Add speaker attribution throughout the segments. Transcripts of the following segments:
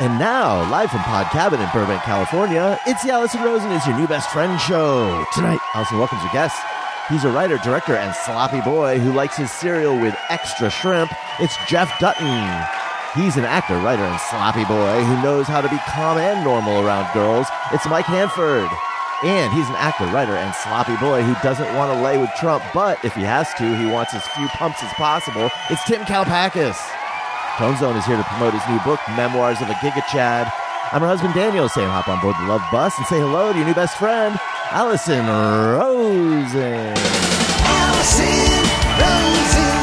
Speaker 1: And now, live from Pod Cabin in Burbank, California, it's the Allison Rosen is your new best friend show. Tonight, Allison welcomes your guest. He's a writer, director, and sloppy boy who likes his cereal with extra shrimp. It's Jeff Dutton. He's an actor, writer, and sloppy boy who knows how to be calm and normal around girls. It's Mike Hanford. And he's an actor, writer, and sloppy boy who doesn't want to lay with Trump, but if he has to, he wants as few pumps as possible. It's Tim Kalpakis. Tone Zone is here to promote his new book, Memoirs of a Giga Chad. I'm her husband Daniel, saying hop on board the love bus and say hello to your new best friend, Allison Rosen.
Speaker 2: Allison Rosen,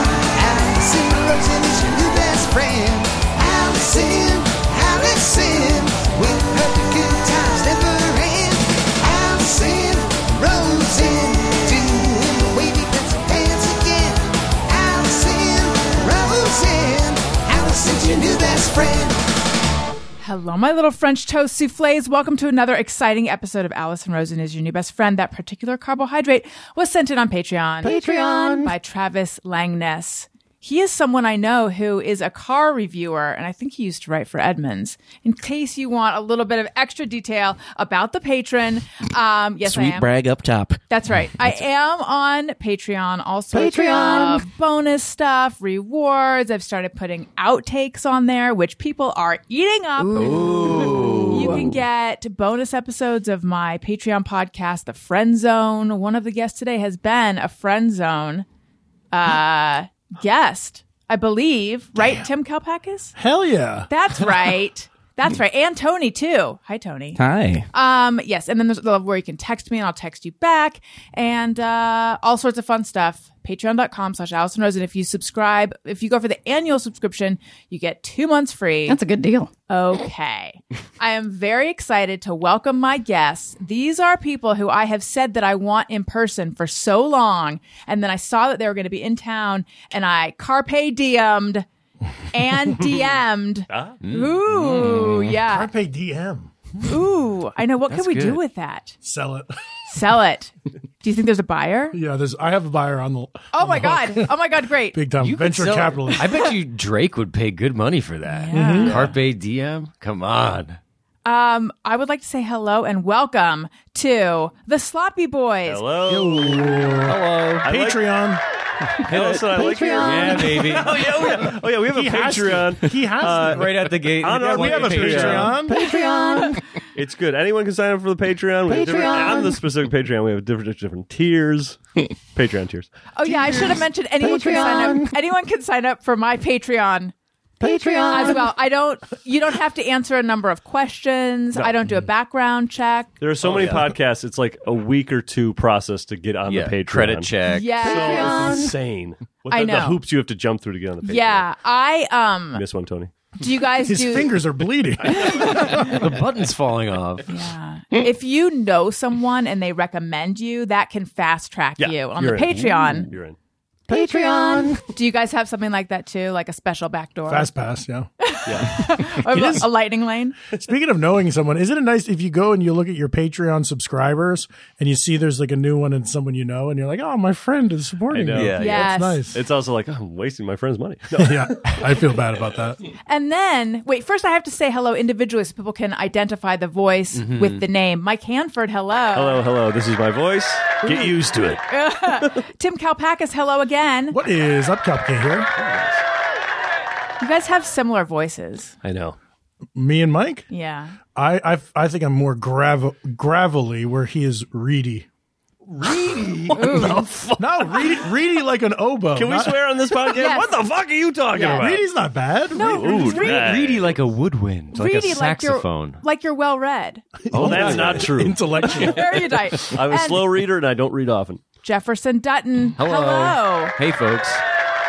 Speaker 2: Allison Rosen is your new best friend. Allison, Allison, with her the good times never end. Allison Rosen, doing the wavy pencil dance again. Allison Rosen, Allison's your new best friend.
Speaker 3: Hello, my little French toast souffles. Welcome to another exciting episode of Allison Rosen is your new best friend. That particular carbohydrate was sent in on Patreon.
Speaker 1: Patreon.
Speaker 3: by Travis Langness. He is someone I know who is a car reviewer, and I think he used to write for Edmunds. In case you want a little bit of extra detail about the patron, um, yes, I
Speaker 4: Sweet
Speaker 3: am.
Speaker 4: brag up top.
Speaker 3: That's right. I am on Patreon. Also,
Speaker 1: Patreon.
Speaker 3: bonus stuff, rewards. I've started putting outtakes on there, which people are eating up. You can get bonus episodes of my Patreon podcast, The Friend Zone. One of the guests today has been a Friend Zone uh, guest, I believe. Right, Tim Kalpakis?
Speaker 5: Hell yeah.
Speaker 3: That's right. That's right. And Tony, too. Hi, Tony.
Speaker 4: Hi.
Speaker 3: Um, yes, and then there's the love where you can text me and I'll text you back, and uh, all sorts of fun stuff. Patreon.com slash Allison Rosen. If you subscribe, if you go for the annual subscription, you get two months free.
Speaker 6: That's a good deal.
Speaker 3: okay. I am very excited to welcome my guests. These are people who I have said that I want in person for so long, and then I saw that they were going to be in town, and I carpe diem'd and DM'd. Ooh,
Speaker 6: Mm.
Speaker 3: yeah.
Speaker 5: Carpe DM.
Speaker 3: Ooh, I know. What can we do with that?
Speaker 5: Sell it.
Speaker 3: Sell it. Do you think there's a buyer?
Speaker 5: yeah, there's I have a buyer on the
Speaker 3: Oh my god. Oh my god, great.
Speaker 5: big time
Speaker 7: You could
Speaker 5: venture
Speaker 7: sell-
Speaker 5: capitalist.
Speaker 7: I bet you Drake would pay good money for that. Carpe diem. Come on.
Speaker 3: Um I would like to say hello and welcome to the Sloppy Boys.
Speaker 8: Hello. Hello.
Speaker 5: Patreon.
Speaker 8: Allison, I like your-
Speaker 7: Yeah, baby.
Speaker 8: Oh yeah, oh, yeah. Oh, yeah, we have a
Speaker 5: He has to.
Speaker 8: Patreon.
Speaker 5: He has to.
Speaker 7: right at the gate.
Speaker 8: I don't know,
Speaker 7: Yeah,
Speaker 8: we have a Patreon.
Speaker 6: Patreon.
Speaker 8: It's good. Anyone can sign up for the Patreon. We have different-
Speaker 6: Patreon.
Speaker 8: On the specific Patreon, we have different different tiers. Patreon tiers.
Speaker 3: Oh yeah, I should have mentioned anyone can sign up. Anyone can sign up for my Patreon as
Speaker 6: Patreon.
Speaker 3: well. I don't you don't have to answer a number of questions. I don't do a background check.
Speaker 8: There are
Speaker 5: Oh,
Speaker 8: so many
Speaker 7: yeah.
Speaker 8: podcasts. It's like a week or two process to get on
Speaker 7: Yeah,
Speaker 8: the Patreon.
Speaker 7: credit check.
Speaker 8: So
Speaker 3: Yeah.
Speaker 8: it's insane. What the,
Speaker 3: I
Speaker 8: the
Speaker 3: know.
Speaker 8: hoops you have to jump through to get on the Patreon.
Speaker 3: Yeah. I um
Speaker 8: Miss one, Tony.
Speaker 3: do you guys
Speaker 5: His
Speaker 3: do
Speaker 5: fingers are bleeding.
Speaker 7: The button's falling off.
Speaker 3: Yeah. if you know someone and they recommend you, that can fast track
Speaker 8: Yeah,
Speaker 3: you on the
Speaker 8: you're in. Mm,
Speaker 3: Patreon.
Speaker 8: You're in.
Speaker 6: Patreon.
Speaker 3: Do you guys have something like that too, like a special backdoor,
Speaker 5: Fast pass, yeah.
Speaker 3: a, a lightning lane?
Speaker 5: Speaking of knowing someone, isn't it nice if you go and you look at your Patreon subscribers and you see there's like a new one and someone you know and you're like, "Oh, my friend is supporting
Speaker 8: I know.
Speaker 5: me."
Speaker 7: Yeah,
Speaker 3: yeah.
Speaker 5: That's nice.
Speaker 8: It's also like, oh, I'm wasting my friend's money. No.
Speaker 5: yeah, I feel bad about that.
Speaker 3: And then, wait, first I have to say hello individually so people can identify the voice with the name. Mike Hanford, hello.
Speaker 8: Mm-hmm. hello, hello. This is my voice. Get used to it.
Speaker 3: Tim Kalpakis, hello again.
Speaker 5: What is up, Cupcake here?
Speaker 3: You guys have similar voices.
Speaker 8: I know.
Speaker 5: Me and Mike.
Speaker 3: Yeah.
Speaker 5: I I, I think I'm more gravel gravelly, where he is reedy. Reedy. No, reedy, reedy like an oboe.
Speaker 8: Can we
Speaker 5: not-
Speaker 8: swear on this podcast?
Speaker 3: Yes.
Speaker 8: What the fuck are you talking
Speaker 3: Yes.
Speaker 8: about?
Speaker 5: Reedy's not bad. No,
Speaker 8: Ooh, that-
Speaker 7: Reedy like a woodwind, like
Speaker 3: Really
Speaker 7: a saxophone.
Speaker 3: Like you're, like you're well read.
Speaker 8: Oh, that's not true.
Speaker 5: intellectual.
Speaker 3: Erudite.
Speaker 8: I'm a
Speaker 3: And
Speaker 8: slow reader and I don't read often.
Speaker 3: Jefferson Dutton,
Speaker 4: Hello.
Speaker 3: hello.
Speaker 4: Hey, folks.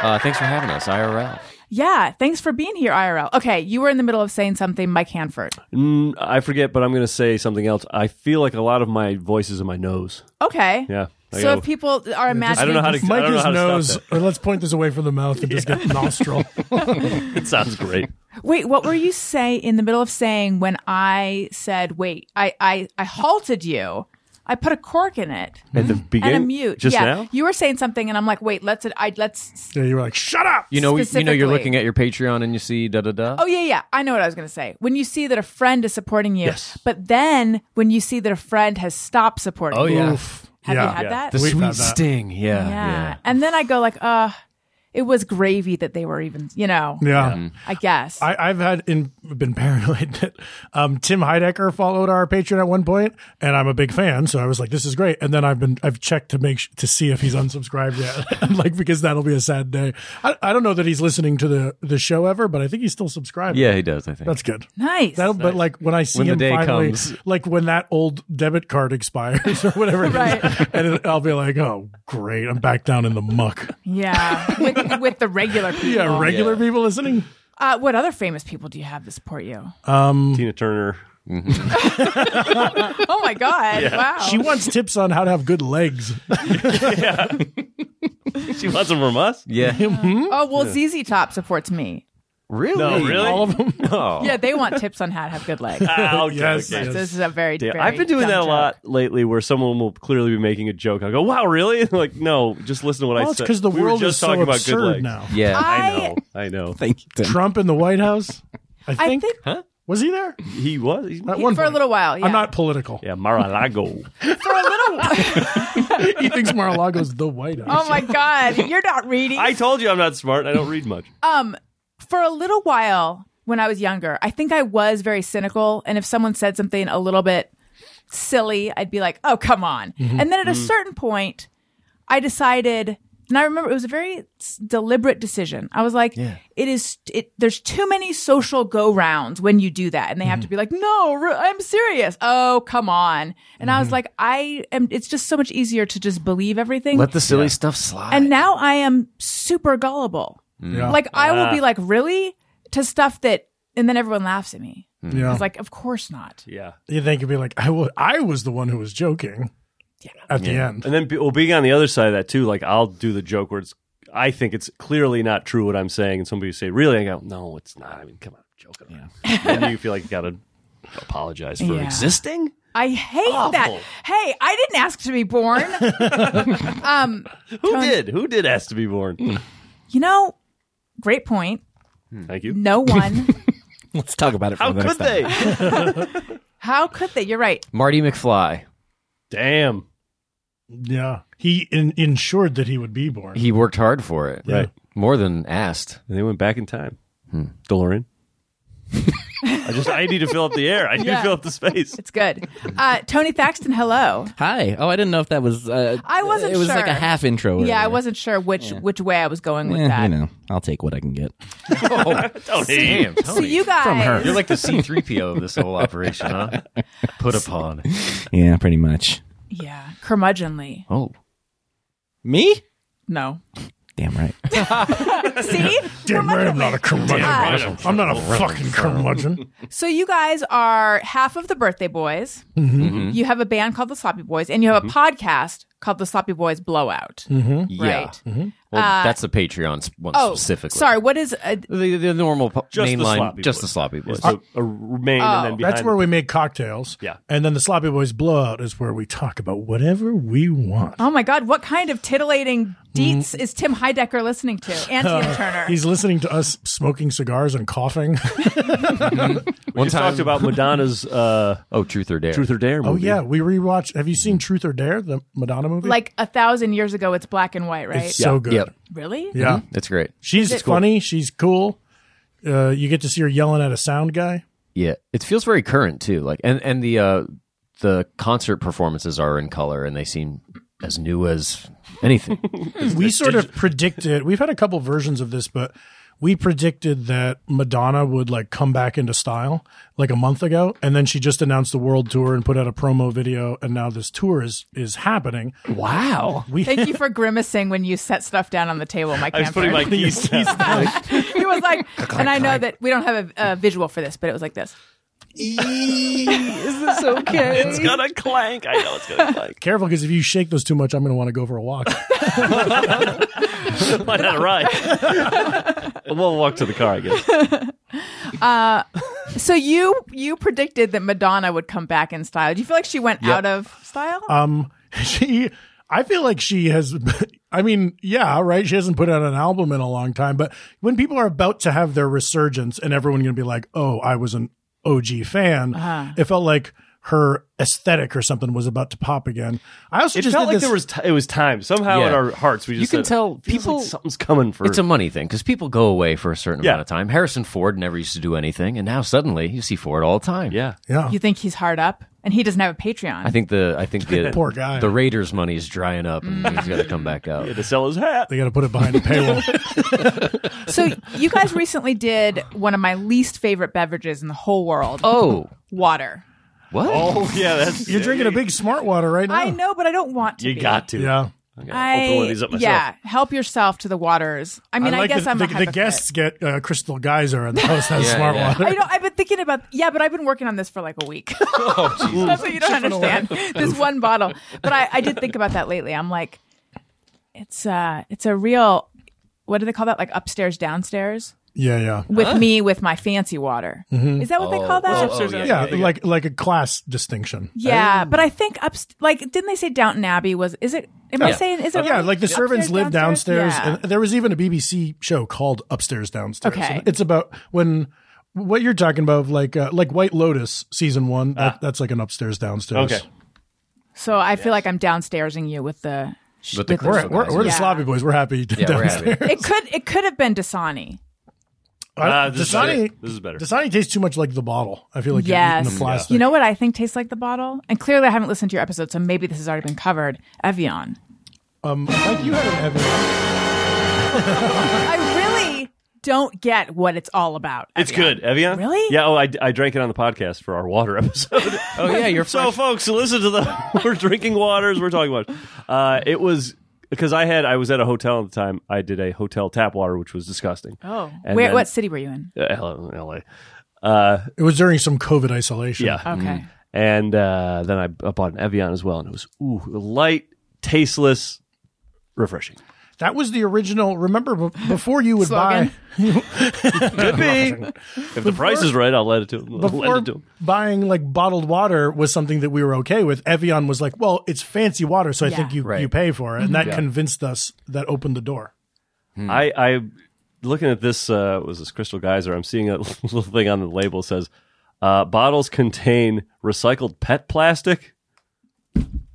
Speaker 4: Uh, thanks for having us, IRL.
Speaker 3: Yeah, thanks for being here, IRL. Okay, you were in the middle of saying something, Mike Hanford.
Speaker 8: Mm, I forget, but I'm going to say something else. I feel like a lot of my voice is in my nose.
Speaker 3: Okay.
Speaker 8: Yeah. I
Speaker 3: So
Speaker 8: go-
Speaker 3: if people are imagining,
Speaker 8: I don't know how to. I don't know
Speaker 5: Mike's
Speaker 8: how to stop
Speaker 5: nose.
Speaker 8: that.
Speaker 5: Or let's point this away from the mouth and just get nostril.
Speaker 8: It sounds great.
Speaker 3: Wait, what were you say in the middle of saying when I said, "Wait, I I, I halted you"? I put a cork in it
Speaker 8: At the beginning,
Speaker 3: and a mute.
Speaker 8: just
Speaker 3: yeah,
Speaker 8: now.
Speaker 3: you were saying something, and I'm like, wait, let's I let's.
Speaker 5: Yeah, you were like, shut up.
Speaker 7: You know, you know, you're
Speaker 3: Specifically.
Speaker 7: looking at your Patreon and you see da da da.
Speaker 3: Oh yeah, yeah. I know what I was going to say. When you see that a friend is supporting you,
Speaker 5: Yes.
Speaker 3: but then when you see that a friend has stopped supporting
Speaker 7: Oh,
Speaker 3: you,
Speaker 7: yeah.
Speaker 5: Oof.
Speaker 3: have
Speaker 5: yeah.
Speaker 3: you had that?
Speaker 7: the
Speaker 5: We've had
Speaker 7: sweet
Speaker 5: that.
Speaker 7: sting. Yeah,
Speaker 3: yeah.
Speaker 7: yeah.
Speaker 3: and then I go like, uh, it was gravy that they were even, you know.
Speaker 5: Yeah.
Speaker 8: Mm.
Speaker 3: I guess.
Speaker 5: I, I've had in, been paranoid that um, Tim Heidecker followed our Patreon at one point, and I'm a big fan, so I was like, "This is great." And then I've been I've checked to make sh- to see if he's unsubscribed yet, like because that'll be a sad day. I, I don't know that he's listening to the the show ever, but I think he's still subscribed.
Speaker 7: Yeah, he does. I think.
Speaker 5: that's good.
Speaker 3: nice.
Speaker 5: That'll, But like when I see
Speaker 7: When the
Speaker 5: him
Speaker 7: day
Speaker 5: finally,
Speaker 7: comes.
Speaker 5: like when that old debit card expires or whatever, it is,
Speaker 3: Right.
Speaker 5: and it, I'll be like, "Oh, great, I'm back down in the muck."
Speaker 3: yeah, with, with the regular people.
Speaker 5: Yeah, regular people listening.
Speaker 3: Uh, what other famous people do you have that support you?
Speaker 8: Tina Turner.
Speaker 3: Oh my god! Wow.
Speaker 5: She wants tips on how to have good legs.
Speaker 8: She wants them from us.
Speaker 7: yeah,
Speaker 3: oh well, ZZ Top supports me.
Speaker 7: really.
Speaker 8: No, Oh, really.
Speaker 5: All of them.
Speaker 8: No.
Speaker 3: Yeah, they want tips on how to have good legs.
Speaker 8: Ah, okay,
Speaker 5: Yes,
Speaker 8: okay.
Speaker 5: yes.
Speaker 3: This is a very.
Speaker 8: Yeah,
Speaker 3: very
Speaker 8: I've been doing
Speaker 3: dumb
Speaker 8: that a
Speaker 3: joke.
Speaker 8: lot lately, where someone will clearly be making a joke. I go, "Wow, really?" like, no, just listen to what
Speaker 5: Well,
Speaker 8: I
Speaker 5: it's
Speaker 8: said.
Speaker 5: because the
Speaker 8: We were
Speaker 5: world is
Speaker 8: just
Speaker 5: so
Speaker 8: talking about good
Speaker 5: absurd
Speaker 8: legs.
Speaker 5: now.
Speaker 7: Yeah,
Speaker 8: I
Speaker 3: I
Speaker 8: know, I know.
Speaker 2: Thank you, Tim.
Speaker 5: Trump in the White House. I think,
Speaker 3: I think,
Speaker 5: was he there
Speaker 8: He was. He,
Speaker 5: at one
Speaker 3: for a
Speaker 5: point.
Speaker 3: little while. Yeah.
Speaker 5: I'm not political.
Speaker 8: yeah, Mar-a-Lago.
Speaker 3: for a little. while.
Speaker 5: he thinks Mar-a-Lago's the White House.
Speaker 3: Oh my god! You're not reading.
Speaker 8: I told you I'm not smart. I don't read much.
Speaker 3: Oh. for a little while when I was younger, I think I was very cynical. And if someone said something a little bit silly, I'd be like, oh, come on. And then at a certain point, I decided, and I remember it was a very s- deliberate decision. I was like, it is, it, there's too many social go rounds when you do that. And they have to be like, no, re- I'm serious. Oh, come on. And I was like, I am, it's just so much easier to just believe everything.
Speaker 7: let the silly stuff slide.
Speaker 3: and now I am super gullible.
Speaker 2: Oh.
Speaker 5: Yeah.
Speaker 3: Like I will
Speaker 7: Ah.
Speaker 3: be like, really? To stuff that, and then everyone laughs at me.
Speaker 5: yeah.
Speaker 2: Hmm.
Speaker 3: It's like, of course not.
Speaker 8: Yeah,
Speaker 5: you think you'd be like, I was, I was the one who was joking at the end.
Speaker 8: and then well, being on the other side of that too, like I'll do the joke where it's. I think it's clearly not true what I'm saying, and somebody will say, "Really?" I go, "No, it's not." I mean, come on, I'm joking. around." And then you feel like you gotta apologize for
Speaker 3: Yeah.
Speaker 8: existing.
Speaker 3: I hate that. Hey, I didn't ask to be born. um,
Speaker 8: Who did? Who did ask to be born?
Speaker 3: you know, great point.
Speaker 8: Thank you.
Speaker 3: No one.
Speaker 2: Let's talk about it. For
Speaker 8: How
Speaker 2: the
Speaker 8: could
Speaker 2: next time.
Speaker 8: they?
Speaker 3: How could they? You're right.
Speaker 7: Marty McFly.
Speaker 8: Damn.
Speaker 5: Yeah, he in, ensured that he would be born.
Speaker 7: He worked hard for it.
Speaker 8: Right.
Speaker 7: More than asked.
Speaker 8: And they went back in time.
Speaker 7: Hmm.
Speaker 8: DeLorean. I just I need to fill up the air. I need
Speaker 3: Yeah.
Speaker 8: to fill up the space.
Speaker 3: It's good. Uh, Tony Thaxton, hello.
Speaker 2: Hi. Oh, I didn't know if that was. Uh,
Speaker 3: I wasn't
Speaker 2: It was like a
Speaker 3: sure.
Speaker 2: half intro.
Speaker 3: Yeah, I
Speaker 2: earlier.
Speaker 3: wasn't sure which which way I was going with
Speaker 2: Eh,
Speaker 3: that.
Speaker 2: You know, I'll take what I can get.
Speaker 8: Tony.
Speaker 7: Damn, Tony.
Speaker 3: So you guys,
Speaker 7: You're like the C3PO of this whole operation, huh? Put upon.
Speaker 2: Yeah, pretty much.
Speaker 3: yeah, curmudgeonly.
Speaker 7: Oh.
Speaker 2: Me?
Speaker 3: No,
Speaker 2: Damn right.
Speaker 3: see,
Speaker 5: Damn right, I'm not a curmudgeon.
Speaker 3: right,
Speaker 5: I'm not a fucking curmudgeon.
Speaker 3: So you guys are half of the Birthday Boys. You have a band called the Sloppy Boys, and you have a podcast called the Sloppy Boys Blowout.
Speaker 7: Yeah.
Speaker 3: Right.
Speaker 7: Well,
Speaker 8: Uh,
Speaker 7: that's the Patreon s- one
Speaker 3: Oh,
Speaker 7: specifically.
Speaker 3: sorry. What is? Uh,
Speaker 7: The, the normal po-
Speaker 8: Just the
Speaker 7: mainline,
Speaker 8: sloppy
Speaker 7: just
Speaker 8: boys.
Speaker 7: the sloppy boys.
Speaker 8: It's the- a remain and then behind
Speaker 5: That's where
Speaker 8: the-
Speaker 5: we make cocktails.
Speaker 8: Yeah.
Speaker 5: and then the sloppy boys blowout is where we talk about whatever we want.
Speaker 3: oh my God! What kind of titillating deets is Tim Heidecker listening to? And Tina Turner.
Speaker 5: He's listening to us smoking cigars and coughing.
Speaker 8: we just talked about Madonna's uh,
Speaker 7: oh, truth or dare.
Speaker 8: Truth or Dare
Speaker 5: Oh
Speaker 8: movie.
Speaker 5: yeah, we rewatched. Have you seen Truth or Dare, the Madonna movie?
Speaker 3: like a thousand years ago, it's black and white, right?
Speaker 5: it's so
Speaker 7: Yep.
Speaker 5: good.
Speaker 7: Mm-hmm.
Speaker 3: really?
Speaker 5: Yeah,
Speaker 7: That's great.
Speaker 5: she's funny. She's cool. Uh, you get to see her yelling at a sound guy.
Speaker 7: Yeah. It feels very current too. Like and and the uh the concert performances are in color and they seem as new as anything.
Speaker 5: We sort of predicted. We've had a couple versions of this, but we predicted that Madonna would like come back into style like a month ago, and then she just announced the world tour and put out a promo video, and now this tour is is happening.
Speaker 2: wow.
Speaker 3: Thank you for grimacing when you set stuff down on the table, Mike.
Speaker 8: I was putting my keys down.
Speaker 3: he was like, and I know that we don't have a, a visual for this, but it was like this. Is this okay?
Speaker 8: It's gonna clank. I know it's gonna clank.
Speaker 5: Careful, because if you shake those too much, I'm going to want to go for a walk.
Speaker 8: Why not right? we'll walk to the car, I guess.
Speaker 3: So you you predicted that Madonna would come back in style. Do you feel like she went out of style?
Speaker 5: Um, she, I feel like she has. I mean, yeah, right. She hasn't put out an album in a long time, but when people are about to have their resurgence and everyone going to be like, "Oh, I was an OG fan,"
Speaker 3: Uh-huh.
Speaker 5: it felt like her aesthetic or something was about to pop again. I also
Speaker 8: It
Speaker 5: just
Speaker 8: felt
Speaker 5: did
Speaker 8: like
Speaker 5: this-
Speaker 8: there was t- it was time somehow in
Speaker 7: Yeah.
Speaker 8: our hearts. We
Speaker 7: You
Speaker 8: just
Speaker 7: can
Speaker 8: said,
Speaker 7: tell
Speaker 8: "Feels like
Speaker 7: people-
Speaker 8: something's coming for.
Speaker 7: It's a money thing because people go away for a certain
Speaker 8: Yeah.
Speaker 7: amount of time. Harrison Ford never used to do anything, and now suddenly you see Ford all the time.
Speaker 8: yeah,
Speaker 5: yeah.
Speaker 3: you think he's hard up, and he doesn't have a Patreon.
Speaker 7: I think the I think the
Speaker 5: Poor guy.
Speaker 7: The Raiders' money is drying up, and he's got to come back out.
Speaker 8: to sell his hat.
Speaker 5: they got to put it behind a paywall.
Speaker 3: so you guys recently did one of my least favorite beverages in the whole world.
Speaker 7: Oh,
Speaker 3: water.
Speaker 7: what?
Speaker 8: Oh yeah, that's
Speaker 5: You're drinking a big smart water right now.
Speaker 3: I know, but I don't want to.
Speaker 8: You
Speaker 3: be.
Speaker 8: got to.
Speaker 5: Yeah.
Speaker 8: Okay, I'll
Speaker 3: I
Speaker 8: open one of these up myself.
Speaker 3: yeah. Help yourself to the waters. I mean, I,
Speaker 5: like
Speaker 3: guess
Speaker 5: that
Speaker 3: I'm
Speaker 5: the,
Speaker 3: a
Speaker 5: the
Speaker 3: hypocrite.
Speaker 5: guests get uh, crystal geyser and the host has
Speaker 7: Yeah,
Speaker 5: smart
Speaker 7: yeah.
Speaker 5: water.
Speaker 3: I know. I've been thinking about. Yeah, but I've been working on this for like a week.
Speaker 5: Oh,
Speaker 3: That's what you don't understand. This one bottle. But I, I did think about that lately. I'm like, it's uh it's a real. What do they call that? Like upstairs, downstairs
Speaker 5: Yeah, yeah.
Speaker 3: with me with my fancy water.
Speaker 5: Mm-hmm.
Speaker 3: Is that what they call that?
Speaker 7: oh, yeah.
Speaker 5: Yeah, like like a class distinction.
Speaker 3: Yeah,
Speaker 5: Oh.
Speaker 3: but I think up like didn't they say Downton Abbey was? Is it? Am I
Speaker 7: Yeah.
Speaker 3: saying? Is it?
Speaker 5: yeah,
Speaker 3: really
Speaker 5: like the servants
Speaker 3: upstairs,
Speaker 5: live downstairs,
Speaker 3: Yeah.
Speaker 5: and there was even a BBC show called Upstairs Downstairs.
Speaker 3: Okay.
Speaker 5: And it's about when what you're talking about, like uh, like White Lotus season one. That, That's like an upstairs downstairs.
Speaker 8: Okay.
Speaker 3: so I feel like I'm downstairsing you with the. sh-
Speaker 7: With the
Speaker 5: we're
Speaker 7: crystal
Speaker 5: we're,
Speaker 7: geyser.
Speaker 5: we're the
Speaker 3: Yeah.
Speaker 5: sloppy boys. We're happy
Speaker 7: Yeah, we're
Speaker 5: downstairs.
Speaker 7: happy.
Speaker 3: it could it could have been Dasani.
Speaker 8: Ah, this is
Speaker 5: Dasani,
Speaker 8: better. This is better.
Speaker 5: Dasani tastes too much like the bottle. I feel like yes.
Speaker 3: Yes.
Speaker 5: the plastic.
Speaker 3: You know what I think tastes like the bottle? And clearly I haven't listened to your episode, so maybe this has already been covered. Evian.
Speaker 5: um, like you had an Evian.
Speaker 3: I really don't get what it's all about.
Speaker 8: It's
Speaker 3: Evian.
Speaker 8: good, Evian.
Speaker 3: Really?
Speaker 8: Yeah. Oh, I, I drank it on the podcast for our water episode.
Speaker 7: Oh yeah, you're
Speaker 8: so, folks, listen to the we're drinking waters. We're talking about. Uh, it was because I had I was at a hotel at the time. I did a hotel tap water, which was disgusting.
Speaker 3: Oh.
Speaker 8: And
Speaker 3: Where
Speaker 8: then-
Speaker 3: what city were you in?
Speaker 8: Uh, L- L.A. Uh,
Speaker 5: It was during some COVID isolation.
Speaker 8: yeah. Mm-hmm.
Speaker 3: Okay.
Speaker 8: and uh, then I, I bought an Evian as well, and it was ooh light, tasteless, refreshing.
Speaker 5: That was the original. Remember b- before you would
Speaker 3: Slogan.
Speaker 5: buy
Speaker 8: Could be. If the price is right, I'll let it to him. I'll lend
Speaker 5: before
Speaker 8: it to him.
Speaker 5: buying like bottled water was something that we were okay with. Evian was like, well, it's fancy water, so I
Speaker 3: Yeah.
Speaker 5: think you
Speaker 7: Right.
Speaker 5: you pay for it, and that convinced us. That opened the door.
Speaker 8: I, I looking at this uh, was this crystal geyser. I'm seeing a little thing on the label says uh, bottles contain recycled pet plastic.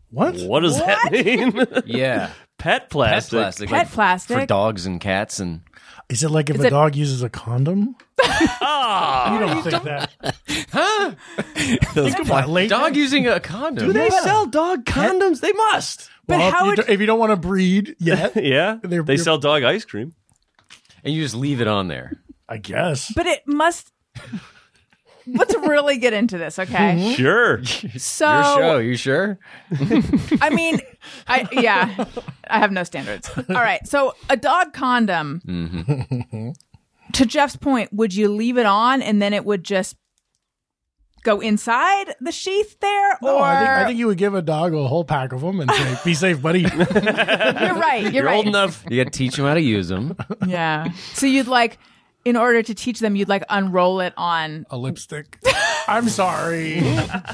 Speaker 5: What?
Speaker 8: What does that mean?
Speaker 7: yeah.
Speaker 8: pet
Speaker 7: Pet
Speaker 8: plastic.
Speaker 7: plastic,
Speaker 3: Pet
Speaker 7: like,
Speaker 3: plastic.
Speaker 7: for dogs and cats, and
Speaker 5: Is it like if
Speaker 3: Is
Speaker 5: a
Speaker 3: it-
Speaker 5: dog uses a condom?
Speaker 8: Ah,
Speaker 5: You don't think that? Think about it. Late-
Speaker 7: dog using a condom.
Speaker 8: do they sell dog condoms? They must.
Speaker 3: But
Speaker 5: Well, if
Speaker 3: how
Speaker 5: you
Speaker 3: would
Speaker 5: don't- if you don't want to breed yet,
Speaker 8: Yeah,
Speaker 5: They're-
Speaker 8: they
Speaker 5: they're-
Speaker 8: sell dog ice cream.
Speaker 7: and you just leave it on there.
Speaker 5: I guess.
Speaker 3: but it must Let's really get into this, okay?
Speaker 8: Sure.
Speaker 3: So
Speaker 7: Your show, you sure?
Speaker 3: I mean, I yeah, I have no standards. All right, so a dog condom.
Speaker 5: Mm-hmm.
Speaker 3: To Jeff's point, would you leave it on and then it would just go inside the sheath there,
Speaker 5: No,
Speaker 3: or
Speaker 5: I think, I think you would give a dog a whole pack of them and say, "Be safe, buddy."
Speaker 3: you're right, you're,
Speaker 8: You're
Speaker 3: right,
Speaker 8: old enough.
Speaker 7: You got to teach them how to use them.
Speaker 3: yeah. So you'd like, in order to teach them, you'd like unroll it on.
Speaker 5: a lipstick. I'm sorry.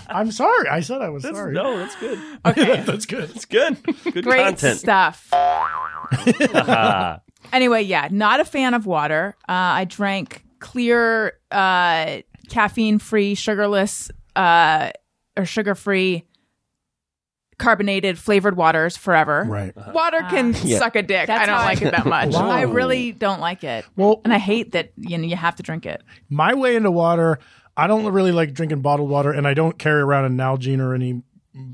Speaker 5: I'm sorry. I said I was sorry.
Speaker 8: No, that's good.
Speaker 3: Okay,
Speaker 5: That's good.
Speaker 8: It's good. Good
Speaker 3: great
Speaker 8: content.
Speaker 3: stuff. anyway, yeah, not a fan of water. Uh, I drank clear, uh, caffeine-free, sugarless, uh, or sugar-free, carbonated, flavored waters forever.
Speaker 5: Right.
Speaker 3: Water
Speaker 7: Ah.
Speaker 3: can suck a dick. I don't like it that much.
Speaker 5: Wow.
Speaker 3: I really don't like it.
Speaker 5: Well-
Speaker 3: and I hate that you know you have to drink it.
Speaker 5: my way into water. I don't really like drinking bottled water, and I don't carry around a Nalgene or any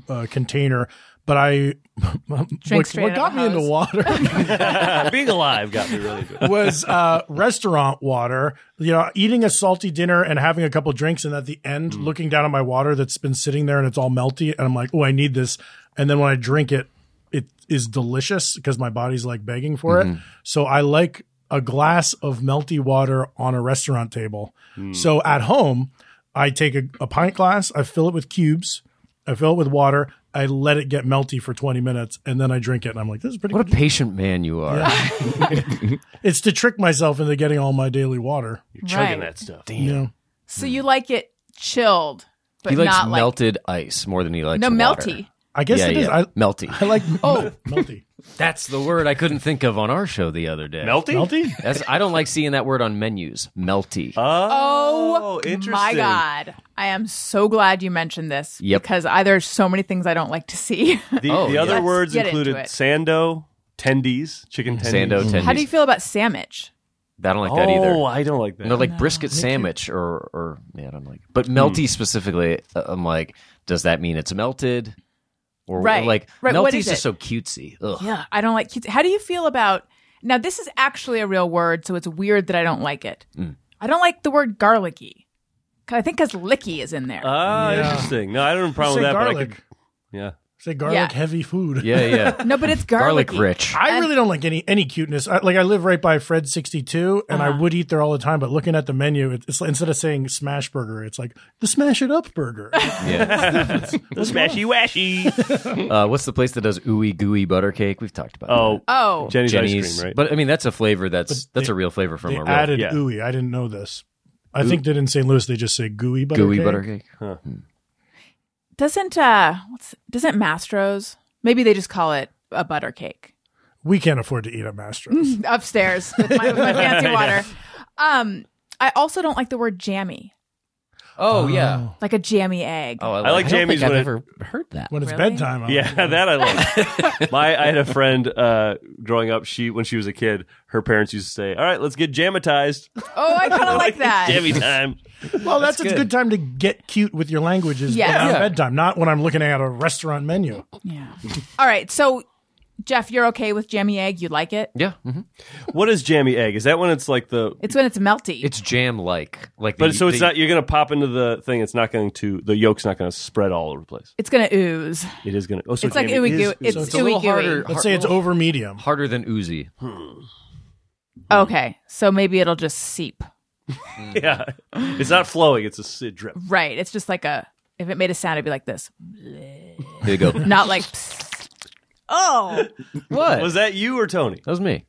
Speaker 5: uh, container. But I, what,
Speaker 3: straight
Speaker 5: what
Speaker 3: out
Speaker 5: got
Speaker 3: of
Speaker 5: me
Speaker 3: a
Speaker 5: into
Speaker 3: hose.
Speaker 5: water
Speaker 8: Uh, being alive got me really good.
Speaker 5: was uh, restaurant water. You know, eating a salty dinner and having a couple drinks, and at the end, looking down at my water that's been sitting there and it's all melty, and I'm like, oh, I need this. And then when I drink it, it is delicious because my body's like begging for it. So I like a glass of melty water on a restaurant table. So at home, I take a, a pint glass, I fill it with cubes, I fill it with water. I let it get melty for 20 minutes and then I drink it and I'm like, this is pretty
Speaker 7: What
Speaker 5: good.
Speaker 7: a patient man you are.
Speaker 5: It's to trick myself into getting all my daily water.
Speaker 8: You're chugging
Speaker 3: Right.
Speaker 8: that stuff.
Speaker 5: Yeah.
Speaker 3: So you like it chilled, but
Speaker 7: he likes
Speaker 3: not
Speaker 7: melted ice more than he likes
Speaker 3: like no
Speaker 7: water.
Speaker 3: melty.
Speaker 5: I guess
Speaker 7: yeah,
Speaker 5: it is.
Speaker 7: yeah.
Speaker 5: I,
Speaker 7: melty.
Speaker 5: I like oh melty
Speaker 7: That's the word I couldn't think of on our show the other day.
Speaker 8: Melty?
Speaker 5: melty.
Speaker 7: That's, I don't like seeing that word on menus. Melty.
Speaker 8: Oh,
Speaker 3: Oh,
Speaker 8: interesting.
Speaker 3: my god! I am so glad you mentioned this
Speaker 7: Yep.
Speaker 3: because I, there's so many things I don't like to see.
Speaker 8: The,
Speaker 7: Oh,
Speaker 8: the
Speaker 7: yeah.
Speaker 8: other
Speaker 3: Let's
Speaker 8: words
Speaker 3: get
Speaker 8: included
Speaker 3: into it.
Speaker 8: sando, tendies, chicken tendies. Mm.
Speaker 7: Sando tendies.
Speaker 3: How do you feel about sandwich?
Speaker 7: I don't like
Speaker 8: Oh,
Speaker 7: that either.
Speaker 8: I don't like that.
Speaker 7: No, like brisket sandwich or or yeah, I don't like. But melty specifically, uh, I'm like, does that mean it's melted? Or
Speaker 3: Right.
Speaker 7: like
Speaker 3: Right,
Speaker 7: melty's
Speaker 3: what is
Speaker 7: just
Speaker 3: it?
Speaker 7: so cutesy. Ugh.
Speaker 3: Yeah, I don't like cute. How do you feel about now? This is actually a real word, so it's weird that I don't like it.
Speaker 7: Mm.
Speaker 3: I don't like the word garlicky. 'Cause I think because licky is in there.
Speaker 7: Uh,
Speaker 8: ah, interesting. No, I don't have a problem
Speaker 5: Say
Speaker 8: with that. But I
Speaker 5: garlic.
Speaker 8: could, yeah.
Speaker 5: Say garlic
Speaker 3: Yeah.
Speaker 5: heavy food.
Speaker 7: yeah, yeah.
Speaker 3: no, but it's
Speaker 7: Garlic
Speaker 3: garlicky.
Speaker 7: rich.
Speaker 5: I really don't like any any cuteness. I, like I live right by Fred 62, and
Speaker 3: Uh-huh.
Speaker 5: I would eat there all the time. But looking at the menu, it- it's instead of saying smash burger, it's like the smash it up burger.
Speaker 7: Yeah.
Speaker 8: The smashy washy.
Speaker 7: uh, what's the place that does ooey gooey butter cake? We've talked about.
Speaker 8: oh,
Speaker 3: Oh,
Speaker 8: Jenny's,
Speaker 7: that. Jenny's,
Speaker 8: ice cream, right?
Speaker 7: but I mean that's a flavor that's that's a real flavor from
Speaker 5: they
Speaker 7: a real
Speaker 5: added
Speaker 8: yeah.
Speaker 5: ooey. I didn't know this. I think that in St. Louis they just say gooey butter.
Speaker 7: gooey
Speaker 5: cake.
Speaker 7: butter cake.
Speaker 3: doesn't uh, what's doesn't Mastro's? Maybe they just call it a butter cake.
Speaker 5: We can't afford to eat at
Speaker 3: Mm.
Speaker 5: Mastro's.
Speaker 3: upstairs with my, with my fancy water. Um, I also don't like the word jammy,
Speaker 7: Oh, yeah.
Speaker 3: like a jammy egg.
Speaker 7: Oh, I like,
Speaker 8: I like
Speaker 4: I don't
Speaker 8: Jamie's
Speaker 4: think I've
Speaker 8: when it-
Speaker 4: ever heard that.
Speaker 5: when it's
Speaker 3: Really?
Speaker 5: bedtime, I'm
Speaker 8: Yeah, that I like. My, I had a friend uh, growing up. She, when she was a kid, her parents used to say, "All right, let's get jammatized,
Speaker 3: Oh, I kind of like that.
Speaker 8: jammy time."
Speaker 5: Well, that's, a
Speaker 7: good.
Speaker 5: good time to get cute with your languages
Speaker 3: Yes.
Speaker 5: around
Speaker 7: Yeah.
Speaker 5: bedtime, not when I'm looking at a restaurant menu.
Speaker 3: Yeah. All right, so Jeff, you're okay with jammy egg? You like it?
Speaker 7: Yeah. mhm.
Speaker 8: What is jammy egg? Is that when it's like the?
Speaker 3: It's when it's melty.
Speaker 7: It's jam like. Like
Speaker 8: But
Speaker 7: the-
Speaker 8: so it's
Speaker 7: the-
Speaker 8: not. You're gonna pop into the thing. It's not going to. The yolk's not going to spread all over the place.
Speaker 3: it's gonna ooze.
Speaker 8: It is going to. Oh, so
Speaker 3: It's like
Speaker 8: jammy
Speaker 3: ooey
Speaker 8: is-
Speaker 3: gooey. It's,
Speaker 5: so it's
Speaker 7: a little
Speaker 3: ooey gooey.
Speaker 7: harder.
Speaker 5: Let's say it's
Speaker 7: Well-
Speaker 5: over medium.
Speaker 7: harder than oozy.
Speaker 3: Okay, so maybe it'll just seep.
Speaker 8: yeah, it's not flowing. It's a s- it drip.
Speaker 3: Right. It's just like a. If it made a sound, it'd be like this,
Speaker 7: There you go.
Speaker 3: not like. oh.
Speaker 7: what?
Speaker 8: Was that you or Tony?
Speaker 7: that was me.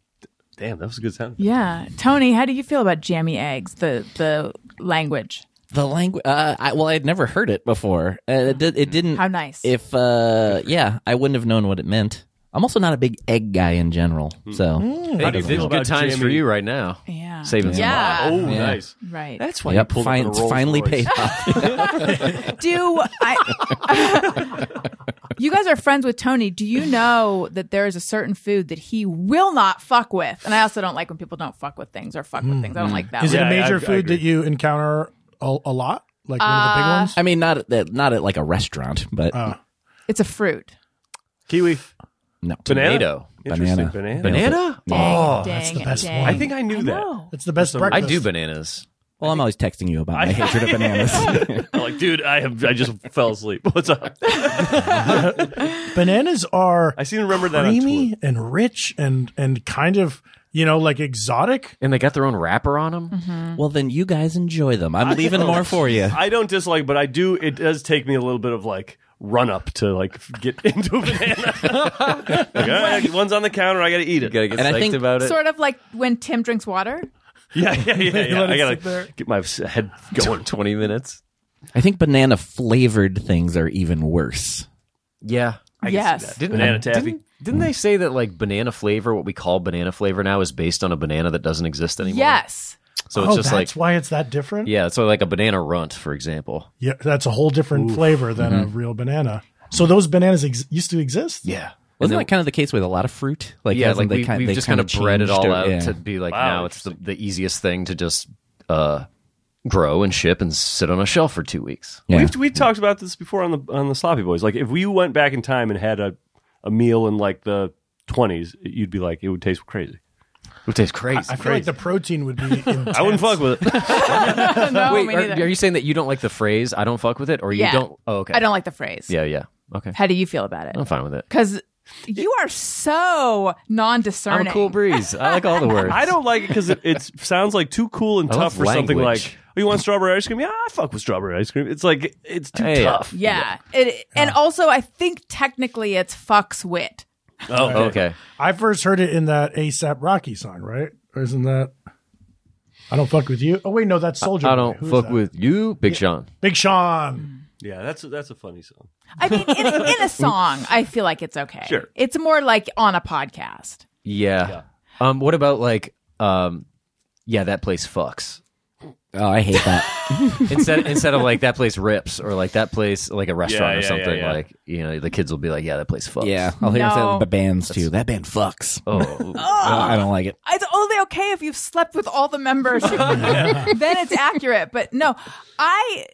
Speaker 8: Damn, that was a good sound.
Speaker 3: Yeah, Tony, how do you feel about jammy eggs? The the language.
Speaker 4: The language. Uh, I, well, I had never heard it before. Uh, it, did, it didn't.
Speaker 3: How nice.
Speaker 4: If uh, yeah, I wouldn't have known what it meant. I'm also not a big egg guy in general,
Speaker 8: Hmm.
Speaker 4: so
Speaker 7: Hey,
Speaker 8: do you
Speaker 7: this
Speaker 8: feel
Speaker 7: is
Speaker 8: about
Speaker 7: good times
Speaker 8: jamming-
Speaker 7: for you right now.
Speaker 3: Yeah.
Speaker 7: Saving some
Speaker 3: yeah.
Speaker 8: Oh,
Speaker 4: Yeah.
Speaker 8: nice.
Speaker 3: Right.
Speaker 8: That's why
Speaker 4: yep,
Speaker 8: you pulled
Speaker 4: fin-
Speaker 8: up in a
Speaker 4: it's
Speaker 8: Rolls
Speaker 4: finally
Speaker 8: Royce.
Speaker 4: paid off.
Speaker 3: Do I You guys are friends with Tony. Do you know that there is a certain food that he will not fuck with? And I also don't like when people don't fuck with things or fuck with things. I don't like that.
Speaker 5: Is
Speaker 3: one.
Speaker 5: it a
Speaker 8: Yeah, I-
Speaker 5: major
Speaker 8: I
Speaker 5: food
Speaker 8: agree.
Speaker 5: that you encounter a, a lot? Like one of the big ones?
Speaker 4: I mean, not at that, not at like a restaurant, but
Speaker 8: Oh.
Speaker 3: It's a fruit.
Speaker 8: Kiwi,
Speaker 4: no
Speaker 8: banana,
Speaker 7: Tomato.
Speaker 8: Interesting,
Speaker 4: Banana.
Speaker 8: banana.
Speaker 7: Banana?
Speaker 3: Dang,
Speaker 5: that's
Speaker 3: dang,
Speaker 5: the best
Speaker 3: dang.
Speaker 5: one.
Speaker 8: I think I knew that.
Speaker 3: know.
Speaker 5: It's the best
Speaker 7: I
Speaker 5: breakfast.
Speaker 7: do bananas.
Speaker 4: Well, I'm always texting you about my hatred of bananas.
Speaker 8: I'm like, dude, I have I just fell asleep. What's up?
Speaker 5: Bananas are
Speaker 8: I seem to remember that. On
Speaker 5: creamy
Speaker 8: Twitter.
Speaker 5: and rich and and kind of you know like exotic.
Speaker 7: And they got their own wrapper on them.
Speaker 4: well, then you guys enjoy them. I'm leaving more for you.
Speaker 8: I don't dislike, but I do. It does take me a little bit of like run up to like get into a banana. Like, all right, one's on the counter. I got to eat it.
Speaker 7: Gotta get
Speaker 4: And I
Speaker 7: psyched
Speaker 4: think-
Speaker 7: about it.
Speaker 3: Sort of like when Tim drinks water.
Speaker 8: yeah, yeah, yeah. yeah.
Speaker 5: let it
Speaker 8: I
Speaker 5: sit there.
Speaker 8: gotta get my s- head going.
Speaker 7: 20 minutes.
Speaker 4: I think banana flavored things are even worse.
Speaker 7: Yeah.
Speaker 3: yes.
Speaker 7: Didn't,
Speaker 8: Banana taffy.
Speaker 7: Didn't, didn't they say that like banana flavor, what we call banana flavor now, is based on a banana that doesn't exist anymore?
Speaker 3: Yes.
Speaker 7: So it's
Speaker 5: oh,
Speaker 7: just like,
Speaker 5: that's why it's that different.
Speaker 7: yeah, so like a banana runt, for example.
Speaker 5: Yeah, that's a whole different flavor than a real banana. So those bananas ex- used to exist.
Speaker 7: Mm-hmm. Yeah.
Speaker 4: Wasn't that kind of the case with a lot of fruit? Like,
Speaker 7: yeah,
Speaker 4: hasn't
Speaker 7: like
Speaker 4: they
Speaker 7: we,
Speaker 4: kind,
Speaker 7: we've
Speaker 4: they
Speaker 7: just
Speaker 4: kind
Speaker 7: kind
Speaker 4: of
Speaker 7: of bred it all out
Speaker 4: yeah.
Speaker 7: to be like
Speaker 8: Wow,
Speaker 7: now it's the, the easiest thing to just uh, grow and ship and sit on a shelf for two weeks.
Speaker 4: Yeah.
Speaker 8: We've we talked about this before on the on the sloppy boys. Like if we went back in time and had a a meal in like the twenties, you'd be like it would taste crazy.
Speaker 7: It tastes crazy.
Speaker 5: I feel like the protein would be.
Speaker 8: I wouldn't fuck with it.
Speaker 3: no,
Speaker 7: Wait,
Speaker 3: me
Speaker 7: are,
Speaker 3: neither.
Speaker 7: are you saying that you don't like the phrase "I don't fuck with it" or you
Speaker 3: Yeah.
Speaker 7: don't? Oh, okay.
Speaker 3: I don't like the phrase.
Speaker 7: Yeah, yeah. Okay,
Speaker 3: How do you feel about it?
Speaker 7: I'm fine with it.
Speaker 3: Because you are so non-discerning.
Speaker 7: I'm a cool breeze. I like all the words.
Speaker 8: I don't like it because it, it sounds like too cool and
Speaker 7: I
Speaker 8: tough
Speaker 7: love
Speaker 8: for something
Speaker 7: language.
Speaker 8: like, oh, you want strawberry ice cream? Yeah, I fuck with strawberry ice cream. It's like, it's too
Speaker 7: Hey,
Speaker 8: tough.
Speaker 3: Yeah. It, and also, I think technically it's fucks wit.
Speaker 8: Oh,
Speaker 7: Okay.
Speaker 5: I first heard it in that ASAP Rocky song, right? Or isn't that? I don't fuck with you. Oh wait, no, that's Soldier.
Speaker 7: I don't
Speaker 5: Boy. Who is
Speaker 7: fuck
Speaker 5: that?
Speaker 7: with you, Big Sean.
Speaker 5: Big Sean.
Speaker 8: Yeah, that's that's a funny song.
Speaker 3: I mean, in, in a song, I feel like it's okay.
Speaker 8: Sure.
Speaker 3: It's more like on a podcast.
Speaker 7: Yeah. Um. What about like um? Yeah, that place fucks.
Speaker 4: Oh, I hate that.
Speaker 7: Instead, instead of like that place rips or like that place like a restaurant
Speaker 8: yeah,
Speaker 7: or
Speaker 8: yeah,
Speaker 7: something
Speaker 8: yeah.
Speaker 7: like you know the kids will be like yeah that place fucks.
Speaker 4: yeah, I'll hear
Speaker 3: No.
Speaker 4: that the bands too. That band fucks.
Speaker 7: Oh.
Speaker 4: Uh, I don't like it.
Speaker 3: It's only okay if you've slept with all the members. then it's accurate. But no, I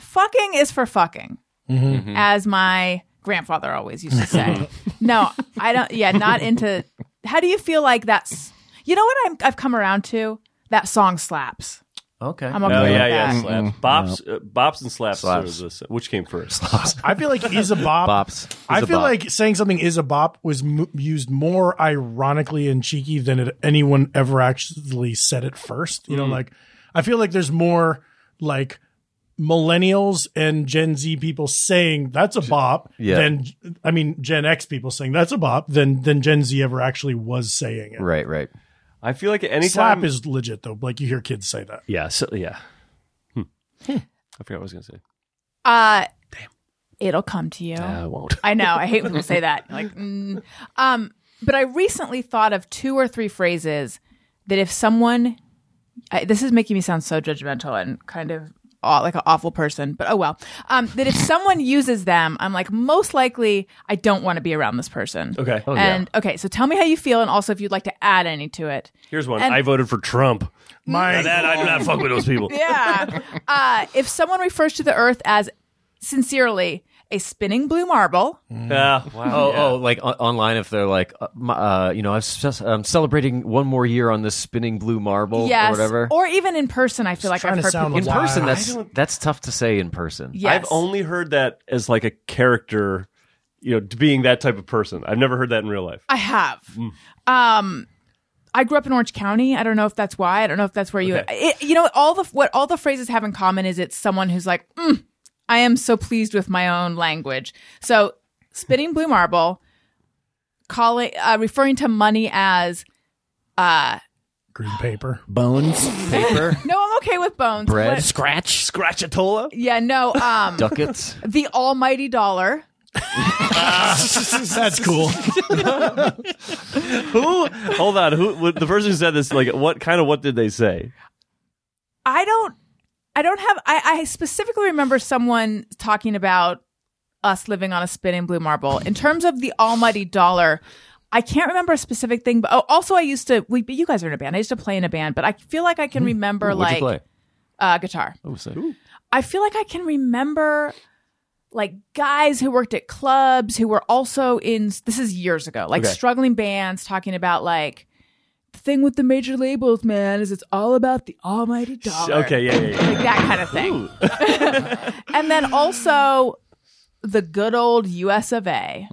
Speaker 3: fucking is for fucking,
Speaker 8: Mm-hmm.
Speaker 3: as my grandfather always used to say. no, I don't. Yeah, not into. How do you feel like that's? You know what I'm, I've come around to? That song slaps.
Speaker 7: okay.
Speaker 3: I'm
Speaker 8: Oh
Speaker 3: okay with
Speaker 8: yeah,
Speaker 3: that.
Speaker 8: yeah, slaps. Bops, uh, bops and slaps.
Speaker 7: Slaps.
Speaker 8: was this- which came first?
Speaker 5: I feel like is a bop.
Speaker 7: Bops. He's
Speaker 5: I
Speaker 7: a
Speaker 5: feel
Speaker 7: bop.
Speaker 5: like saying something is a bop was m- used more ironically and cheeky than it, anyone ever actually said it first. You know, like I feel like there's more like millennials and Gen Z people saying that's a bop
Speaker 7: Yeah.
Speaker 5: than I mean Gen X people saying that's a bop than than Gen Z ever actually was saying it.
Speaker 7: right, right.
Speaker 8: I feel like anytime
Speaker 5: Slap is legit though. Like you hear kids say that.
Speaker 8: yeah, so, yeah. Hmm. I forgot what I was gonna say.
Speaker 3: Uh, It'll come to you.
Speaker 8: I won't.
Speaker 3: I know. I hate when people say that. Like, mm. um, but I recently thought of two or three phrases that if someone, I, this is making me sound so judgmental and kind of aw, like an awful person, but oh well. Um, that if someone uses them, I'm like, most likely, I don't want to be around this person.
Speaker 8: Okay,
Speaker 3: and okay, so tell me how you feel, and also if you'd like to add any to it.
Speaker 8: here's one.
Speaker 3: and-
Speaker 8: I voted for Trump.
Speaker 5: My
Speaker 8: Now that uh, I do not fuck with those people.
Speaker 3: Yeah. Uh, if someone refers to the earth as sincerely a spinning blue marble,
Speaker 8: Ah, wow.
Speaker 7: Oh,
Speaker 8: yeah.
Speaker 7: oh, like o- online if they're like, uh, my- uh, you know, I've just, I'm celebrating one more year on this spinning blue marble
Speaker 3: yes,
Speaker 7: or whatever.
Speaker 3: or even in person, I feel like
Speaker 5: trying
Speaker 3: I've
Speaker 5: to
Speaker 3: heard
Speaker 5: sound
Speaker 3: people
Speaker 7: in person,
Speaker 5: Wow.
Speaker 7: that's
Speaker 8: I don't-
Speaker 7: that's tough to say in person.
Speaker 3: Yes.
Speaker 8: I've only heard that as like a character, you know, being that type of person. I've never heard that in real life.
Speaker 3: I have. Um, I grew up in Orange County. I don't know if that's why. I don't know if that's where you.
Speaker 8: Okay.
Speaker 3: It, you know, all the what all the phrases have in common is it's someone who's like, mm, I am so pleased with my own language. So, spitting blue marble, calling, uh, referring to money as, uh,
Speaker 5: green paper.
Speaker 4: Bones, paper,
Speaker 3: no, I'm okay with bones.
Speaker 7: Bread.
Speaker 3: What-
Speaker 4: scratch.
Speaker 8: Scratchatola?
Speaker 3: yeah, no. Um,
Speaker 7: Ducats.
Speaker 3: the almighty dollar.
Speaker 5: that's cool.
Speaker 8: Who? Hold on. Who? what- The person who said this, like, what kind of what did they say?
Speaker 3: I don't I don't have I, I specifically remember someone talking about us living on a spinning blue marble. In terms of the almighty dollar, I can't remember a specific thing, but oh, also I used to we you guys are in a band. I used to play in a band, but I feel like I can remember
Speaker 7: What'd
Speaker 3: like
Speaker 7: Mm-hmm. you play?
Speaker 3: uh guitar.
Speaker 7: Oh, so-
Speaker 3: I feel like I can remember like guys who worked at clubs who were also in this is years ago, like
Speaker 8: Okay.
Speaker 3: struggling bands talking about like the thing with the major labels, man, is it's all about the almighty dollar
Speaker 8: Okay, yeah, yeah, yeah.
Speaker 3: like that kind of thing. and then also the good old U.S. of A.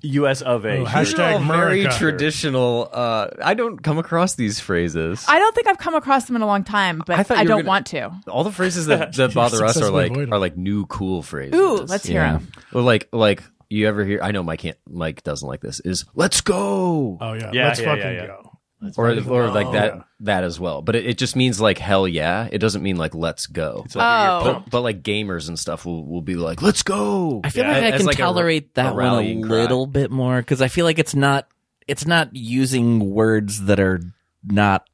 Speaker 8: U.S. of A.
Speaker 5: Oh,
Speaker 8: Sure.
Speaker 5: hashtag- They're all very America.
Speaker 7: traditional. Uh, I don't come across these phrases.
Speaker 3: I don't think I've come across them in a long time, but
Speaker 7: I
Speaker 3: I,
Speaker 7: thought you were
Speaker 3: don't
Speaker 7: gonna-
Speaker 3: want to.
Speaker 7: All the phrases that, that bother us are
Speaker 5: successfully
Speaker 7: like
Speaker 5: avoided.
Speaker 7: are like new cool phrases.
Speaker 3: Ooh, let's hear
Speaker 4: Yeah.
Speaker 3: 'em.
Speaker 7: Well, like like you ever hear? I know Mike can't. Mike doesn't like this. Is let's go
Speaker 5: Oh yeah,
Speaker 8: Yeah,
Speaker 5: let's
Speaker 8: yeah,
Speaker 5: fucking
Speaker 8: yeah, yeah.
Speaker 5: go.
Speaker 7: or or like that that as well. But it, it just means like hell yeah. It doesn't mean like let's go.
Speaker 8: It's like
Speaker 3: Oh.
Speaker 8: you're-
Speaker 7: But, but like gamers and stuff will, will be like, let's go.
Speaker 4: I feel
Speaker 7: Yeah.
Speaker 4: like I
Speaker 7: As
Speaker 4: can
Speaker 7: like a ra-
Speaker 4: tolerate
Speaker 7: a
Speaker 4: that one a
Speaker 7: rallying cry.
Speaker 4: little bit more because I feel like it's not it's not using words that are not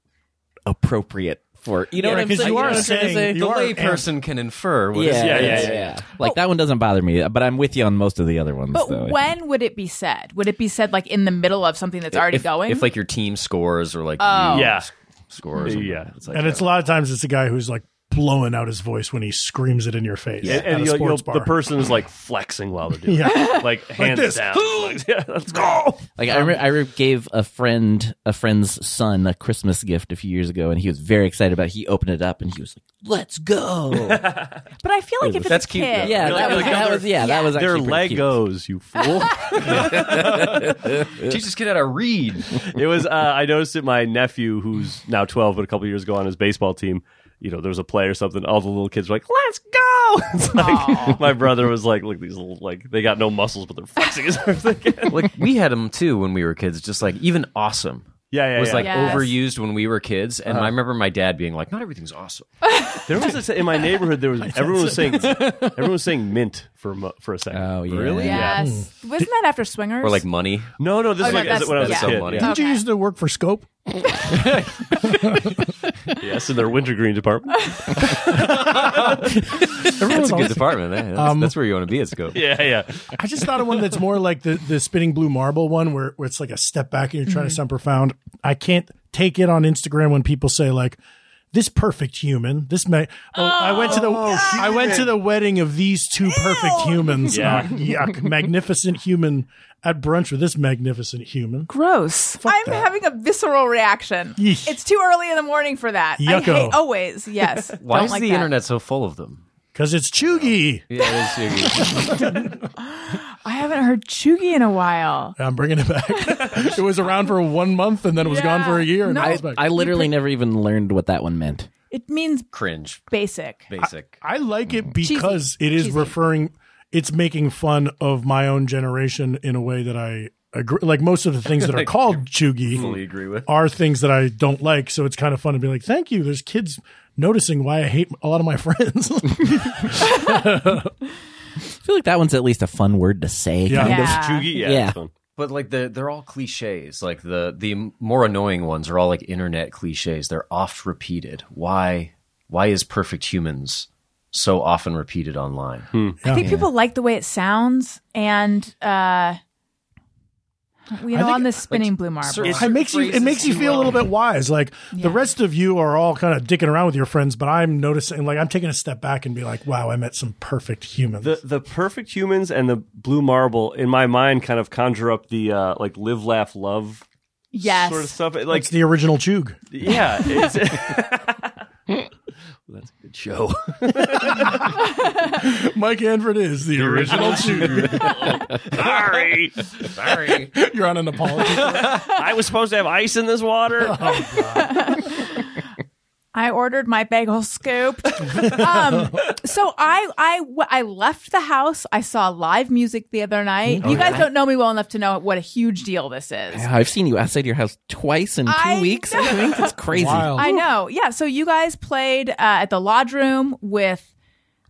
Speaker 4: appropriate for you know
Speaker 5: Yeah,
Speaker 4: what I'm
Speaker 5: 'cause
Speaker 4: saying.
Speaker 5: you
Speaker 4: know
Speaker 5: are
Speaker 4: what I'm trying to
Speaker 5: saying-
Speaker 4: say?
Speaker 5: you
Speaker 7: The
Speaker 5: are-
Speaker 7: lay person can infer. What is-
Speaker 8: yeah, yeah, yeah.
Speaker 4: Like that one doesn't bother me, but I'm with you on most of the other ones.
Speaker 3: But
Speaker 4: though, I think.
Speaker 3: when would it be said? Would it be said like in the middle of something that's already
Speaker 7: if,
Speaker 3: going?
Speaker 7: If like your team scores or like
Speaker 3: Oh.
Speaker 7: you
Speaker 8: Yeah.
Speaker 7: scores.
Speaker 8: Yeah.
Speaker 7: It's like,
Speaker 5: and it's a lot of times it's a guy who's like blowing out his voice when he screams it in your face.
Speaker 8: And,
Speaker 5: at
Speaker 8: and
Speaker 5: a
Speaker 8: you'll, you'll,
Speaker 5: sports
Speaker 8: the
Speaker 5: bar.
Speaker 8: person is like flexing while they're doing
Speaker 5: Yeah.
Speaker 8: it. Like hands
Speaker 5: this.
Speaker 8: down. Like, yeah, let's go.
Speaker 4: Like I,
Speaker 3: Um,
Speaker 4: re- I re- gave a friend, a friend's son, a Christmas gift a few years ago, and he was very excited about. it. He opened it up and he was like, "Let's go!" yeah,
Speaker 3: but I feel like if it's
Speaker 7: That's
Speaker 3: a
Speaker 7: cute,
Speaker 3: kid,
Speaker 7: though. Yeah,
Speaker 4: that was, that was yeah, that was
Speaker 8: They're
Speaker 4: actually pretty cute.
Speaker 8: Legos, you fool.
Speaker 7: teach this kid how to read.
Speaker 8: it was uh, I noticed it my nephew who's now 12 but a couple years ago on his baseball team you know there was a play or something all the little kids were like let's go it's like my brother was like look these little like they got no muscles but they're flexing as hard as they can
Speaker 7: like we had them too when we were kids. Just like even awesome.
Speaker 8: Yeah, yeah,
Speaker 7: was
Speaker 8: yeah.
Speaker 7: like
Speaker 3: Yes.
Speaker 7: overused when we were kids, and I remember my dad being like, "Not everything's awesome."
Speaker 8: There was a, in my neighborhood. There was everyone was saying everyone was saying mint for a mo- for a second.
Speaker 4: Oh, yeah.
Speaker 8: really?
Speaker 3: Yes. Wasn't that after Swingers?
Speaker 7: Hmm. Or like money.
Speaker 8: No, no. This
Speaker 3: Oh,
Speaker 8: is
Speaker 3: no,
Speaker 8: like
Speaker 3: that's-
Speaker 8: when I was
Speaker 7: yeah.
Speaker 8: a kid.
Speaker 7: Someone,
Speaker 8: yeah.
Speaker 5: Didn't you used to work for Scope?
Speaker 8: Yes, in their wintergreen department.
Speaker 7: That's
Speaker 5: Everyone's
Speaker 7: a good
Speaker 5: always-
Speaker 7: department. eh? That's, that's where you want to be at Scope.
Speaker 8: yeah, yeah.
Speaker 5: I just thought of one that's more like the, the spinning blue marble one where, where it's like a step back and you're trying to sound profound. I can't take it on Instagram when people say like this perfect human. This may oh, I went to the I went to the wedding of these two perfect humans.
Speaker 8: Yeah.
Speaker 5: Oh, yuck. Magnificent human at brunch with this magnificent human.
Speaker 3: gross. I'm
Speaker 5: that.
Speaker 3: having a visceral reaction.
Speaker 5: Yeesh.
Speaker 3: It's too early in the morning for that. I
Speaker 5: Yucko.
Speaker 3: hate always. Yes.
Speaker 7: Why
Speaker 4: Oh,
Speaker 3: Don't
Speaker 7: is
Speaker 3: like
Speaker 7: the
Speaker 3: that.
Speaker 7: internet so full of them?
Speaker 5: Because it's Chugi.
Speaker 7: Yeah, it is Yugi.
Speaker 3: I haven't heard Chugi in a while.
Speaker 5: I'm bringing it back. it was around for one month and then it was gone
Speaker 3: Yeah.
Speaker 5: for a year. And
Speaker 3: No.
Speaker 5: now
Speaker 4: I,
Speaker 5: it's back.
Speaker 4: I literally never even learned what that one meant.
Speaker 3: It means
Speaker 7: cringe,
Speaker 3: basic.
Speaker 7: basic.
Speaker 5: I like it because it is referring. It's making fun of my own generation in a way that I agree. Like most of the things that are called chuggy, fully agree with, are things that I don't like. So it's kind of fun to be like, "Thank you." There's kids noticing why I hate a lot of my friends.
Speaker 4: I feel like that one's at least a fun word to say.
Speaker 5: Yeah.
Speaker 4: kind of.
Speaker 3: Yeah.
Speaker 8: Chugi, yeah.
Speaker 4: Yeah.
Speaker 8: it's fun.
Speaker 7: But like the they're all cliches. Like the the more annoying ones are all like internet cliches. They're oft repeated. Why why is perfect humans so often repeated online?
Speaker 3: I think people like the way it sounds, and uh, you know, on this spinning blue marble.
Speaker 5: it makes you. It makes you feel a little bit wise. Like the rest of you are all kind of dicking around with your friends, but I'm noticing. Like I'm taking a step back and be like, "Wow, I met some perfect humans."
Speaker 8: The the perfect humans and the blue marble in my mind kind of conjure up the uh, like live laugh love
Speaker 3: yes.
Speaker 8: sort of stuff. It, Like
Speaker 5: it's the original chug.
Speaker 8: yeah, it's,
Speaker 7: show.
Speaker 5: Mike Anford is the original chug.
Speaker 8: sorry.
Speaker 7: Sorry.
Speaker 5: You're on an apology.
Speaker 8: I was supposed to have ice in this water.
Speaker 3: I ordered my bagel scooped. um, so I, I, w- I left the house. I saw live music the other night. you guys don't know me well enough to know what a huge deal this is.
Speaker 4: Yeah, I've seen you outside your house twice in two
Speaker 3: I
Speaker 4: weeks. I think it's crazy.
Speaker 5: Wild.
Speaker 3: I know. Yeah. So you guys played uh, at the Lodge Room with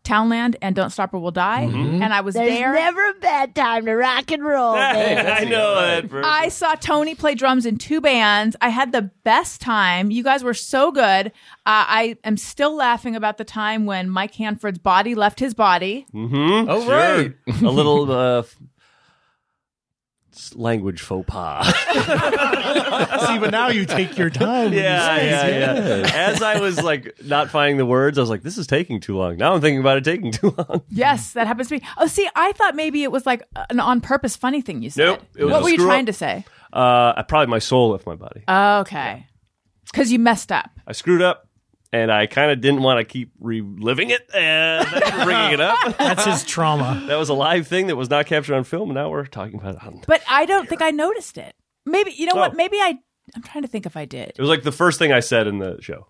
Speaker 3: Townland and Don't Stop or We'll Die, and I was
Speaker 6: There's
Speaker 3: there.
Speaker 6: never a bad time to rock and roll. baby.
Speaker 8: I know that. Person.
Speaker 3: I saw Tony play drums in two bands. I had the best time. You guys were so good. Uh, I am still laughing about the time when Mike Hanford's body left his body.
Speaker 8: Mm-hmm.
Speaker 7: Oh
Speaker 8: Sure. a little uh, f- s- language faux pas.
Speaker 5: See, but now you take your time. when you
Speaker 8: yeah,
Speaker 5: say
Speaker 8: yeah,
Speaker 5: it.
Speaker 8: yeah. As I was like not finding the words, I was like, "This is taking too long." Now I'm thinking about it taking too long.
Speaker 3: Yes, that happens to me. Oh, see, I thought maybe it was like an on purpose funny thing you said.
Speaker 8: Nope, it was
Speaker 3: what
Speaker 8: a
Speaker 3: were you
Speaker 8: screw
Speaker 3: trying
Speaker 8: up.
Speaker 3: to say?
Speaker 8: Uh, I- probably my soul left my body.
Speaker 3: Okay. Because you messed up.
Speaker 8: I screwed up, and I kind of didn't want to keep reliving it and thanks for bringing it up.
Speaker 5: That's his trauma.
Speaker 8: That was a live thing that was not captured on film. and Now we're talking about it. On-
Speaker 3: But I don't think I noticed it. Maybe, you know what?
Speaker 8: Oh.
Speaker 3: Maybe I, I'm trying to think if I did.
Speaker 8: it was like the first thing I said in the show.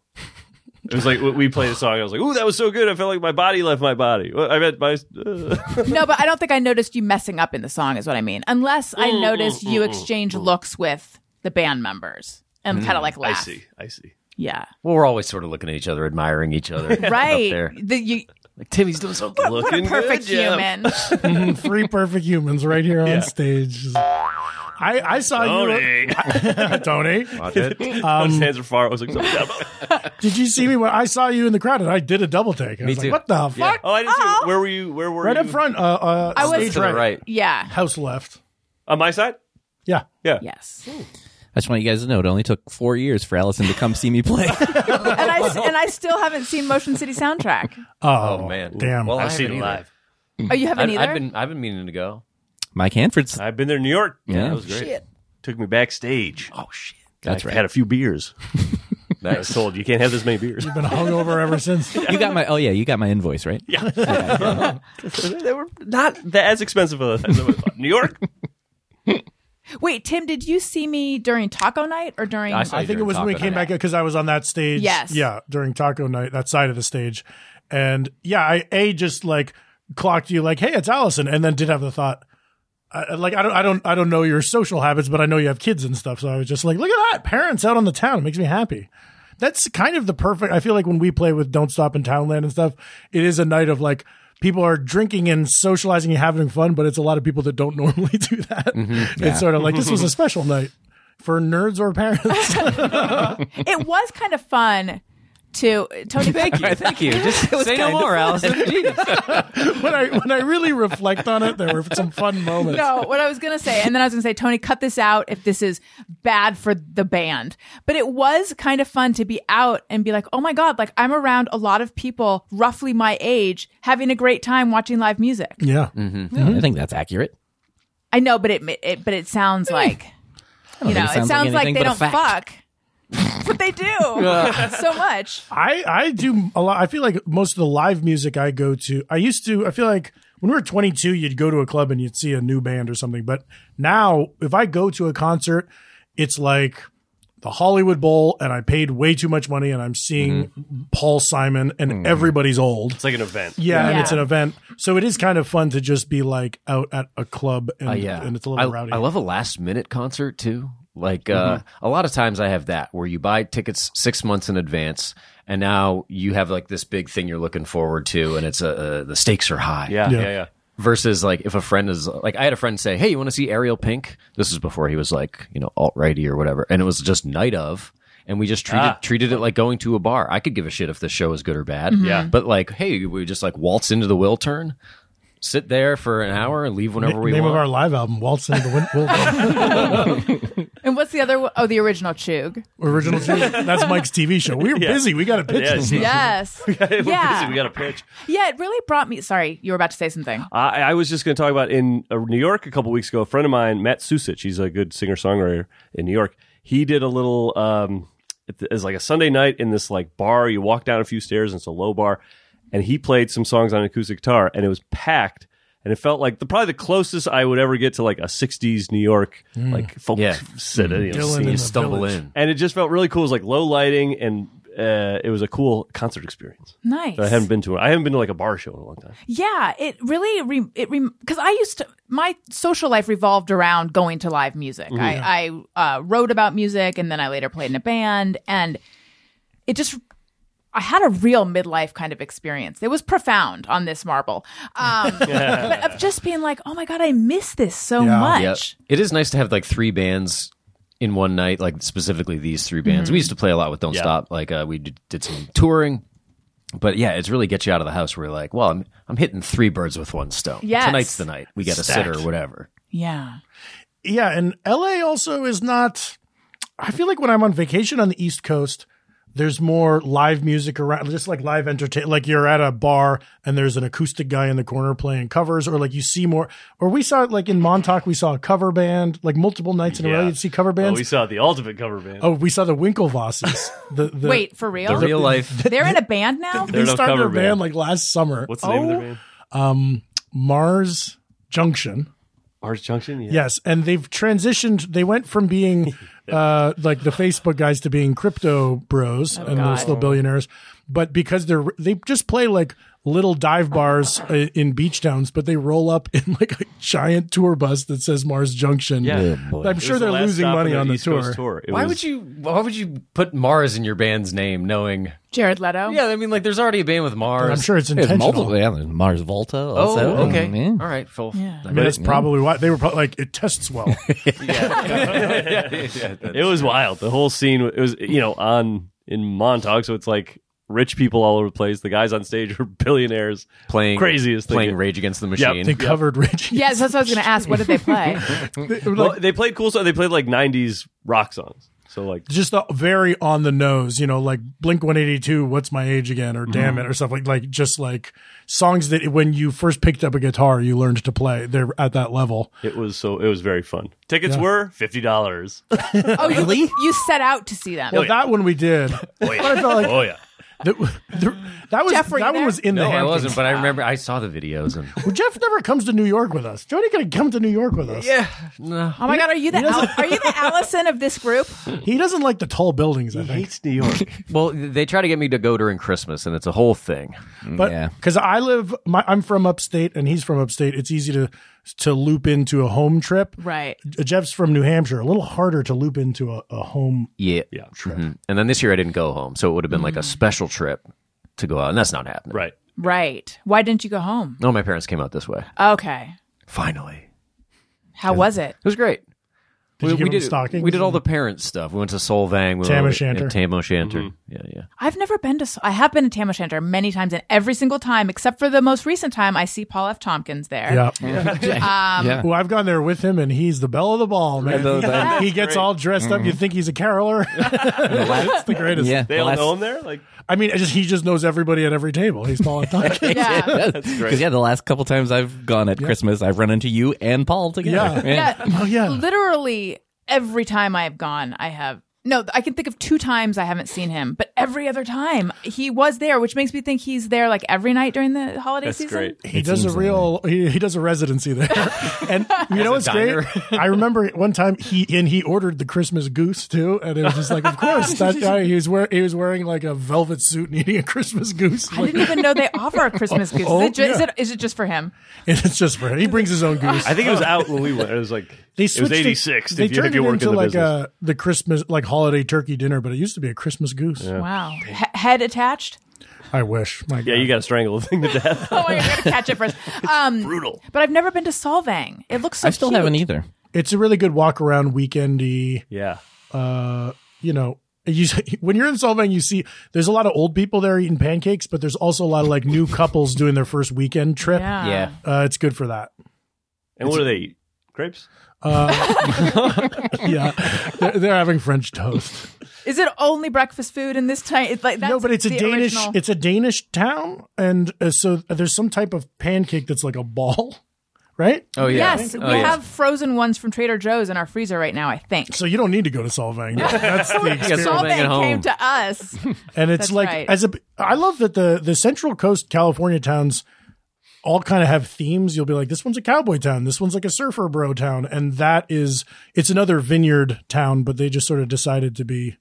Speaker 8: It was like we- we played a song. I was like, "Ooh, that was so good! I felt like my body left my body. Well, I meant my." Uh.
Speaker 3: No, but I don't think I noticed you messing up in the song, is what I mean. Unless I noticed you exchange looks with the band members and
Speaker 7: Mm,
Speaker 3: kind of like
Speaker 8: I
Speaker 3: laugh.
Speaker 8: see. I see.
Speaker 3: Yeah.
Speaker 7: Well, we're always sort of looking at each other, admiring each other. up
Speaker 3: Right.
Speaker 7: there.
Speaker 3: The- you-
Speaker 7: Like Timmy's doing so
Speaker 3: what
Speaker 7: good.
Speaker 3: a
Speaker 8: Looking
Speaker 3: perfect
Speaker 8: good, Jeff.
Speaker 3: human.
Speaker 5: Three perfect humans right here on stage. I, I saw
Speaker 8: Tony.
Speaker 5: you, Tony. Um,
Speaker 8: Those hands are far. I was like, something up.
Speaker 5: Did you see me when I saw you in the crowd? And I did a double take. I was
Speaker 7: too.
Speaker 5: like, what the fuck?
Speaker 8: oh, I didn't
Speaker 3: Oh.
Speaker 8: see. Where were you? Where were
Speaker 5: Right
Speaker 8: you?
Speaker 5: up front, uh, uh,
Speaker 3: I was-
Speaker 5: stage
Speaker 7: To the right.
Speaker 3: yeah.
Speaker 5: house left.
Speaker 8: On my side?
Speaker 5: Yeah,
Speaker 8: Yeah.
Speaker 3: Yes.
Speaker 4: I just want you guys to know it only took four years for Allison to come see me play.
Speaker 3: And I, s- and I still haven't seen Motion City Soundtrack.
Speaker 5: Oh,
Speaker 7: Oh man,
Speaker 5: damn.
Speaker 7: Well,
Speaker 8: I've
Speaker 7: I
Speaker 8: seen it
Speaker 7: haven't either.
Speaker 8: live.
Speaker 3: Oh, you haven't
Speaker 7: I-
Speaker 3: either?
Speaker 7: I've been I've been meaning to go.
Speaker 4: Mike Hanford's.
Speaker 8: I've been there in New York. Yeah.
Speaker 4: Yeah.
Speaker 8: That was great. Took me backstage.
Speaker 7: Oh shit.
Speaker 4: That's
Speaker 8: I
Speaker 4: right.
Speaker 8: had a few beers. I was
Speaker 7: Nice.
Speaker 8: told you can't have this many beers.
Speaker 5: been hungover ever since.
Speaker 4: You got my. Oh yeah, you got my invoice right.
Speaker 8: they were not that as expensive as I thought. New York?
Speaker 3: Wait, Tim, did you see me during taco night or during.
Speaker 7: I saw
Speaker 5: I think it was when we came back because I was on that stage.
Speaker 3: Yes.
Speaker 5: Yeah, during taco night, that side of the stage. And yeah, I A just like clocked you like, hey, it's Allison. And then did have the thought, I, like I don't, I don't, I don't know your social habits, but I know you have kids and stuff. So I was just like, look at that, parents out on the town. It makes me happy. That's kind of the perfect. I feel like when we play with Don't Stop in Townland and stuff, it is a night of like people are drinking and socializing and having fun, but it's a lot of people that don't normally do that. It's sort of like this was a special night for nerds or parents.
Speaker 3: it was kind of fun to Tony.
Speaker 4: Thank you. Thank you. Just say no more, Allison. Jeez.
Speaker 5: when I when I really reflect on it, there were some fun moments.
Speaker 3: No, what I was gonna say, and then I was gonna say, Tony, cut this out if this is bad for the band. But it was kind of fun to be out and be like, oh my god, like I'm around a lot of people roughly my age having a great time watching live music.
Speaker 5: Yeah.
Speaker 7: Mm-hmm.
Speaker 4: I think that's accurate.
Speaker 3: I know, but it, it but it sounds like you know,
Speaker 4: Hmm. think
Speaker 3: it
Speaker 4: it
Speaker 3: sounds,
Speaker 4: sounds like
Speaker 3: like,
Speaker 4: anything
Speaker 3: they
Speaker 4: but a
Speaker 3: don't fuck.
Speaker 4: fact.
Speaker 3: but they do so much.
Speaker 5: I I do a lot. I feel like most of the live music I go to, I used to. I feel like when we were 22, you'd go to a club and you'd see a new band or something. But now, if I go to a concert, it's like the Hollywood Bowl, and I paid way too much money, and I'm seeing
Speaker 7: Mm-hmm.
Speaker 5: Paul Simon, and everybody's old.
Speaker 8: It's like an event.
Speaker 5: Yeah, and
Speaker 3: Yeah.
Speaker 5: it's an event, so it is kind of fun to just be like out at a club, and,
Speaker 7: Uh, yeah,
Speaker 5: and it's a little
Speaker 7: I,
Speaker 5: rowdy. Mm-hmm.
Speaker 7: I love a last minute concert too. Like uh, a lot of times, I have that where you buy tickets six months in advance, and now you have like this big thing you're looking forward to, and it's uh, uh, the stakes are high.
Speaker 8: Yeah,
Speaker 5: Yeah.
Speaker 8: yeah, yeah.
Speaker 7: Versus like if a friend is like, I had a friend say, "Hey, you want to see Ariel Pink?" This is before he was like you know alt righty or whatever, and it was just night of. And we just treated
Speaker 8: Ah.
Speaker 7: treated it like going to a bar. I could give a shit if the show is good or bad.
Speaker 5: Mm-hmm.
Speaker 8: Yeah.
Speaker 7: But like, hey, we just like waltz into the will turn, sit there for an hour and leave whenever we
Speaker 5: Name
Speaker 7: want.
Speaker 5: of our live album, Waltz into the Wind. Wild-
Speaker 3: And what's the other one? Oh, the original Chug.
Speaker 5: original. tune. That's Mike's TV show. We were busy. We got to pitch.
Speaker 8: Yeah,
Speaker 5: this.
Speaker 8: see,
Speaker 3: Yes. yeah.
Speaker 8: we got a pitch.
Speaker 3: yeah, it really brought me. Sorry, you were about to say something.
Speaker 8: I, I was just going to talk about in uh, New York a couple weeks ago. A friend of mine, Matt Susich, he's a good singer songwriter in New York. He did a little um, it- it was like a Sunday night in this like bar. You walk down a few stairs, and it's a low bar, and he played some songs on acoustic guitar, and it was packed. And it felt like the probably the closest I would ever get to like a '60s New York like folk
Speaker 7: Yeah.
Speaker 8: city. you know,
Speaker 5: Mm. Dylan
Speaker 8: scene.
Speaker 5: in
Speaker 7: you
Speaker 5: the
Speaker 7: stumble
Speaker 5: village.
Speaker 7: in.
Speaker 8: and it just felt really cool. It was like low lighting, and uh, it was a cool concert experience.
Speaker 3: Nice.
Speaker 8: that I haven't been to. I haven't been to like a bar show in a long time.
Speaker 3: Yeah, it really re- it because I used to my social life revolved around going to live music.
Speaker 5: Mm-hmm.
Speaker 3: I, I uh, wrote about music, and then I later played in a band, and it just I had a real midlife kind of experience. It was profound on this marble, um, but of just being like, oh my god, I miss this so
Speaker 5: Yeah.
Speaker 7: Yeah.
Speaker 3: much.
Speaker 7: It is nice to have like three bands in one night, like specifically these three bands. We used to play a lot with Don't
Speaker 8: Yeah.
Speaker 7: Stop. Like uh, we did, did some touring. But yeah, it's really gets you out of the house. We're like, well, I'm I'm hitting three birds with one stone.
Speaker 3: Yes.
Speaker 7: Tonight's the night. We got a sitter or
Speaker 8: Stacked.
Speaker 7: whatever.
Speaker 3: Yeah,
Speaker 5: yeah, and LA also is not. I feel like when I'm on vacation on the East Coast, there's more live music around, just like live entertain. Like you're at a bar and there's an acoustic guy in the corner playing covers, or like you see more. Or we saw it like in Montauk, we saw a cover band like multiple nights in a row.
Speaker 8: Yeah.
Speaker 5: You'd see cover
Speaker 8: Oh,
Speaker 5: bands.
Speaker 8: we saw the ultimate cover band.
Speaker 5: Oh, we saw the Winklevosses. the, the,
Speaker 3: wait for real?
Speaker 7: Real life.
Speaker 3: They're in a band now.
Speaker 5: they
Speaker 8: They're no
Speaker 5: started
Speaker 8: cover
Speaker 5: their band
Speaker 8: band.
Speaker 5: like last summer.
Speaker 8: What's the name of
Speaker 5: Oh,
Speaker 8: the band?
Speaker 5: Mars Junction.
Speaker 8: Orange Junction. Yeah.
Speaker 5: Yes, and they've transitioned. They went from being uh, like the Facebook guys to being crypto bros, and they're
Speaker 3: God.
Speaker 5: still billionaires. But because they're they just play like little dive bars uh, in beach towns, but they roll up in like a giant tour bus that says Mars Junction.
Speaker 8: Yeah. Yeah,
Speaker 5: I'm
Speaker 8: It
Speaker 5: sure
Speaker 8: was the
Speaker 5: they're
Speaker 8: last
Speaker 5: losing
Speaker 8: stop
Speaker 5: money
Speaker 8: their
Speaker 5: on the
Speaker 8: East
Speaker 5: tour.
Speaker 8: Coast tour. It
Speaker 7: Why
Speaker 8: was-
Speaker 7: would you why would you put Mars in your band's name knowing
Speaker 3: Jared Leto.
Speaker 7: Yeah, I mean like there's already a band with Mars.
Speaker 5: I'm sure it's
Speaker 4: There's
Speaker 5: intentional.
Speaker 4: multiple. Yeah, there's Mars Volta.
Speaker 7: Oh,
Speaker 4: Also.
Speaker 7: okay.
Speaker 4: Yeah.
Speaker 7: All right, Phil.
Speaker 3: Yeah.
Speaker 5: I mean, that's probably why they were probably like it tests well.
Speaker 8: It was wild. The whole scene. It was you know on in Montauk, so it's like rich people all over the place. The guys on stage are billionaires.
Speaker 7: Playing
Speaker 8: Craziest thing.
Speaker 7: playing Rage Against the
Speaker 8: Yep.
Speaker 7: Machine.
Speaker 5: they covered Reggie.
Speaker 3: Yes, that's what I was going to ask. What did they play?
Speaker 8: Well, they played cool songs. They played like '90s rock songs. So like
Speaker 5: just the very on the nose, you know, like Blink 182, What's My Age Again, or Damn
Speaker 7: Mm-hmm.
Speaker 5: It, or stuff like like just like songs that when you first picked up a guitar, you learned to play. They're at that level.
Speaker 7: Oh,
Speaker 8: it was so it was very fun. Tickets were fifty dollars.
Speaker 3: Oh, you, you set out to see them.
Speaker 5: Well, that one we did. But I felt like
Speaker 8: Oh yeah.
Speaker 5: that, that was
Speaker 3: Jeff, were you
Speaker 5: that one
Speaker 3: there?
Speaker 5: was in the
Speaker 7: no, I
Speaker 5: Hamptons.
Speaker 7: wasn't, but I remember I saw the videos and
Speaker 5: Well, Jeff never comes to New York with us. Jody could have come to New York with us.
Speaker 7: yeah, no.
Speaker 3: Oh my god, are you the Al- are you the Allison of this group?
Speaker 5: He doesn't like the tall buildings. I think.
Speaker 8: New York.
Speaker 7: Well, they try to get me to go during Christmas, and it's a whole thing.
Speaker 5: But
Speaker 4: Yeah.
Speaker 5: because I live, my, I'm from upstate and he's from upstate, it's easy to to loop into a home trip.
Speaker 3: Right.
Speaker 5: Jeff's from New Hampshire, a little harder to loop into a, a home.
Speaker 7: Yeah.
Speaker 8: Yeah.
Speaker 7: Mhm. And then this year I didn't go home, so it would have been like a special trip to go out, and that's not happening.
Speaker 8: Right.
Speaker 3: Right. Why didn't you go home?
Speaker 7: No, my parents came out this way.
Speaker 3: Okay.
Speaker 7: Finally,
Speaker 3: How was it?
Speaker 7: it was great.
Speaker 5: Did you give
Speaker 7: we
Speaker 5: him
Speaker 7: did
Speaker 5: stockings?
Speaker 7: we did all the parent stuff. We went to Solvang. We
Speaker 5: Tam
Speaker 7: went-
Speaker 5: O'Shanter.
Speaker 7: and Tam O'Shanter. Yeah, yeah.
Speaker 3: I've never been to. I have been to Tam O'Shanter many times, and every single time, except for the most recent time, I see Paul F. Tompkins there.
Speaker 5: Yeah.
Speaker 3: Um,
Speaker 4: yeah.
Speaker 5: Well, I've gone there with him, and he's the belle of the ball, man.
Speaker 4: the- the-
Speaker 5: he gets all dressed up. You think he's a caroler? It's the greatest.
Speaker 4: Yeah.
Speaker 8: They
Speaker 4: the
Speaker 8: all
Speaker 4: last-
Speaker 8: know him there? Like,
Speaker 5: I mean, I just he just knows everybody at every table. He's Paul Tompkins.
Speaker 3: Yeah.
Speaker 4: Because yeah, the last couple times I've gone at Christmas, I've run into you and Paul together.
Speaker 5: Yeah.
Speaker 3: Yeah.
Speaker 5: Oh yeah.
Speaker 3: Literally every time I've gone, I have. No, I can think of two times I haven't seen him, but every other time he was there, which makes me think he's there like every night during the holiday
Speaker 8: that's
Speaker 3: season.
Speaker 8: great.
Speaker 5: He does a real he, he does a residency there, and you know what's great?
Speaker 7: diner.
Speaker 5: I remember one time he and he ordered the Christmas goose too, and it was just like, of course that guy he was wearing he was wearing like a velvet suit and eating a Christmas goose,
Speaker 3: I didn't even know they offer a Christmas goose.
Speaker 5: Oh,
Speaker 3: is, it ju- is
Speaker 5: yeah.
Speaker 3: it is it just for him?
Speaker 5: and it's just for him. He brings his own goose.
Speaker 8: I think it was out when we went. It was like
Speaker 5: They
Speaker 8: uh, it was
Speaker 5: switched it-
Speaker 8: eighty six.
Speaker 5: They
Speaker 8: If, you,
Speaker 5: turned
Speaker 8: if you
Speaker 5: it
Speaker 8: work
Speaker 5: into
Speaker 8: in the
Speaker 5: like
Speaker 8: business,
Speaker 5: a the Christmas like holiday turkey dinner, but it used to be a Christmas goose.
Speaker 3: Wow, He- head attached.
Speaker 5: I wish. My
Speaker 8: yeah,
Speaker 5: God.
Speaker 8: you got to strangle the thing to death.
Speaker 3: Oh, I gotta catch it first. Um,
Speaker 8: Brutal.
Speaker 3: But I've never been to Solvang. It looks so.
Speaker 4: I still
Speaker 3: cute.
Speaker 4: haven't either.
Speaker 5: it's a really good walk around weekendy.
Speaker 8: Yeah,
Speaker 5: uh, you know, you, when you're in Solvang, you see there's a lot of old people there eating pancakes, but there's also a lot of like new couples doing their first weekend trip.
Speaker 3: Yeah.
Speaker 7: yeah.
Speaker 5: Uh, it's good for that.
Speaker 8: and what do they eat? Grapes.
Speaker 5: Yeah, they're, they're having French toast.
Speaker 3: Is it only breakfast food in this time? It's like that's
Speaker 5: no, but it's a
Speaker 3: the
Speaker 5: Danish.
Speaker 3: original-
Speaker 5: It's a Danish town, and uh, so there's some type of pancake that's like a ball, right?
Speaker 7: Oh yeah.
Speaker 3: Yes,
Speaker 7: Oh,
Speaker 3: we
Speaker 7: yeah.
Speaker 3: have frozen ones from Trader Joe's in our freezer right now. I think.
Speaker 5: So you don't need to go to Solvang. That's the experience.
Speaker 7: Solvang at
Speaker 3: Solvang came
Speaker 7: home.
Speaker 3: to us.
Speaker 5: and it's
Speaker 3: That's
Speaker 5: like
Speaker 3: right.
Speaker 5: as a i love that the the central coast california towns all kind of have themes you'll be like this one's a cowboy town this one's like a surfer bro town and that is it's another vineyard town but they just sort of decided to be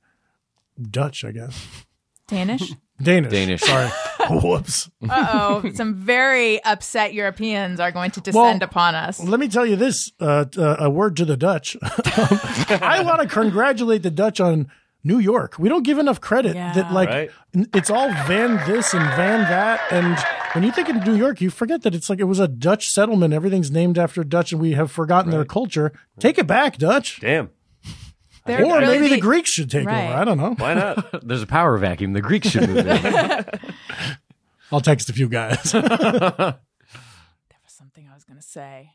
Speaker 5: dutch i guess
Speaker 3: Danish.
Speaker 5: danish
Speaker 7: Danish.
Speaker 5: sorry whoops
Speaker 3: Uh oh, some very upset Europeans are going to descend
Speaker 5: Well,
Speaker 3: upon us.
Speaker 5: let me tell you this uh, t- uh, a word to the dutch i want to congratulate the dutch on new york we don't give enough credit
Speaker 3: Yeah.
Speaker 5: that like
Speaker 8: Right.
Speaker 5: n- it's all van this and van that and when you think of new york you forget that it's like it was a dutch settlement everything's named after dutch and we have forgotten their culture take it back dutch
Speaker 8: Damn,
Speaker 3: They're
Speaker 5: or
Speaker 3: really
Speaker 5: maybe the greeks should take
Speaker 3: Right.
Speaker 5: over i don't know
Speaker 8: why not?
Speaker 7: There's a power vacuum. The Greeks should move in.
Speaker 5: i'll text a few guys
Speaker 3: Something I was going to say.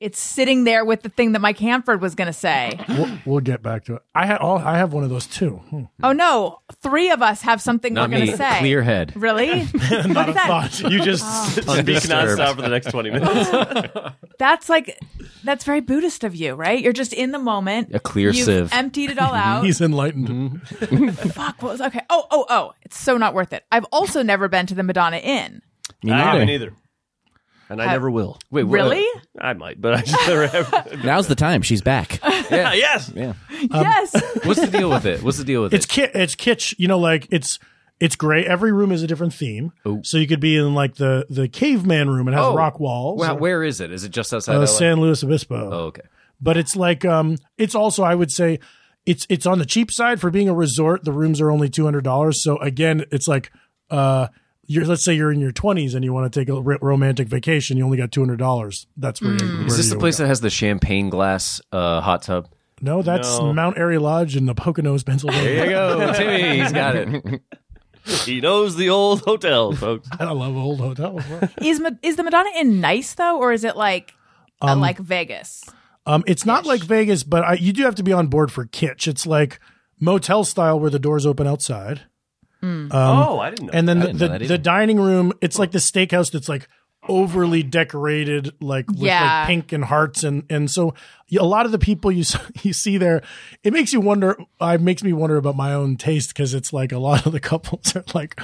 Speaker 3: It's sitting there with the thing that Mike Hanford was going to say.
Speaker 5: we'll, we'll get back to it i ha- I'll- i have one of those too Hmm.
Speaker 3: Oh no, three of us have something
Speaker 7: Not
Speaker 3: we're going
Speaker 7: me.
Speaker 3: to say.
Speaker 7: Clear head.
Speaker 3: Really? Look at
Speaker 5: not a
Speaker 3: that.
Speaker 5: thought
Speaker 8: You just speak
Speaker 7: Undisturbed.
Speaker 8: nonstop for the next twenty minutes.
Speaker 3: That's like that's very Buddhist of you, right? You're just in the moment.
Speaker 7: A clear
Speaker 3: You've
Speaker 7: sieve.
Speaker 3: Emptied it all out.
Speaker 5: he's enlightened
Speaker 3: Fuck. What was okay? Oh, oh, oh! It's so not worth it. I've also never been to the Madonna Inn.
Speaker 4: Me
Speaker 8: I
Speaker 4: neither.
Speaker 8: haven't either, and I
Speaker 3: Uh,
Speaker 8: never will.
Speaker 7: Wait, what-
Speaker 3: Really?
Speaker 8: I might, but I just never have.
Speaker 4: Now's the time. She's back.
Speaker 8: yeah, yes.
Speaker 5: Um,
Speaker 3: yes.
Speaker 7: What's the deal with it? What's the deal with
Speaker 5: it's
Speaker 7: it?
Speaker 5: ki- it's kitsch. You know, like it's it's great. Every room is a different theme. So you could be in like the the caveman room. It has
Speaker 7: Oh.
Speaker 5: rock walls.
Speaker 7: Wow,
Speaker 5: or,
Speaker 7: where is it? Is it just outside?
Speaker 5: uh,
Speaker 7: LA?
Speaker 5: San Luis Obispo.
Speaker 7: oh, okay.
Speaker 5: But it's like um, it's also I would say. It's it's on the cheap side for being a resort. The rooms are only two hundred dollars. So again, it's like uh, you're let's say you're in your twenties and you want to take a r- romantic vacation. You only got two hundred dollars. That's where. you where
Speaker 7: Is this
Speaker 5: you
Speaker 7: the
Speaker 5: would
Speaker 7: place
Speaker 5: go.
Speaker 7: that has the champagne glass uh, hot tub?
Speaker 5: No, that's
Speaker 8: No.
Speaker 5: Mount Airy Lodge in the Poconos, Pennsylvania.
Speaker 7: There you go, Timmy. He's got it.
Speaker 8: He knows the old hotel, folks.
Speaker 5: I love old hotels.
Speaker 3: Is Ma- is the Madonna Inn nice though, or is it like uh, like Vegas?
Speaker 5: Um, it's not like Vegas, but I, you do have to be on board for kitsch. It's like motel style where the doors open outside,
Speaker 8: oh, I didn't know.
Speaker 5: and then the
Speaker 4: didn't
Speaker 5: the,
Speaker 4: know that
Speaker 5: the
Speaker 4: either.
Speaker 5: dining room. It's like the steakhouse that's like overly decorated, like with
Speaker 3: Yeah.
Speaker 5: like pink and hearts, and and so y- a lot of the people you s- you see there, it makes you wonder. uh, It makes me wonder about my own taste because it's like a lot of the couples are like.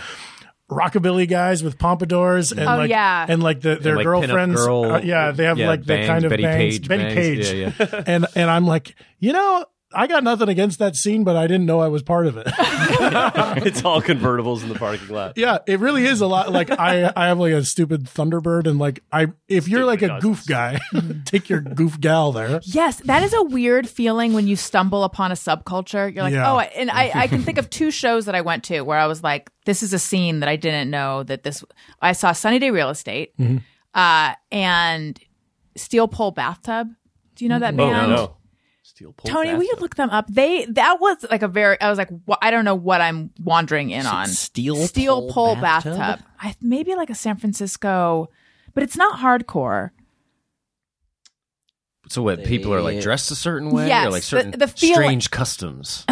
Speaker 5: Rockabilly guys with pompadours and
Speaker 3: Oh,
Speaker 5: like
Speaker 3: yeah.
Speaker 5: and like the, their
Speaker 7: like, pinup
Speaker 5: girlfriends,
Speaker 7: girl,
Speaker 5: uh, yeah, they have
Speaker 7: yeah,
Speaker 5: like the
Speaker 7: bangs,
Speaker 5: kind of
Speaker 7: Betty
Speaker 5: bangs,
Speaker 7: Page
Speaker 5: Betty
Speaker 7: bangs,
Speaker 5: Page,
Speaker 7: yeah, yeah.
Speaker 5: and and I'm like, you know, I got nothing against that scene, but I didn't know I was part of it.
Speaker 8: it's all convertibles in the parking lot.
Speaker 5: yeah, it really is a lot. Like I, I have like a stupid Thunderbird, and like I, if you're like a
Speaker 8: Stupid
Speaker 5: goof guy, take your goof gal there.
Speaker 3: Yes, that is a weird feeling when you stumble upon a subculture. You're like,
Speaker 5: Yeah.
Speaker 3: oh, and I, I can think of two shows that I went to where I was like, this is a scene that I didn't know that this. I saw Sunny Day Real Estate
Speaker 8: Mm-hmm.
Speaker 3: uh, and Steel Pole Bathtub. Do you know that
Speaker 8: Oh
Speaker 3: band?
Speaker 8: no, steel pole.
Speaker 3: Tony, will you
Speaker 8: bathtub.
Speaker 3: look them up? They that was like a very. I was like, wh- I don't know what I'm wandering in on.
Speaker 4: Steel
Speaker 3: steel pole,
Speaker 4: pole bathtub?
Speaker 3: bathtub. I, maybe like a San Francisco, but it's not hardcore.
Speaker 7: So what? People are like dressed a certain way,
Speaker 3: Yes,
Speaker 7: or like
Speaker 3: the-
Speaker 7: certain
Speaker 3: the feeling-
Speaker 7: strange customs.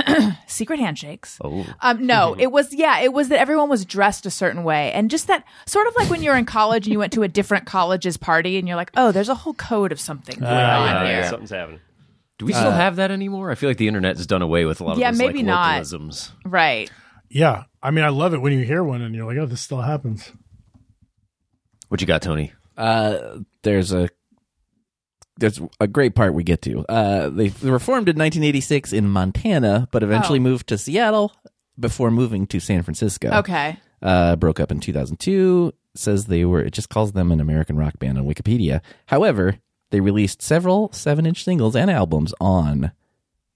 Speaker 3: Secret handshakes.
Speaker 7: Oh,
Speaker 3: Um, no,
Speaker 4: Mm-hmm.
Speaker 3: it was yeah, it was that everyone was dressed a certain way, and just that sort of like when you're in college and you went to a different college's party, and you're like, oh, there's a whole code of something
Speaker 4: Ah,
Speaker 3: going on
Speaker 8: Ah, Yeah,
Speaker 3: here.
Speaker 8: something's happening.
Speaker 7: do we still have that anymore? I feel like the internet has done away with a lot of
Speaker 3: Uh, Yeah,
Speaker 7: those,
Speaker 3: maybe
Speaker 7: like,
Speaker 3: not.
Speaker 7: localisms.
Speaker 3: Right?
Speaker 5: Yeah, I mean, I love it when you hear one and you're like, oh, this still happens.
Speaker 7: What you got, Tony?
Speaker 4: Uh, there's a there's a great part we get to. Uh, they, they were formed in 1986 in Montana, but eventually
Speaker 3: Oh.
Speaker 4: moved to Seattle before moving to San Francisco.
Speaker 3: Okay.
Speaker 4: uh, broke up in 2002. Says they were, it just calls them an American rock band on Wikipedia. However, they released several seven inch singles and albums on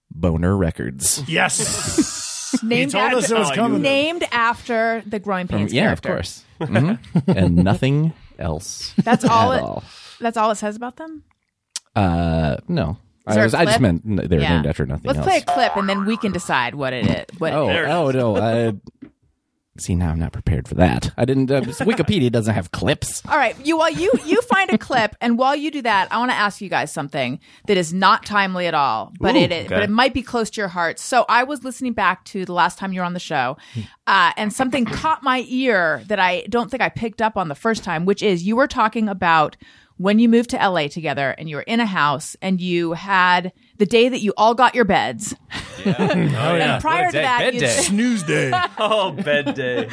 Speaker 4: Boner Records.
Speaker 5: Yes,
Speaker 3: Named
Speaker 5: told
Speaker 3: after,
Speaker 5: us it was coming.
Speaker 3: named after the growing pains
Speaker 4: Mm-hmm. yeah, of
Speaker 3: character.
Speaker 4: course. Mhm. and nothing else.
Speaker 3: That's all
Speaker 4: at
Speaker 3: it-
Speaker 4: all.
Speaker 3: That's all it says about them.
Speaker 4: Uh, no.
Speaker 3: there
Speaker 4: I,
Speaker 3: a
Speaker 4: was, I just
Speaker 3: clip?
Speaker 4: meant n- they were
Speaker 3: Yeah.
Speaker 4: named after nothing
Speaker 3: Let's
Speaker 4: else.
Speaker 3: play a clip, and then we can decide what it is. What
Speaker 4: Oh, oh no. I, see, now I'm not prepared for that. I didn't. Uh, Wikipedia doesn't have clips.
Speaker 3: All right, you while you you find a clip, and while you do that, I want to ask you guys something that is not timely at all, but
Speaker 7: Ooh,
Speaker 3: it is,
Speaker 7: okay.
Speaker 3: but it might be close to your heart. So I was listening back to the last time you were on the show, uh, and something caught my ear that I don't think I picked up on the first time, which is you were talking about when you moved to LA together, and you were in a house, and you had the day that you all got your beds.
Speaker 5: oh yeah,
Speaker 3: Prior
Speaker 7: What a
Speaker 3: to
Speaker 7: day.
Speaker 3: that,
Speaker 7: Bed
Speaker 3: you
Speaker 7: day.
Speaker 5: snooze day.
Speaker 8: Oh, bed day.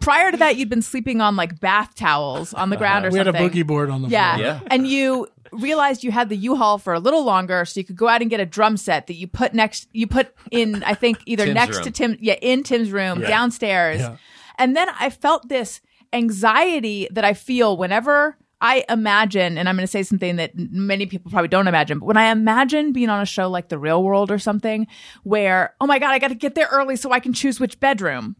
Speaker 3: prior to that you'd been sleeping on like bath towels on
Speaker 7: Uh-huh.
Speaker 3: the ground or
Speaker 5: We had a
Speaker 3: something.
Speaker 5: boogie board on the
Speaker 3: Yeah.
Speaker 5: floor.
Speaker 7: Yeah.
Speaker 3: And you realized you had the U-Haul for a little longer so you could go out and get a drum set that you put next you put in I think either
Speaker 7: Tim's
Speaker 3: next to
Speaker 7: room.
Speaker 3: Tim yeah in Tim's room downstairs.
Speaker 5: Yeah.
Speaker 3: And then I felt this anxiety that I feel whenever I imagine, and I'm going to say something that n- many people probably don't imagine, but when I imagine being on a show like The Real World or something, where, oh my God, I got to get there early so I can choose which bedroom.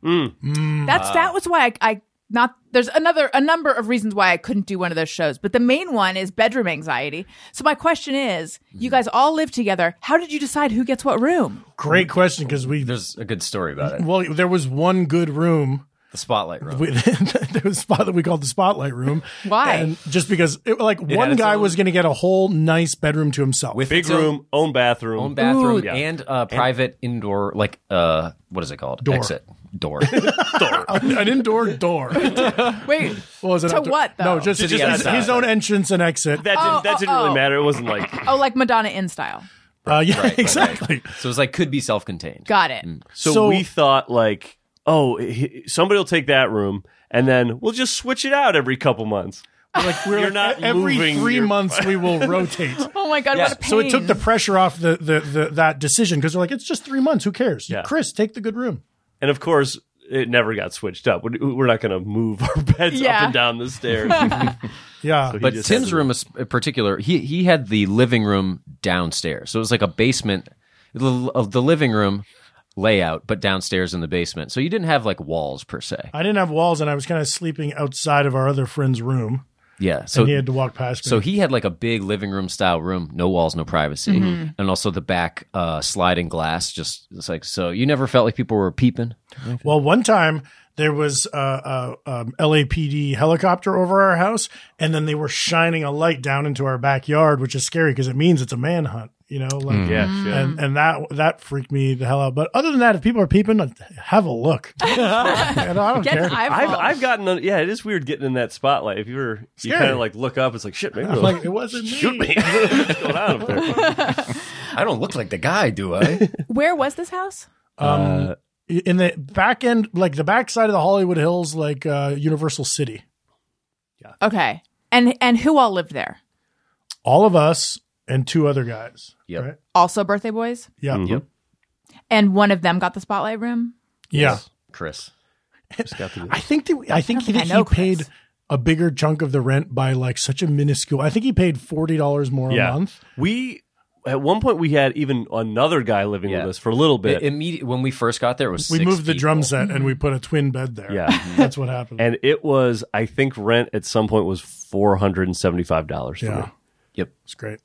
Speaker 3: That's that was why I, I not there's another a number of reasons why I couldn't do one of those shows, but the main one is bedroom anxiety. So my question is,
Speaker 5: Mm-hmm.
Speaker 3: you guys all live together. How did you decide who gets what room?
Speaker 5: Great question because we
Speaker 7: There's a good story about it.
Speaker 5: well, there was one good room.
Speaker 7: The spotlight room.
Speaker 5: We, there was a spot that we called the spotlight room.
Speaker 3: Why?
Speaker 5: And just because, it, like,
Speaker 7: had
Speaker 5: one
Speaker 7: its
Speaker 5: guy
Speaker 7: own-
Speaker 5: was going to get a whole nice bedroom to himself.
Speaker 7: With
Speaker 8: Big
Speaker 7: its own
Speaker 8: room, own bathroom.
Speaker 7: own bathroom
Speaker 8: yeah.
Speaker 7: and uh, private indoor like uh what is it called
Speaker 5: Door.
Speaker 7: exit door
Speaker 5: an indoor door. What
Speaker 3: Wait,
Speaker 5: was it?
Speaker 3: To
Speaker 5: Outdoor-
Speaker 3: what, though?
Speaker 5: No, just,
Speaker 7: To the
Speaker 5: his, his
Speaker 7: outside.
Speaker 5: own entrance and exit.
Speaker 8: That didn't,
Speaker 3: Oh,
Speaker 8: that
Speaker 3: oh,
Speaker 8: didn't really
Speaker 3: oh.
Speaker 8: matter. It wasn't like
Speaker 3: oh, like Madonna in style.
Speaker 5: uh, yeah, exactly.
Speaker 7: so it's like could be self-contained
Speaker 3: Got it.
Speaker 5: Mm.
Speaker 8: so,
Speaker 5: So-
Speaker 8: we thought like oh he, somebody will take that room and then we'll just switch it out every couple months.
Speaker 5: Like we're
Speaker 8: You're
Speaker 5: like,
Speaker 8: not
Speaker 5: e-, every
Speaker 8: moving
Speaker 5: three
Speaker 8: your-
Speaker 5: months we will rotate.
Speaker 3: Oh my god, what a pain.
Speaker 5: So it took the pressure off the, the, the that decision because they're like, it's just three months. Who cares?
Speaker 8: Yeah.
Speaker 5: Chris, take the good room.
Speaker 8: And of course, it never got switched up. We're we're not going to move our beds
Speaker 3: Yeah.
Speaker 8: up and down the stairs.
Speaker 5: Yeah.
Speaker 8: So he
Speaker 7: but
Speaker 8: just
Speaker 7: tim's
Speaker 8: had-
Speaker 7: room is- in particular he he had the living room downstairs so it was like a basement the, of the living room layout but downstairs in the basement so you didn't have like walls per se
Speaker 5: I didn't have walls and I was kind of sleeping outside of our other friend's room.
Speaker 7: yeah so
Speaker 5: and he had to walk past me.
Speaker 7: so he had like a big living room style room, no walls, no privacy, and also the back uh, sliding glass. Just it's like so, you never felt like people were peeping.
Speaker 5: Well, one time there was a, a um, LAPD helicopter over our house, and then they were shining a light down into our backyard, which is scary because it means it's a manhunt. You know, like
Speaker 8: Mm, Yeah,
Speaker 7: Mm.
Speaker 8: yeah.
Speaker 3: Mm.
Speaker 5: and and that that freaked me the hell out. But other than that, if people are peeping, have a look. You know, I don't
Speaker 3: Get
Speaker 5: care.
Speaker 3: an
Speaker 8: I've
Speaker 7: Oh.
Speaker 3: eyeball.
Speaker 8: I've gotten a, yeah, it is weird getting in that spotlight. If you're you
Speaker 5: Scary.
Speaker 8: kind of like look up, it's like shit. Maybe
Speaker 5: I'm
Speaker 8: they'll
Speaker 5: like it wasn't
Speaker 8: shoot
Speaker 5: me. Um,
Speaker 8: me. What's going on up there?
Speaker 7: I don't look like the guy, do I?
Speaker 3: Where was this house?
Speaker 8: Uh,
Speaker 5: Um, in the back end, like the back side of the Hollywood Hills, like uh, Universal City.
Speaker 3: Okay. And and who all lived there?
Speaker 5: All of us, and two other guys.
Speaker 7: Yep.
Speaker 5: Right?
Speaker 3: Also, birthday boys,
Speaker 5: Yeah.
Speaker 8: Mhm.
Speaker 3: and one of them got the spotlight room.
Speaker 5: Yeah.
Speaker 7: Chris.
Speaker 5: I think that I think,
Speaker 3: I
Speaker 5: he-
Speaker 3: think I
Speaker 5: he,
Speaker 3: know Chris.
Speaker 5: paid a bigger chunk of the rent by like such a minuscule. I think he paid forty dollars more a
Speaker 8: Yeah.
Speaker 5: month.
Speaker 8: We at one point we had even another guy living
Speaker 7: Yeah.
Speaker 8: with us for a little bit.
Speaker 7: It, immediate- when we first got there, it was
Speaker 5: We
Speaker 7: six
Speaker 5: moved the drum
Speaker 7: people.
Speaker 3: Mm-hmm.
Speaker 5: set and we put a twin bed there.
Speaker 8: Yeah.
Speaker 5: that's what happened.
Speaker 8: and it was I think rent at some point was four hundred and seventy five dollars for
Speaker 5: yeah,
Speaker 8: me.
Speaker 7: Yep.
Speaker 5: it's great.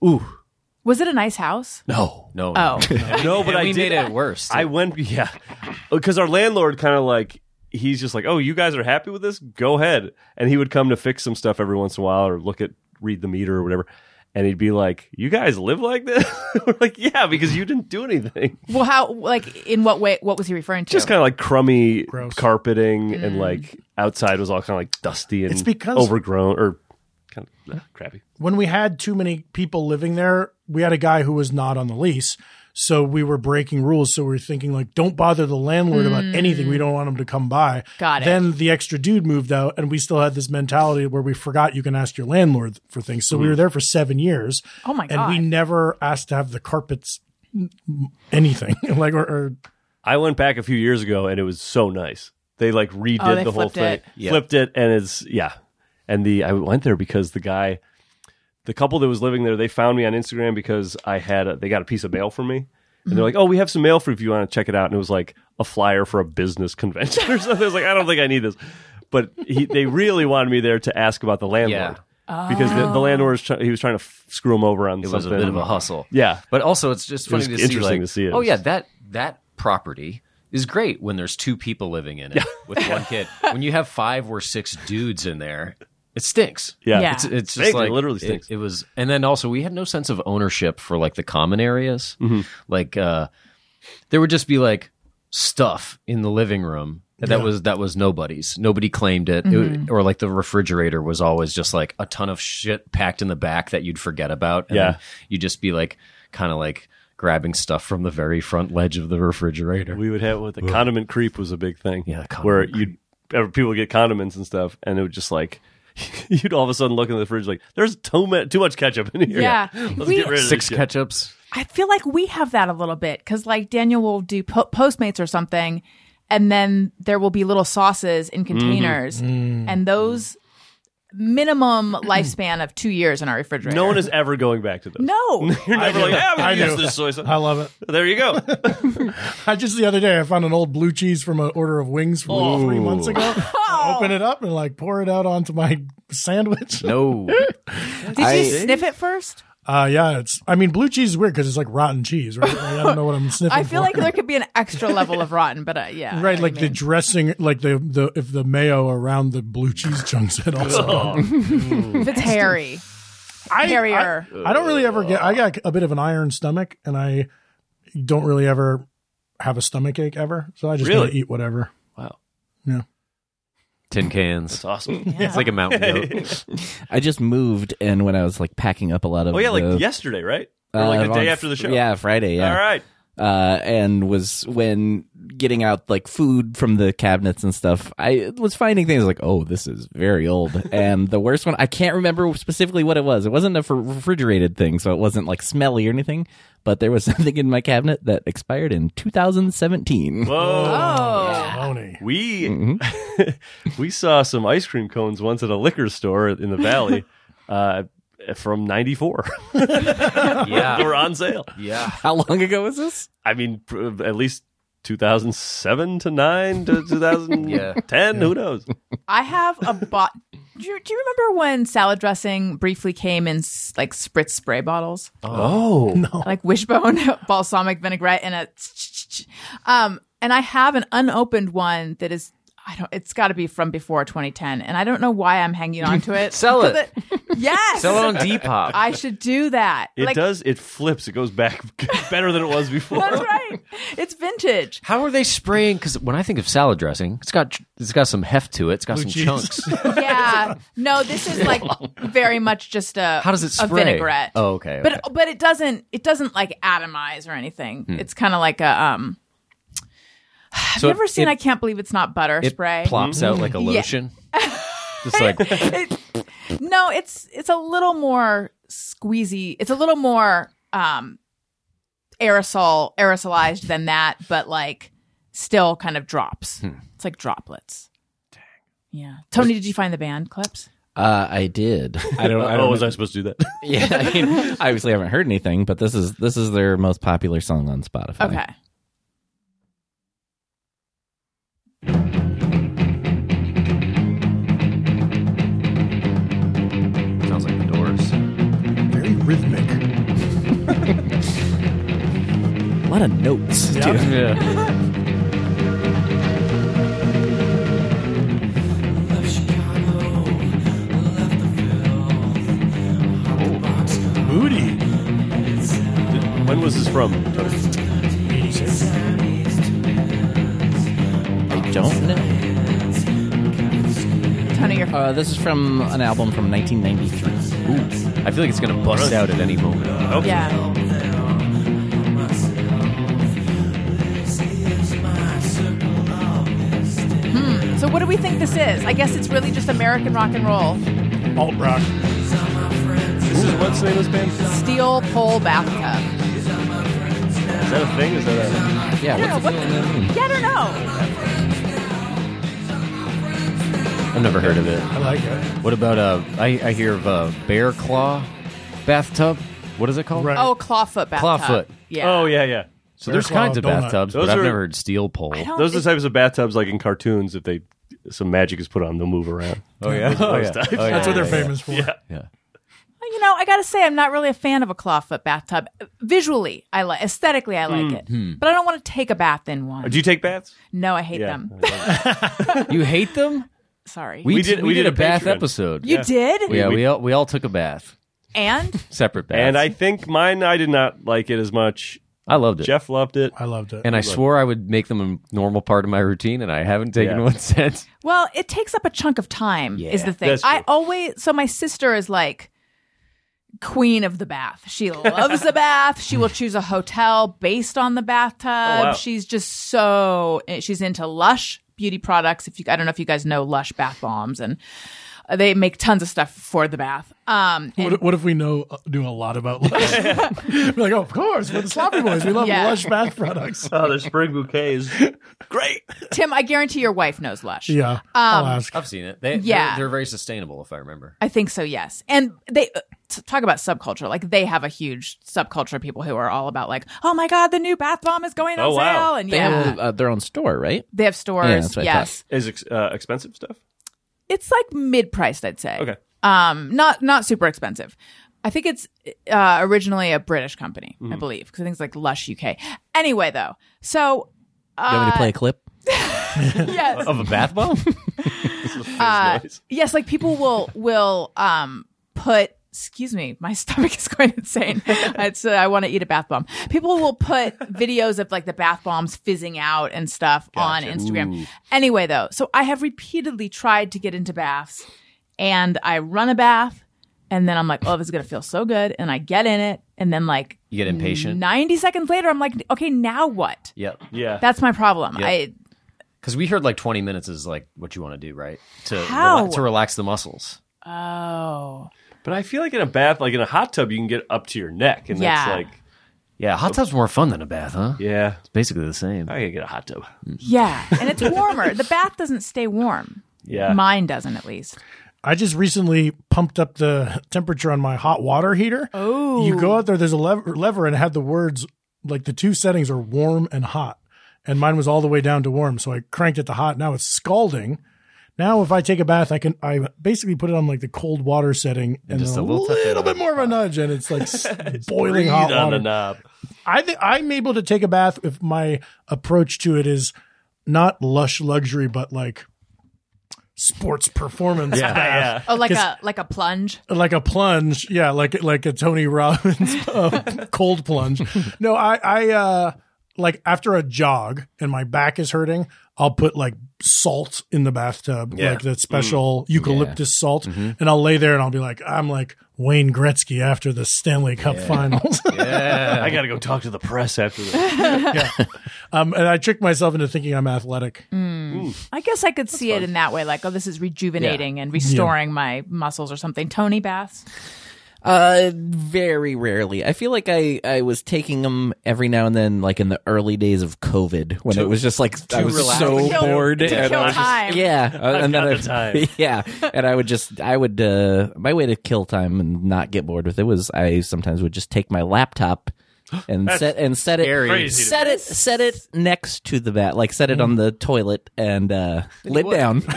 Speaker 3: Was it a nice house?
Speaker 8: No.
Speaker 7: No.
Speaker 3: Oh,
Speaker 8: No, but
Speaker 7: And
Speaker 8: I
Speaker 7: we
Speaker 8: did
Speaker 7: made it worse.
Speaker 8: I went yeah. Because our landlord kind of like he's just like, "Oh, you guys are happy with this? Go ahead." And he would come to fix some stuff every once in a while or look at read the meter or whatever. And he'd be like, "You guys live like this?" We're like, "Yeah, because you didn't do anything."
Speaker 3: well, how? Like, in what way? What was he referring to?
Speaker 8: Just kind of like crummy
Speaker 5: Gross.
Speaker 8: carpeting and like outside was all kind of like dusty and
Speaker 5: It's because-
Speaker 8: overgrown or kind of eh, crappy.
Speaker 5: when we had too many people living there, we had a guy who was not on the lease. So we were breaking rules. So we were thinking like, don't bother the landlord about anything. We don't want him to come by.
Speaker 3: Mm. Got it.
Speaker 5: Then the extra dude moved out, and we still had this mentality where we forgot you can ask your landlord for things. So we were there for seven years.
Speaker 3: Oh my
Speaker 5: And we
Speaker 3: God.
Speaker 5: never asked to have the carpets mm, anything like or, or
Speaker 8: I went back a few years ago and it was so nice. They like redid
Speaker 3: Oh, they
Speaker 8: the whole
Speaker 3: flipped
Speaker 8: thing,
Speaker 3: it.
Speaker 7: Yeah.
Speaker 8: flipped it, and it's yeah. And the I went there because the guy, the couple that was living there, they found me on Instagram because I had a, they got a piece of mail from me, and
Speaker 3: Mm-hmm.
Speaker 8: they're like, "Oh, we have some mail for you if you want to check it out." And it was like a flyer for a business convention or something. I was like, "I don't think I need this," but he, they really wanted me there to ask about the landlord
Speaker 3: Ah.
Speaker 8: because the, the landlord was try- he was trying to f- screw him over on
Speaker 7: It was
Speaker 8: something.
Speaker 7: a bit of a hustle.
Speaker 8: Yeah,
Speaker 7: But also, it's just funny
Speaker 8: was
Speaker 7: to see, like,
Speaker 8: interesting to see it.
Speaker 7: oh yeah, that that property is great when there's two people living in it with one kid. When you have five or six dudes in there, it stinks.
Speaker 8: yeah.
Speaker 3: Yeah.
Speaker 7: It's, it's just
Speaker 8: Stinks. It
Speaker 7: like
Speaker 8: literally
Speaker 7: it-
Speaker 8: stinks.
Speaker 7: It, was, and then also we had no sense of ownership for like the common areas.
Speaker 8: Mm-hmm.
Speaker 7: Like uh, there would just be like stuff in the living room that was that was nobody's. Nobody claimed it, It would- or like the refrigerator was always just like a ton of shit packed in the back that you'd forget about. And
Speaker 8: Yeah.
Speaker 7: then you'd just be like kind of like grabbing stuff from the very front ledge of the refrigerator.
Speaker 8: We would have with the condiment creep was a big thing.
Speaker 7: Yeah, the
Speaker 8: where
Speaker 7: condiment
Speaker 8: you people would get condiments and stuff, and it would just like you'd all of a sudden look in the fridge like there's too, ma- too much ketchup in here.
Speaker 3: Yeah.
Speaker 8: let's
Speaker 3: We-
Speaker 8: get rid of
Speaker 7: Six
Speaker 8: this shit.
Speaker 7: ketchups.
Speaker 3: I feel like we have that a little bit because, like, Daniel will do po- Postmates or something, and then there will be little sauces
Speaker 5: Mm-hmm.
Speaker 3: in containers,
Speaker 5: Mm.
Speaker 3: and those minimum lifespan of two years in our refrigerator.
Speaker 8: No one is ever going back to those.
Speaker 3: No.
Speaker 8: You're never
Speaker 5: do.
Speaker 8: like, yeah,
Speaker 5: I
Speaker 8: we use
Speaker 5: do.
Speaker 8: this soy sauce.
Speaker 5: I love it.
Speaker 8: There you go.
Speaker 5: I just the other day I found an old blue cheese from an order of wings from like three months ago.
Speaker 3: Oh.
Speaker 5: I open it up and like pour it out onto my sandwich.
Speaker 7: No.
Speaker 3: Did
Speaker 1: I-
Speaker 3: you sniff it first?
Speaker 5: Uh, yeah, it's. I mean, blue cheese is weird because it's like rotten cheese, right? Like, I don't know what I'm sniffing.
Speaker 3: I feel
Speaker 5: for.
Speaker 3: like there could be an extra level of rotten, but uh, yeah. I know
Speaker 5: Oh, right,
Speaker 3: what
Speaker 5: like
Speaker 3: you
Speaker 5: the
Speaker 3: mean.
Speaker 5: dressing, like the the if the mayo around the blue cheese chunks had also. gone.
Speaker 3: if it's hairy,
Speaker 5: I, Oh,
Speaker 3: Carrier.
Speaker 5: I, I don't really ever get. I got a bit of an iron stomach, and I don't really ever have a stomach ache ever. So I just
Speaker 8: Really?
Speaker 5: kinda eat whatever.
Speaker 7: Tin cans.
Speaker 8: It's awesome.
Speaker 7: It's like a mountain goat.
Speaker 4: I just moved, and when I was like packing up a lot of,
Speaker 8: Oh yeah,
Speaker 4: the-
Speaker 8: like yesterday, right? Or
Speaker 4: uh,
Speaker 8: like the
Speaker 4: on-
Speaker 8: day after the show.
Speaker 4: yeah, Friday, yeah,
Speaker 8: All right.
Speaker 4: uh, and was when getting out like food from the cabinets and stuff, I was finding things like, oh, this is very old. and the worst one, I can't remember specifically what it was. It wasn't a fr- refrigerated thing, so it wasn't like smelly or anything. But there was something in my cabinet that expired in 2017.
Speaker 8: Whoa.
Speaker 3: oh,
Speaker 5: Baloney.
Speaker 8: We we saw some ice cream cones once at a liquor store in the valley uh, from '94. they
Speaker 7: Yeah.
Speaker 8: were on sale.
Speaker 7: Yeah.
Speaker 4: How long ago was this?
Speaker 8: I mean, pr- at least 2007 to 9 to 2010.
Speaker 7: Yeah.
Speaker 8: Who knows?
Speaker 3: I have a bot. Do you, do you remember when salad dressing briefly came in s- like spritz spray bottles?
Speaker 8: Oh.
Speaker 3: like wishbone balsamic vinaigrette and a um and i have an unopened one that is i don't it's got to be from before 2010 and i don't know why i'm hanging on to it
Speaker 7: Sell it.
Speaker 3: 'Cause yes
Speaker 7: Sell it on Depop.
Speaker 3: i should do that
Speaker 8: It
Speaker 3: like
Speaker 8: does. It flips. It goes back better than it was before.
Speaker 3: that's right it's vintage
Speaker 7: How are they spraying? Because when I think of salad dressing, it's got it's got some heft to it. It's got some
Speaker 5: cheese.
Speaker 7: chunks.
Speaker 3: yeah no this is like very much just a
Speaker 7: How does it
Speaker 3: a
Speaker 7: spray?
Speaker 3: vinaigrette
Speaker 7: Oh, okay,
Speaker 3: but
Speaker 7: okay. Hmm.
Speaker 3: but it doesn't it doesn't like atomize or anything it's kind of like a um have
Speaker 7: So
Speaker 3: you ever
Speaker 7: it-
Speaker 3: seen
Speaker 7: it-
Speaker 3: i can't believe it's not butter
Speaker 7: It
Speaker 3: spray
Speaker 7: plops out like a
Speaker 3: Yeah.
Speaker 7: lotion. Just like
Speaker 3: It- No, it's it's a little more squeezy. It's a little more um aerosol aerosolized than that, but like still kind of drops.
Speaker 7: Hmm.
Speaker 3: It's like droplets. Dang. Yeah. Tony, did you find the band clips?
Speaker 4: Uh, I did. I don't. I
Speaker 8: oh,
Speaker 4: don't
Speaker 8: was I supposed to do that?
Speaker 4: yeah, I mean, obviously, I haven't heard anything, but this is this is their most popular song on Spotify.
Speaker 3: Okay.
Speaker 7: Sounds like the doors.
Speaker 5: Very rhythmic.
Speaker 4: a lot of notes.
Speaker 5: Yeah.
Speaker 4: too.
Speaker 7: Yeah.
Speaker 5: Moody.
Speaker 8: when was this from? Tony?
Speaker 4: I don't know.
Speaker 3: Tony, you're
Speaker 4: Uh, this is from an album from 1993.
Speaker 7: I feel like it's gonna bust out at any moment.
Speaker 3: yeah. Hmm. So what do we think this is? I guess it's really just American rock and roll.
Speaker 5: Alt rock.
Speaker 8: This is what's the name of this band? Is
Speaker 3: Steel pole bathtub.
Speaker 8: that a thing? Is that
Speaker 4: Yeah,
Speaker 3: I don't know
Speaker 4: what's
Speaker 3: what
Speaker 4: the
Speaker 3: the, Yeah, I don't know.
Speaker 7: I've never heard of it.
Speaker 5: I like it.
Speaker 7: What about uh? I, I hear of uh, bear claw bathtub. What is it called?
Speaker 5: Right.
Speaker 3: Oh, clawfoot bathtub.
Speaker 7: Clawfoot.
Speaker 8: a?
Speaker 3: Yeah.
Speaker 8: Oh yeah, yeah.
Speaker 7: So there's
Speaker 5: Bear claw
Speaker 7: kinds of
Speaker 5: donut.
Speaker 7: bathtubs,
Speaker 8: Those
Speaker 7: but I've
Speaker 8: are-
Speaker 7: never heard steel pole.
Speaker 3: I don't
Speaker 8: Those are
Speaker 3: think-
Speaker 8: the types of bathtubs like in cartoons. If they some magic is put on, they'll move around.
Speaker 7: Oh yeah,
Speaker 8: Oh, yeah. Oh, yeah.
Speaker 5: That's what they're famous for.
Speaker 3: You know, I gotta say, I'm not really a fan of a clawfoot bathtub. Visually, I like. Aesthetically, I like it, but I don't want to take a bath in one.
Speaker 8: Hmm. Do you take baths?
Speaker 3: no, I hate
Speaker 8: Yeah.
Speaker 3: them.
Speaker 7: You hate them?
Speaker 3: Sorry.
Speaker 7: We,
Speaker 8: We
Speaker 7: did. We, did, a bath
Speaker 8: Patreon.
Speaker 7: episode.
Speaker 3: you did,
Speaker 7: yeah,
Speaker 8: We-
Speaker 7: we, all we all took a bath,
Speaker 3: and
Speaker 7: separate baths.
Speaker 8: And I think mine, I did not like it as much.
Speaker 7: I loved it.
Speaker 8: Jeff loved it.
Speaker 5: I loved it.
Speaker 7: and I swore I would make them a normal part of my routine, and I haven't taken
Speaker 8: Yeah.
Speaker 7: one since.
Speaker 3: well, it takes up a chunk of time. Is the thing
Speaker 8: That's true.
Speaker 3: I always? So my sister is like queen of the bath. She loves the bath. She will choose a hotel based on the bathtub.
Speaker 8: Oh, wow.
Speaker 3: She's just so eh, she's into Lush beauty products. If you, I don't know if you guys know Lush bath bombs and. uh, They make tons of stuff for the bath. Um, and-
Speaker 5: What, what if we know do a lot about Lush? We're like, oh, of course, we're the Sloppy Boys. We love
Speaker 3: Yeah.
Speaker 5: Lush bath products.
Speaker 8: Oh, their spring bouquets. Great.
Speaker 3: Tim, I guarantee your wife knows Lush.
Speaker 5: Yeah, I'll
Speaker 3: Um,
Speaker 5: ask.
Speaker 7: I've seen it. They,
Speaker 3: Yeah.
Speaker 7: they're, they're very sustainable, if I remember.
Speaker 3: I think so, yes. And they uh, t- talk about subculture. Like they have a huge subculture of people who are all about like, oh my god, the new bath bomb is going on
Speaker 8: Oh,
Speaker 3: sale,
Speaker 8: wow.
Speaker 3: and
Speaker 4: They
Speaker 3: yeah,
Speaker 4: have uh, their own store, right?
Speaker 3: they have stores.
Speaker 4: Yeah, that's what I
Speaker 3: yes,
Speaker 8: Is ex- uh, expensive stuff?
Speaker 3: it's like mid priced, I'd say.
Speaker 8: Okay.
Speaker 3: um, not not super expensive. I think it's uh, originally a British company, I
Speaker 8: Mm-hmm.
Speaker 3: believe, because I think it's like Lush UK. Anyway, though, so
Speaker 4: You want me to play a clip?
Speaker 3: yes,
Speaker 7: Of a bath bomb?
Speaker 3: Uh,
Speaker 8: Nice.
Speaker 3: yes like people will will um put excuse me my stomach is going insane it's uh, i want to eat a bath bomb people will put videos of like the bath bombs fizzing out and stuff on instagram anyway though so i have repeatedly tried to get into baths and i run a bath and then i'm like oh this is going to feel so good and i get in it and then like
Speaker 7: you get impatient.
Speaker 3: 90 seconds later i'm like okay now what
Speaker 7: Yep.
Speaker 8: Yeah.
Speaker 3: that's my problem
Speaker 7: Yeah.
Speaker 3: i
Speaker 7: Because we heard like 20 minutes is like what you want to do, right? To rela-
Speaker 3: How?
Speaker 7: to relax the muscles.
Speaker 3: oh
Speaker 8: but I feel like in a bath, like in a hot tub, you can get up to your neck. And
Speaker 3: Yeah.
Speaker 8: that's like,
Speaker 7: Yeah, hot tub's more fun than a bath, huh?
Speaker 8: yeah,
Speaker 7: It's basically the same.
Speaker 8: I gotta get a hot tub.
Speaker 3: Yeah, and it's warmer. the bath doesn't stay warm.
Speaker 8: Yeah.
Speaker 3: Mine doesn't, at least.
Speaker 5: I just recently pumped up the temperature on my hot water heater. Oh. You go out there, there's a lever, lever and it had the words like the two settings are warm and hot. And mine was all the way down to warm. So I cranked it to hot. Now it's scalding. Now if I take a bath, I can I basically put it on like the cold water setting and,
Speaker 7: just
Speaker 5: then
Speaker 7: a little touch
Speaker 5: little
Speaker 7: on the
Speaker 5: bit more of a nudge and it's like s- boiling
Speaker 8: Breathe
Speaker 5: hot
Speaker 8: on the
Speaker 5: water.
Speaker 8: knob.
Speaker 5: I think I'm able to take a bath if my approach to it is not lush luxury, but like sports performance bath,
Speaker 3: Oh, like a like a plunge.
Speaker 5: like a plunge. Yeah, like like a Tony Robbins uh, cold plunge. No, I I uh, like after a jog and my back is hurting, I'll put like salt in the bathtub, like that special eucalyptus salt, and I'll lay there and I'll be like, I'm like Wayne Gretzky after the Stanley Cup Finals.
Speaker 8: I got to go talk to the press after this.
Speaker 5: um, and I tricked myself into thinking I'm athletic.
Speaker 3: I guess I could see it in that way, like, oh, this is rejuvenating and restoring my muscles or something. Tony baths.
Speaker 4: Uh, very rarely. I feel like I I was taking them every now and then, like in the early days of COVID, when it was just like I was
Speaker 7: relaxed.
Speaker 4: so
Speaker 3: Kill-
Speaker 4: bored.
Speaker 3: to
Speaker 4: and
Speaker 3: kill
Speaker 4: I was just-
Speaker 3: time.
Speaker 4: yeah, Uh, and
Speaker 8: got
Speaker 4: I-
Speaker 8: the time.
Speaker 4: Yeah, and I would just I would uh my way to kill time and not get bored with it was I sometimes would just take my laptop and set and set it
Speaker 7: Crazy
Speaker 4: set it set it next to the bat, like set it on the toilet and uh lid down,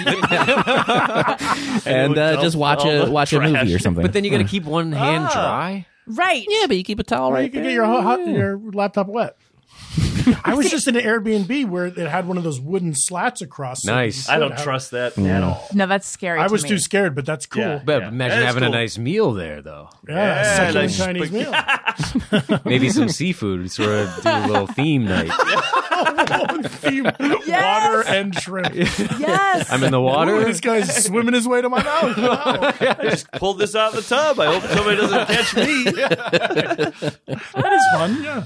Speaker 4: and uh, just watch a watch a movie or something.
Speaker 7: But then you got to keep one hand
Speaker 3: Ah.
Speaker 7: dry.
Speaker 3: Right.
Speaker 4: yeah, but you keep a towel
Speaker 5: Or
Speaker 4: right
Speaker 5: you could
Speaker 4: there.
Speaker 5: get your hot, your laptop wet. I was just in an Airbnb where it had one of those wooden slats across. so
Speaker 7: Nice.
Speaker 5: you could
Speaker 8: I don't
Speaker 5: have-
Speaker 8: trust that at all.
Speaker 3: No, that's scary.
Speaker 5: I
Speaker 3: to
Speaker 5: was
Speaker 3: me.
Speaker 5: too scared, but that's cool.
Speaker 8: Yeah.
Speaker 5: Yeah,
Speaker 7: But
Speaker 8: Yeah.
Speaker 7: imagine
Speaker 8: That's
Speaker 7: having
Speaker 8: cool.
Speaker 7: a nice meal there, though.
Speaker 8: Yeah,
Speaker 5: succulent
Speaker 8: nice
Speaker 5: Chinese meal.
Speaker 7: Maybe some seafood, sort of do a little theme night.
Speaker 5: Water and shrimp.
Speaker 3: Yes.
Speaker 7: I'm in the
Speaker 5: Ooh,
Speaker 7: water.
Speaker 5: this guy's swimming his way to my mouth. Wow.
Speaker 8: I just pulled this out of the tub. I hope somebody doesn't catch me.
Speaker 5: That is fun. Yeah.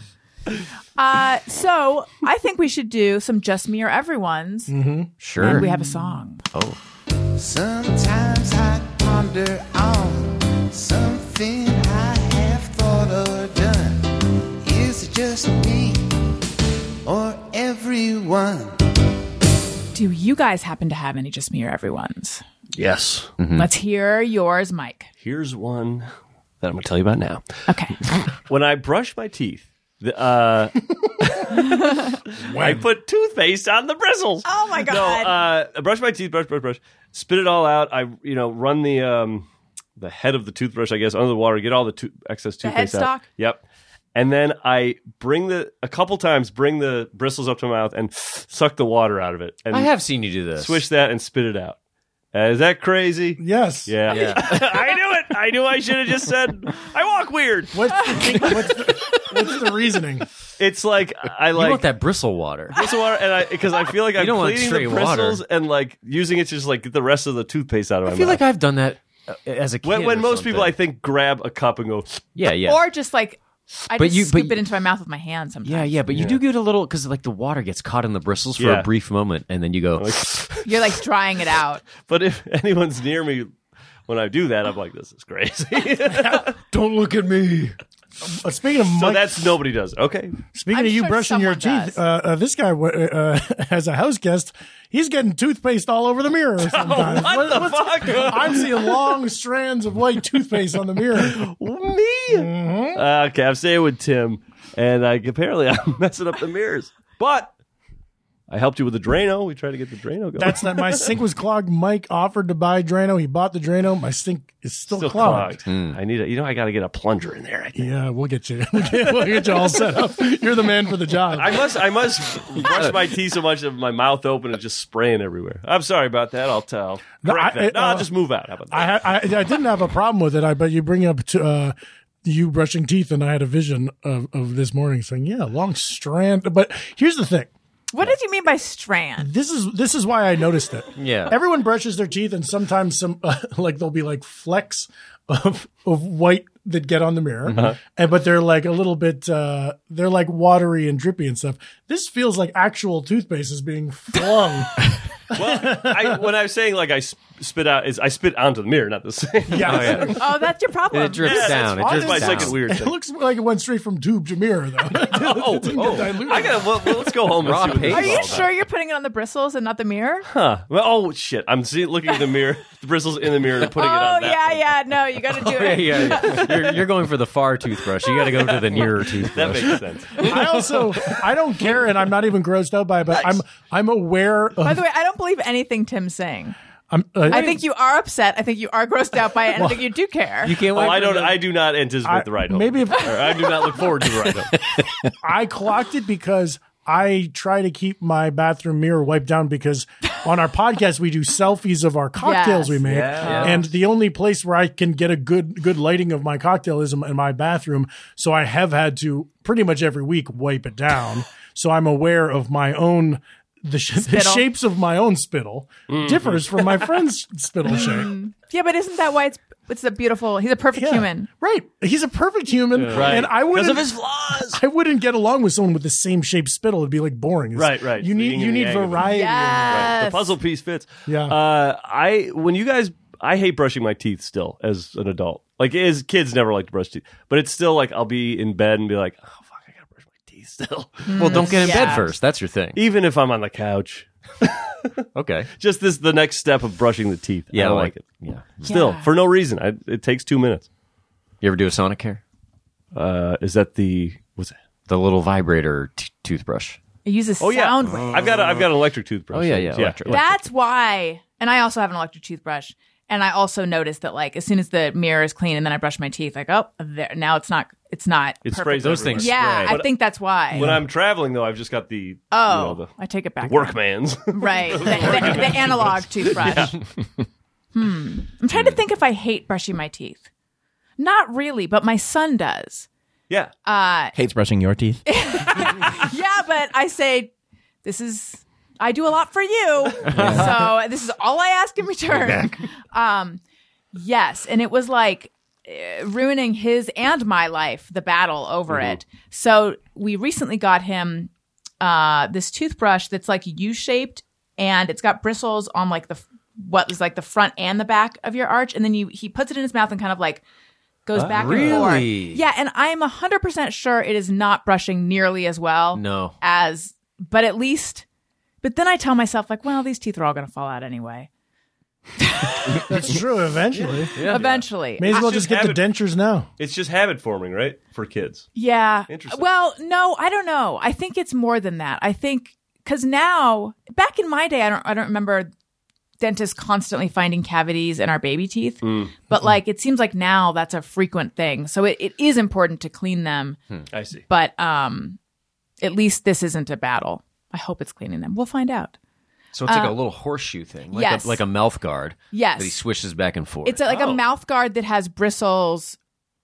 Speaker 3: uh, so I think we should do some Just Me or Everyone's.
Speaker 7: Mm-hmm. Sure.
Speaker 3: We have a song.
Speaker 2: Sometimes I ponder on something I have thought or done. Is it just me or everyone?
Speaker 3: Do you guys happen to have any Just Me or Everyone's?
Speaker 8: Yes.
Speaker 7: Hmm.
Speaker 3: Let's hear yours, Mike.
Speaker 8: Here's one that I'm going to tell you about now.
Speaker 3: Okay.
Speaker 8: When I brush my teeth, the, uh, I put toothpaste on the bristles.
Speaker 3: Oh, my
Speaker 8: No,
Speaker 3: God.
Speaker 8: uh, I brush my teeth, brush, brush, brush, spit it all out. I, you know, run the um, the head of the toothbrush, I guess, under the water, get all the tooth excess toothpaste
Speaker 3: headstock?
Speaker 8: out. Yep. And then I bring the a couple times, bring the bristles up to my mouth and suck the water out of it, and
Speaker 7: I have seen you do this.
Speaker 8: swish that and spit it out. Uh, is that crazy?
Speaker 5: Yes.
Speaker 8: Yeah.
Speaker 7: Yeah.
Speaker 8: I knew it. I knew I should have just said I walk weird.
Speaker 5: What's the, thing, what's, the, what's the reasoning?
Speaker 8: It's like I
Speaker 7: You want
Speaker 8: like
Speaker 7: that bristle water.
Speaker 8: bristle water, and I because I feel like I'm
Speaker 7: don't want
Speaker 8: cleaning the
Speaker 7: straight water.
Speaker 8: bristles and like using it to just like get the rest of the toothpaste out of my
Speaker 7: I feel
Speaker 8: mouth.
Speaker 7: like I've done that uh, as a kid.
Speaker 8: when, when
Speaker 7: or
Speaker 8: most people, I
Speaker 7: something.
Speaker 8: think, grab a cup and go.
Speaker 7: yeah, yeah,
Speaker 3: Or just like, I
Speaker 7: But
Speaker 3: just
Speaker 7: you- but
Speaker 3: scoop
Speaker 7: you-
Speaker 3: it into my mouth with my hand sometimes.
Speaker 7: yeah, yeah. But you do get a little because like the water gets caught in the bristles for
Speaker 8: Yeah.
Speaker 7: a brief moment, and then you go.
Speaker 3: You're like drying it out.
Speaker 8: But if anyone's near me when I do that, I'm like, this is crazy.
Speaker 5: Don't look at me. Uh, speaking of
Speaker 8: so
Speaker 5: Mike,
Speaker 8: that's nobody does. it. Okay,
Speaker 5: speaking
Speaker 3: I'm
Speaker 5: of you
Speaker 3: sure
Speaker 5: brushing your
Speaker 3: someone
Speaker 5: teeth,
Speaker 3: does.
Speaker 5: uh, uh, this guy wa- uh, uh, as a house guest, he's getting toothpaste all over the mirror. Sometimes
Speaker 8: what, the fuck?
Speaker 5: I'm seeing long strands of white toothpaste on the mirror.
Speaker 8: me.
Speaker 7: Mm-hmm.
Speaker 8: Uh, okay, I'm staying with Tim, and I apparently I'm messing up the mirrors, but. I helped you with the Drano. We tried to get the Drano going.
Speaker 5: That's not my sink was clogged. Mike offered to buy Drano. He bought the Drano. My sink is still,
Speaker 8: still
Speaker 5: clogged.
Speaker 8: clogged. I need a, you know, I got to get a plunger in there. I think.
Speaker 5: Yeah, we'll get you. we'll get you all set up. You're the man for the job.
Speaker 8: I must, I must brush my teeth so much that my mouth open and just spraying everywhere. I'm sorry about that. I'll tell.
Speaker 5: No,
Speaker 8: Correct
Speaker 5: I-
Speaker 8: that. No,
Speaker 5: uh,
Speaker 8: I'll just move out. How about that?
Speaker 5: I, ha- I I didn't have a problem with it. I bet you bring up to uh, you brushing teeth, and I had a vision of, of this morning saying, "Yeah, long strand." But here's the thing:
Speaker 3: What did you mean by strand?
Speaker 5: this is this is why I noticed it.
Speaker 7: Yeah.
Speaker 5: everyone brushes their teeth, and sometimes some uh, like there'll be like flecks of of white that get on the mirror,
Speaker 8: Uh-huh.
Speaker 5: and but they're like a little bit uh, they're like watery and drippy and stuff. This feels like actual toothpaste is being flung.
Speaker 8: Oh, well, I, when I was saying like I sp- spit out, is I spit onto the mirror, not the same.
Speaker 5: yeah.
Speaker 3: Oh, that's your problem.
Speaker 7: And it drips down. It
Speaker 5: fine.
Speaker 7: drips
Speaker 8: That's my
Speaker 7: down.
Speaker 8: second weird
Speaker 5: It
Speaker 8: thing.
Speaker 5: looks like it went straight from tube to mirror, though.
Speaker 8: Oh, oh. I gotta. Well, well, let's go home. And
Speaker 7: Raw
Speaker 8: see what this
Speaker 7: paper.
Speaker 3: Are
Speaker 8: is
Speaker 3: you
Speaker 8: all about.
Speaker 3: sure you're putting it on the bristles and not the mirror?
Speaker 8: Huh. Well, oh shit! I'm seeing, looking at the mirror, the bristles in the mirror, and putting it
Speaker 3: Oh
Speaker 8: on that.
Speaker 3: yeah,
Speaker 8: one.
Speaker 3: yeah. No, you got to do
Speaker 7: Yeah,
Speaker 3: it.
Speaker 7: yeah, yeah. You're, you're going for the far toothbrush. You got to go to the nearer
Speaker 8: That
Speaker 7: toothbrush.
Speaker 8: makes sense.
Speaker 5: I also I don't care, and I'm not even grossed out by it, but I'm I'm aware
Speaker 3: By
Speaker 5: of.
Speaker 3: the way, I don't believe anything Tim's saying.
Speaker 5: I'm, uh,
Speaker 3: I think you are upset. I think you are grossed out by it. And I think you do care.
Speaker 7: You can't
Speaker 8: Well,
Speaker 7: wait.
Speaker 8: Oh, I
Speaker 7: for
Speaker 8: don't.
Speaker 7: the-
Speaker 8: I do not anticipate
Speaker 5: I-
Speaker 8: the ride home.
Speaker 5: maybe if-
Speaker 8: Or I do not look forward to the ride home.
Speaker 5: I clocked it because I try to keep my bathroom mirror wiped down because on our podcast we do selfies of our
Speaker 3: Yes.
Speaker 5: cocktails we make, and the only place where I can get a good good lighting of my cocktail is in in my bathroom. So I have had to pretty much every week wipe it down. so I'm aware of my own. The, sh- the
Speaker 3: Spittle. Mm-hmm.
Speaker 5: shapes of my own spittle differs from my friend's spittle shape.
Speaker 3: yeah, but isn't that why it's It's a beautiful. He's a perfect
Speaker 5: Yeah.
Speaker 3: Mm-hmm. human.
Speaker 5: Right. He's a perfect human.
Speaker 8: Right.
Speaker 5: And I wouldn't
Speaker 7: because of his flaws.
Speaker 5: I wouldn't get along with someone with the same shaped spittle. It'd be like boring. It's-
Speaker 8: Right, right.
Speaker 5: You
Speaker 8: Feeding
Speaker 5: need
Speaker 8: in
Speaker 5: you
Speaker 8: the
Speaker 5: need
Speaker 8: egg of-
Speaker 5: variety.
Speaker 3: Yes.
Speaker 8: The puzzle piece fits.
Speaker 5: Yeah.
Speaker 8: Uh, I when you guys, I hate brushing my teeth still as an adult. Like as kids, never like to brush teeth, but it's still like I'll be in bed and be like, oh fuck, I gotta brush my teeth still.
Speaker 7: Well, don't get in
Speaker 3: Yeah.
Speaker 7: bed first. That's your thing.
Speaker 8: Even if I'm on the couch,
Speaker 7: Okay.
Speaker 8: just this the next step of brushing the teeth.
Speaker 7: Yeah,
Speaker 8: I don't
Speaker 7: like-
Speaker 8: like, it. Yeah. Still for no reason. I, it takes two minutes.
Speaker 7: You ever do a sonic care?
Speaker 8: Uh, is that the what's that?
Speaker 7: The little vibrator t- toothbrush.
Speaker 3: It uses
Speaker 8: Oh yeah,
Speaker 3: sound wave.
Speaker 8: I've got a, I've got an electric toothbrush.
Speaker 7: Oh, yeah, yeah, electric.
Speaker 3: That's why. And I also have an electric toothbrush. And I also noticed that like as soon as the mirror is clean and then I brush my teeth, like oh there now it's not it's not
Speaker 8: It
Speaker 3: perfect.
Speaker 8: sprays
Speaker 7: Those
Speaker 8: everywhere.
Speaker 7: things-
Speaker 3: Yeah, I
Speaker 7: Right.
Speaker 3: think that's why.
Speaker 8: When I'm traveling though, I've just got the you
Speaker 3: oh,
Speaker 8: know,
Speaker 3: I take it back.
Speaker 8: the workman's.
Speaker 3: Right. The, the- the analog toothbrush. Hmm. I'm trying to think if I hate brushing my teeth. Not really, but my son does.
Speaker 8: yeah.
Speaker 4: Hates brushing your teeth.
Speaker 3: Yeah, but I say, this is, I do a lot for you. So this is all I ask in return. Um, yes. And it was like eh, ruining his and my life, the battle over it. So we recently got him uh, this toothbrush that's like U shaped and it's got bristles on like the, f- what is like the front and the back of your arch. And then you, he puts it in his mouth and kind of like, Goes back and forth.
Speaker 7: really?
Speaker 3: Yeah, and I am 100% sure it is not brushing nearly as well
Speaker 7: No.
Speaker 3: as but at least but then I tell myself like, well, these teeth are all going to fall out anyway.
Speaker 5: That's true, eventually.
Speaker 3: Eventually.
Speaker 5: May as well
Speaker 8: I
Speaker 5: just
Speaker 8: should
Speaker 5: get the
Speaker 8: have
Speaker 5: dentures now.
Speaker 8: It's just habit forming, right? For kids.
Speaker 3: Yeah.
Speaker 8: Interesting.
Speaker 3: Well, no, I don't know. I think it's more than that. I think cuz now back in my day, I don't I don't remember dentists constantly finding cavities in our baby teeth. But like it seems like now that's a frequent thing. So it, it is important to clean them,
Speaker 8: I see.
Speaker 3: but um at least this isn't a battle. I hope it's cleaning them. We'll find out.
Speaker 7: So it's like a little horseshoe thing, like,
Speaker 3: yes.
Speaker 7: a, like a mouth guard
Speaker 3: Yes.
Speaker 7: that he swishes back and forth.
Speaker 3: It's a, like a mouth guard that has bristles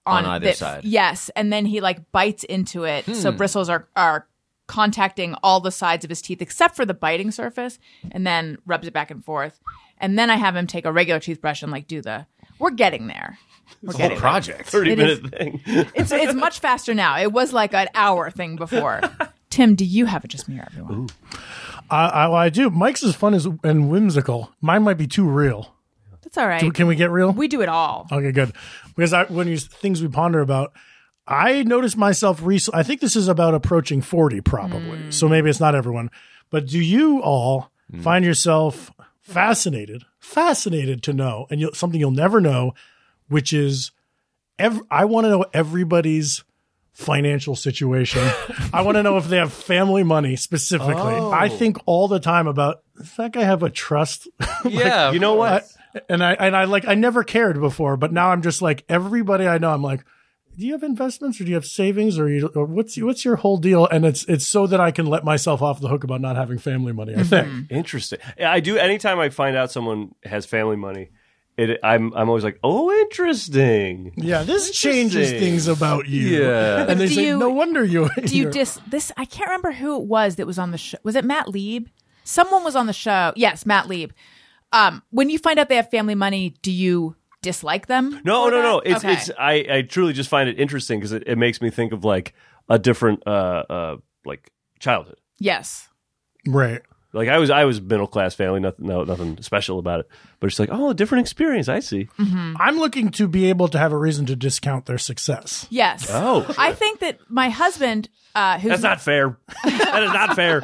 Speaker 3: on,
Speaker 7: Oh. On either
Speaker 3: that-
Speaker 7: side. Hmm.
Speaker 3: Yes, and then he like bites into it, so bristles are are contacting all the sides of his teeth except for the biting surface, and then rubs it back and forth. And then I have him take a regular toothbrush and like do the. We're getting there. We're
Speaker 7: whole
Speaker 3: getting there.
Speaker 7: project.
Speaker 8: Thirty
Speaker 3: It is-
Speaker 8: minute thing.
Speaker 3: It's it's much faster now. It was like an hour thing before. Tim, do you have a just mirror, everyone?
Speaker 5: I, I, well, I do. Mike's is fun as, and whimsical. Mine might be too real.
Speaker 3: That's all right.
Speaker 5: Do- Can we get real?
Speaker 3: we do it all.
Speaker 5: Okay, good. Because I, when you things we ponder about, I noticed myself recently. I think this is about approaching forty, probably. So maybe it's not everyone. But do you all find yourself fascinated, fascinated to know, and you'll, something you'll never know, which is, ev- I want to know everybody's financial situation. I want to know if they have family money specifically. I think all the time about. Does that guy have a trust?
Speaker 7: yeah.
Speaker 8: You know what?
Speaker 5: and I and I like I never cared before, but now I'm just like everybody I know. I'm like, do you have investments or do you have savings or you or what's what's your whole deal? And it's it's so that I can let myself off the hook about not having family money. I
Speaker 3: Mm-hmm.
Speaker 5: think
Speaker 8: Interesting. Yeah, I do. Anytime I find out someone has family money, it I'm I'm always like, oh, interesting.
Speaker 5: yeah, this changes
Speaker 8: Interesting.
Speaker 5: things about you.
Speaker 8: Yeah.
Speaker 5: and they
Speaker 3: Do
Speaker 5: say
Speaker 3: you-
Speaker 5: no wonder you.
Speaker 3: Do you dis this? I can't remember who it was that was on the show. Was it Matt Lieb? Someone was on the show. Yes, Matt Lieb. Um, when you find out they have family money, do you dislike them?
Speaker 8: No,
Speaker 3: for
Speaker 8: no,
Speaker 3: that?
Speaker 8: no. It's
Speaker 3: Okay.
Speaker 8: it's I, I truly just find it interesting because it, it makes me think of like a different uh uh like childhood.
Speaker 3: yes.
Speaker 5: right?
Speaker 8: Like I was I was middle class family, nothing no nothing special about it. But it's like, oh, a different experience, I see.
Speaker 3: Mm.
Speaker 5: I'm looking to be able to have a reason to discount their success.
Speaker 3: Yes.
Speaker 8: Oh, sure.
Speaker 3: I think that my husband, uh, who's
Speaker 8: That's not fair. that is not fair.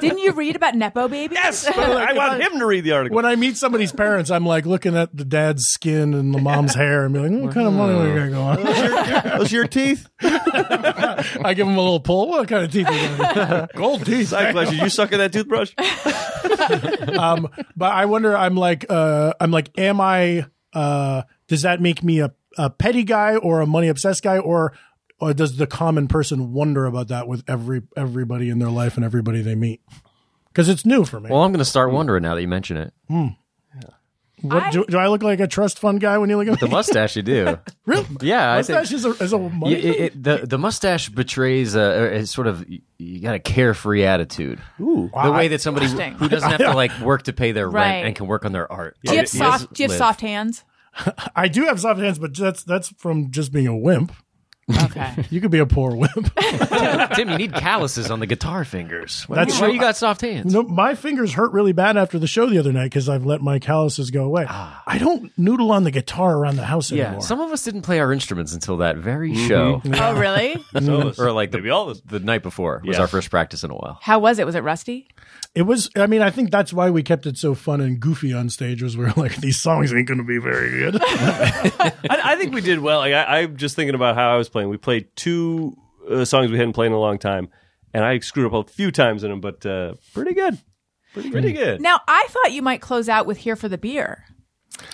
Speaker 3: didn't you read about nepo babies?
Speaker 8: yes. I want him to read the article.
Speaker 5: When I meet somebody's parents, I'm like looking at the dad's skin and the mom's hair and be like, what kind of money we got going on?
Speaker 1: Those are your teeth?
Speaker 5: I give him a little pull. What kind of teeth? You got? Gold teeth.
Speaker 8: Side question, you suck at that toothbrush?
Speaker 5: um, but I wonder. I'm like, uh, I'm like, am I? Uh, does that make me a, a petty guy or a money obsessed guy, or or does the common person wonder about that with every everybody in their life and everybody they meet? Because it's new for me.
Speaker 7: Well, I'm going to start wondering now that you mention it.
Speaker 5: what, do, do I look like a trust fund guy when you look at
Speaker 7: The
Speaker 5: me?
Speaker 7: mustache, you do.
Speaker 5: Really?
Speaker 7: Yeah, I think
Speaker 5: Mustache is a, is a money.
Speaker 7: Yeah, it, it, the the mustache betrays a, a sort of y- you got a carefree attitude. Ooh, the way that somebody
Speaker 3: Interesting.
Speaker 7: who doesn't have to like work to pay their
Speaker 3: Right.
Speaker 7: rent and can work on their art.
Speaker 3: Do you have
Speaker 7: is
Speaker 3: soft? Do you have
Speaker 7: live.
Speaker 3: soft hands?
Speaker 5: I do have soft hands, but that's that's from just being a wimp.
Speaker 3: Okay.
Speaker 5: You could be a poor wimp.
Speaker 7: Tim, you need calluses on the guitar fingers. Why,
Speaker 5: That's
Speaker 7: why
Speaker 5: true.
Speaker 7: you got soft hands?
Speaker 5: no, my fingers hurt really bad after the show the other night because I've let my calluses go away. I don't noodle on the guitar around the house
Speaker 7: Ah. yeah,
Speaker 5: anymore. Mm-hmm.
Speaker 7: some of us didn't play our instruments until that very show,
Speaker 3: oh, really?
Speaker 8: Mm-hmm.
Speaker 7: or like the,
Speaker 8: Maybe all this.
Speaker 7: the night before was
Speaker 8: Yeah.
Speaker 7: our first practice in a while.
Speaker 3: How was it? Was it rusty?
Speaker 5: It was. I mean, I think that's why we kept it so fun and goofy on stage. Was we were like, these songs ain't going to be very good.
Speaker 8: I, I think we did well. Like, I, I'm just thinking about how I was playing. We played two uh, songs we hadn't played in a long time, and I screwed up a few times in them, but uh, pretty good. Pretty, pretty good.
Speaker 3: Now, I thought you might close out with Here for the Beer.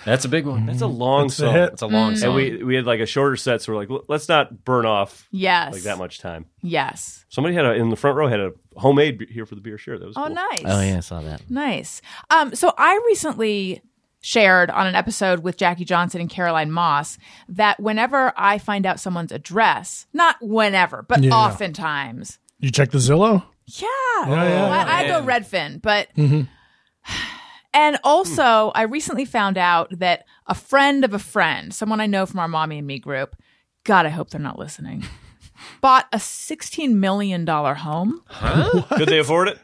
Speaker 7: That's a big one. That's
Speaker 8: It's a long
Speaker 5: a
Speaker 8: song.
Speaker 5: hit.
Speaker 7: It's a long song.
Speaker 8: And we we had like a shorter set, so we're like, "L- let's not burn off
Speaker 3: Yes.
Speaker 8: like that much time.
Speaker 3: Yes.
Speaker 8: Somebody had a in the front row had a homemade be- here for the beer share. That was
Speaker 3: Oh,
Speaker 8: cool.
Speaker 3: nice.
Speaker 4: Oh yeah, I saw that.
Speaker 3: Nice. Um, so I recently shared on an episode with Jackie Johnson and Caroline Moss that whenever I find out someone's address, not whenever, but
Speaker 5: Yeah.
Speaker 3: oftentimes,
Speaker 5: you check the Zillow.
Speaker 3: yeah,
Speaker 5: yeah,
Speaker 3: I, I go Redfin, but. And also, I recently found out that a friend of a friend, someone I know from our mommy and me group, God, I hope they're not listening, bought a $16 million home.
Speaker 8: Could they afford it?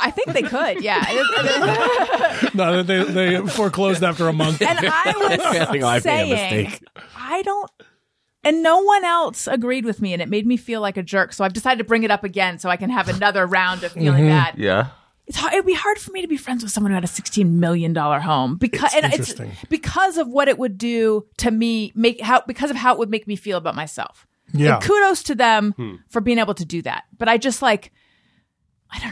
Speaker 3: I think they could, yeah.
Speaker 5: No, they, they foreclosed after a month.
Speaker 3: And I was
Speaker 4: think I made a
Speaker 3: saying,
Speaker 4: mistake.
Speaker 3: I don't. And no one else agreed with me, and it made me feel like a jerk. So I've decided to bring it up again, so I can have another round of feeling bad.
Speaker 7: yeah.
Speaker 3: It's hard, it'd be hard for me to be friends with someone who had a sixteen million dollar home because and it's
Speaker 5: interesting.
Speaker 3: because of what it would do to me. Make how because of how it would make me feel about myself.
Speaker 5: Yeah.
Speaker 3: And kudos to them for being able to do that. But I just like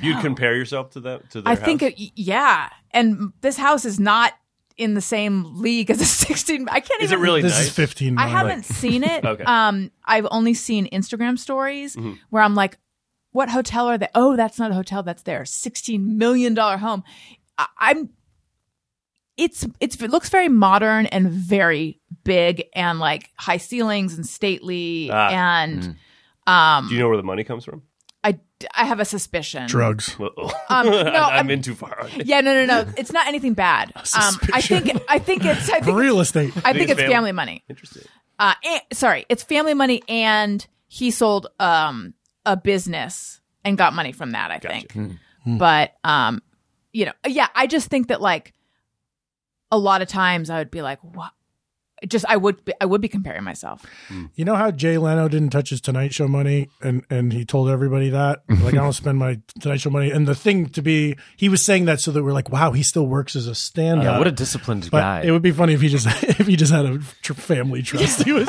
Speaker 8: You'd compare yourself to that to their
Speaker 3: I think
Speaker 8: house?
Speaker 3: it, yeah, and this house is not in the same league as a sixteen. I can't
Speaker 8: Is
Speaker 3: even
Speaker 8: it really
Speaker 5: this
Speaker 8: nice?
Speaker 5: is fifteen.
Speaker 3: I
Speaker 5: million.
Speaker 3: haven't seen it.
Speaker 8: Okay. Mm-hmm.
Speaker 3: Um, I've only seen Instagram stories where I'm like, "What hotel are they? Oh, that's not a hotel. That's their sixteen million dollar home." I- I'm. It's it's it looks very modern and very big and like high ceilings and stately
Speaker 8: Ah.
Speaker 3: and
Speaker 8: Do you know where the money comes from?
Speaker 3: I I have a suspicion.
Speaker 5: drugs.
Speaker 8: Uh-oh.
Speaker 3: Um, no,
Speaker 8: I'm,
Speaker 3: I'm-
Speaker 8: in too far.
Speaker 3: Yeah, no, no, no. It's not anything bad. Um, I think I think it's I think
Speaker 5: Real estate.
Speaker 3: I think it's
Speaker 8: Biggest
Speaker 3: family
Speaker 8: family.
Speaker 3: money.
Speaker 8: Interesting.
Speaker 3: uh and, sorry it's family money and he sold um a business and got money from that i think but um you know yeah i just think that like a lot of times i would be like what just i would be, i would be comparing myself
Speaker 5: You know how Jay Leno didn't touch his Tonight Show money, and and he told everybody that like I don't spend my Tonight Show money. And the thing to be, he was saying that so that we're like, wow, he still works as a stand-up.
Speaker 7: Uh, What a disciplined
Speaker 5: but
Speaker 7: guy.
Speaker 5: it would be funny if he just if he just had a tr- family trust. He was.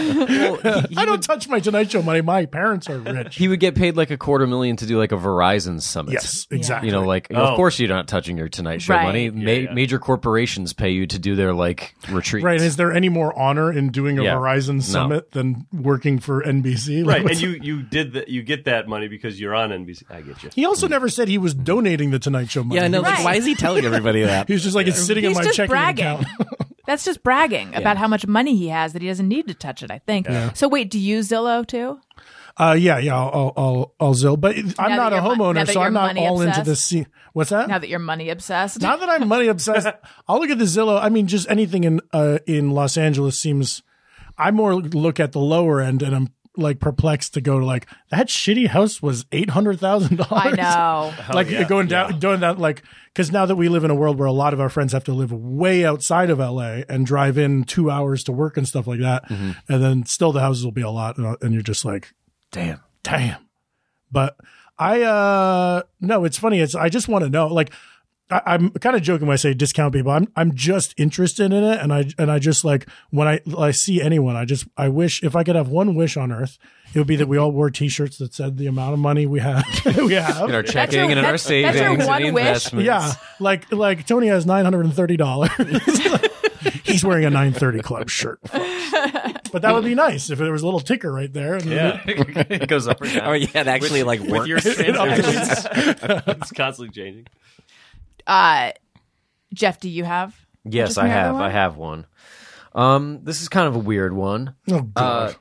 Speaker 5: I don't touch my Tonight Show money. My parents are rich.
Speaker 7: he would get paid like a quarter million to do like a Verizon summit.
Speaker 5: Yes, exactly.
Speaker 7: You know, like
Speaker 8: Oh.
Speaker 7: of course you're not touching your Tonight Show
Speaker 3: Right.
Speaker 7: money. Ma- Major corporations pay you to do their like retreats.
Speaker 5: right? Is there any more honor in doing a
Speaker 7: Yeah.
Speaker 5: Verizon summit than working for NBC? Like,
Speaker 8: Right, and you you did that. You get that money because you're on NBC. I get you.
Speaker 5: He also never said he was donating the Tonight Show money.
Speaker 4: Yeah, I know.
Speaker 3: Right.
Speaker 4: Like, why is he telling everybody that?
Speaker 5: He was just like, it's sitting in
Speaker 3: he's
Speaker 5: my
Speaker 3: just
Speaker 5: checking
Speaker 3: bragging
Speaker 5: account.
Speaker 3: that's just bragging about how much money he has that he doesn't need to touch it i think so wait do you zillow too
Speaker 5: Uh, yeah, yeah, I'll, I'll, I'll, I'll zill. But I'm
Speaker 3: that
Speaker 5: not a
Speaker 3: you're mon- now that
Speaker 5: homeowner, so
Speaker 3: you're
Speaker 5: I'm not
Speaker 3: money
Speaker 5: all into
Speaker 3: obsessed?
Speaker 5: this. scene. What's that?
Speaker 3: now that you're money obsessed
Speaker 5: now that I'm money obsessed, I'll look at the Zillow. I mean, just anything in uh, in Los Angeles seems. I more look at the lower end, and I'm like perplexed to go to like that shitty house was eight hundred thousand
Speaker 3: i
Speaker 5: dollars.
Speaker 3: know
Speaker 5: Like
Speaker 8: yeah,
Speaker 5: going down, doing that, like because now that we live in a world where a lot of our friends have to live way outside of LA and drive in two hours to work and stuff like that,
Speaker 7: Mm-hmm.
Speaker 5: and then still the houses will be a lot, and, and you're just like,
Speaker 7: Damn.
Speaker 5: damn but i uh no it's funny it's i just want to know like I, i'm kind of joking when i say discount people i'm i'm just interested in it and i and i just like when i i see anyone i just i wish if i could have one wish on earth it would be that we all wore t-shirts that said the amount of money we have we
Speaker 7: In
Speaker 5: have
Speaker 7: our checking and in our
Speaker 3: that's- that's your
Speaker 7: savings
Speaker 3: one
Speaker 7: and
Speaker 3: wish?
Speaker 7: investments.
Speaker 5: yeah like like tony has $930 He's wearing a 930 Club shirt. But that would be nice if there was a little ticker right there. and-
Speaker 8: Yeah,
Speaker 7: it goes up or down.
Speaker 4: Oh yeah, it actually like
Speaker 8: with
Speaker 4: worked.
Speaker 8: your transactions, it's constantly changing.
Speaker 3: uh jeff do you have
Speaker 7: Yes,
Speaker 3: Just
Speaker 7: I
Speaker 3: another
Speaker 7: have.
Speaker 3: one?
Speaker 7: I have one. Um, this is kind of a weird one.
Speaker 5: Oh, God.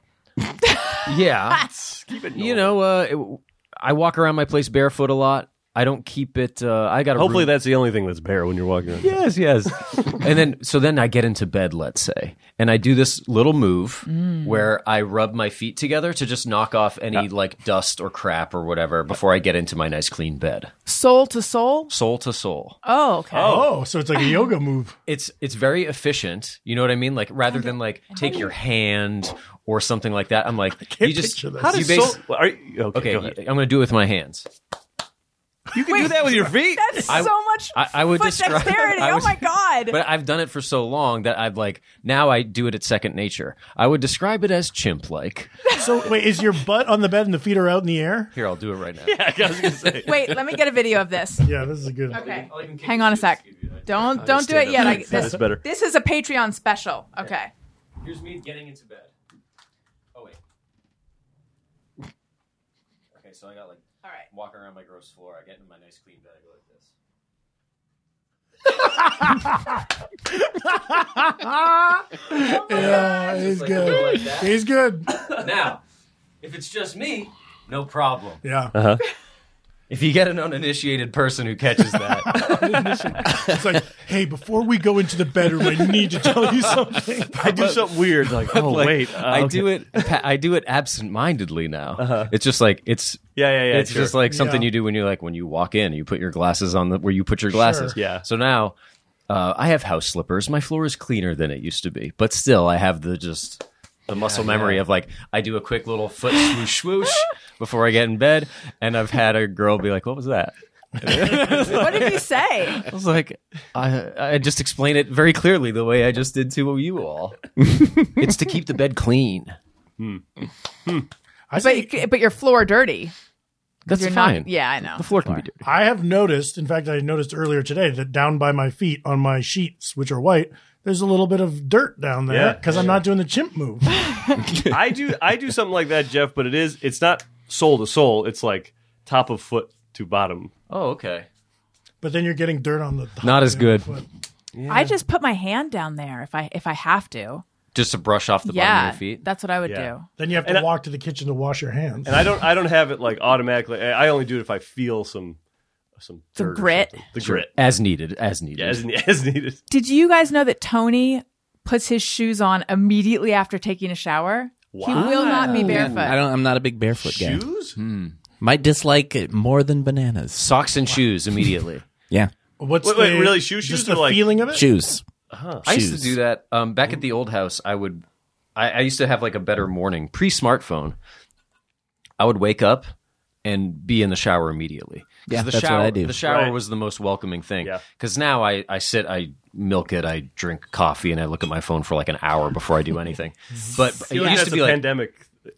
Speaker 7: Yeah,
Speaker 8: Keep it
Speaker 7: you know, uh, it- I walk around my place barefoot a lot, I don't keep it. Uh, I got.
Speaker 8: Hopefully,
Speaker 7: room.
Speaker 8: that's the only thing that's bare when you're walking around.
Speaker 7: Yes, yes. and then, so then I get into bed, let's say, and I do this little move
Speaker 8: Mm.
Speaker 7: where I rub my feet together to just knock off any like dust or crap or whatever before I get into my nice clean bed.
Speaker 3: Soul to soul?
Speaker 7: Soul to soul.
Speaker 3: Oh, okay.
Speaker 5: Oh, so it's like a yoga move.
Speaker 7: It's it's very efficient. You know what I mean? Like rather than like take your hand or something like that. I'm like
Speaker 5: can't
Speaker 7: you just
Speaker 5: picture this.
Speaker 8: How
Speaker 7: you
Speaker 8: does
Speaker 7: bas-
Speaker 8: soul- are you- okay,
Speaker 7: Okay,
Speaker 8: go
Speaker 7: y-
Speaker 8: ahead.
Speaker 7: I'm going to do it with my hands.
Speaker 8: You can do that with your feet.
Speaker 3: That's
Speaker 7: I-
Speaker 3: so much
Speaker 7: I- I would
Speaker 3: foot
Speaker 7: describe-
Speaker 3: dexterity.
Speaker 7: I
Speaker 3: oh
Speaker 7: was-
Speaker 3: my god.
Speaker 7: But I've done it for so long that I've like now I do it at second nature. I would describe it as chimp like.
Speaker 5: So wait, is your butt on the bed and the feet are out in the air?
Speaker 7: Here, I'll do it right now.
Speaker 3: Wait, let me get a video of this.
Speaker 5: Yeah, this is a good.
Speaker 3: Okay. Hang on a sec. Don't don't do it yet. I, this,
Speaker 8: That's better.
Speaker 3: This is a Patreon special. Okay.
Speaker 7: Here's me getting into bed. Oh wait. Okay, so I got like
Speaker 3: All right.
Speaker 7: walking around my gross floor. I get in my nice clean bed. I go like this.
Speaker 5: Yeah, he's good. He's good.
Speaker 7: Now, if it's just me, no problem.
Speaker 5: Yeah,
Speaker 7: If you get an uninitiated person who catches that,
Speaker 5: it's like, hey, before we go into the bedroom, I need to tell you something.
Speaker 8: I do something weird. Like, oh
Speaker 7: like,
Speaker 8: wait, uh,
Speaker 7: I
Speaker 8: okay. Uh-huh.
Speaker 7: do it. I do it absent-mindedly now. It's just like it's
Speaker 8: Yeah, yeah, yeah.
Speaker 7: it's
Speaker 8: sure.
Speaker 7: just like something
Speaker 5: Yeah.
Speaker 7: you do when you're like when you walk in, you put your glasses on the where you put your glasses.
Speaker 8: Yeah.
Speaker 7: So now, uh, I have house slippers. My floor is cleaner than it used to be, but still, I have the just the muscle memory of like I do a quick little foot swoosh swoosh before I get in bed, and I've had a girl be like, "What was that?"
Speaker 3: What did you say?
Speaker 7: I was like, I I just explain it very clearly the way I just did to you all. it's to keep the bed clean.
Speaker 5: I
Speaker 3: But you,
Speaker 5: say,
Speaker 3: c- but your floor dirty.
Speaker 7: That's
Speaker 3: You're
Speaker 7: fine.
Speaker 3: not. Yeah, I know.
Speaker 7: The floor can be dirty.
Speaker 5: I have noticed. In fact, I noticed earlier today that down by my feet on my sheets, which are white, there's a little bit of dirt down there
Speaker 8: Yeah.
Speaker 5: because I'm not doing the chimp move.
Speaker 8: I do I do something like that, Jeff. But it is it's not soul to soul. It's like top of foot to bottom.
Speaker 7: Oh, okay.
Speaker 5: But then you're getting dirt on the
Speaker 7: Not as good.
Speaker 3: I just put my hand down there if I if I have to.
Speaker 7: Just to brush off the bottom
Speaker 3: yeah,
Speaker 7: of your feet.
Speaker 3: that's what I would
Speaker 8: Yeah.
Speaker 3: do.
Speaker 5: Then you have to
Speaker 8: And I-
Speaker 5: walk to the kitchen to wash your hands.
Speaker 8: And I don't I don't have it like automatically. I I only do it if I feel some some
Speaker 3: Some
Speaker 8: dirt or
Speaker 3: grit.
Speaker 8: something. The grit.
Speaker 7: As needed. As needed.
Speaker 8: Yeah, as, as needed.
Speaker 3: Did you guys know that Tony puts his shoes on immediately after taking a shower? He will not be barefoot.
Speaker 4: I don't. I'm not a big barefoot guy.
Speaker 8: Shoes?
Speaker 7: Hmm.
Speaker 4: Might dislike it more than bananas.
Speaker 7: Socks and shoes immediately.
Speaker 4: Yeah,
Speaker 5: What's
Speaker 8: Wait, wait,
Speaker 5: the,
Speaker 8: really? Shoe shoes
Speaker 5: just the
Speaker 8: or, like-
Speaker 5: feeling of it?
Speaker 4: shoes.
Speaker 7: I used to
Speaker 4: Shoes. Mm.
Speaker 7: do that. Um, back at the old house, I would. I, I used to have like a better morning pre smartphone. I would wake up and be in the shower immediately. 'Cause
Speaker 4: Yeah,
Speaker 7: the
Speaker 4: that's what
Speaker 7: shower,
Speaker 4: I do.
Speaker 7: The shower
Speaker 8: Right.
Speaker 7: was the most welcoming thing.
Speaker 8: Yeah.
Speaker 7: Because now I, I sit, I milk it, I drink coffee, and I look at my phone for like an hour before I do anything. But it
Speaker 8: I feel like
Speaker 7: used
Speaker 8: that's
Speaker 7: to be
Speaker 8: a
Speaker 7: like
Speaker 8: pandemic.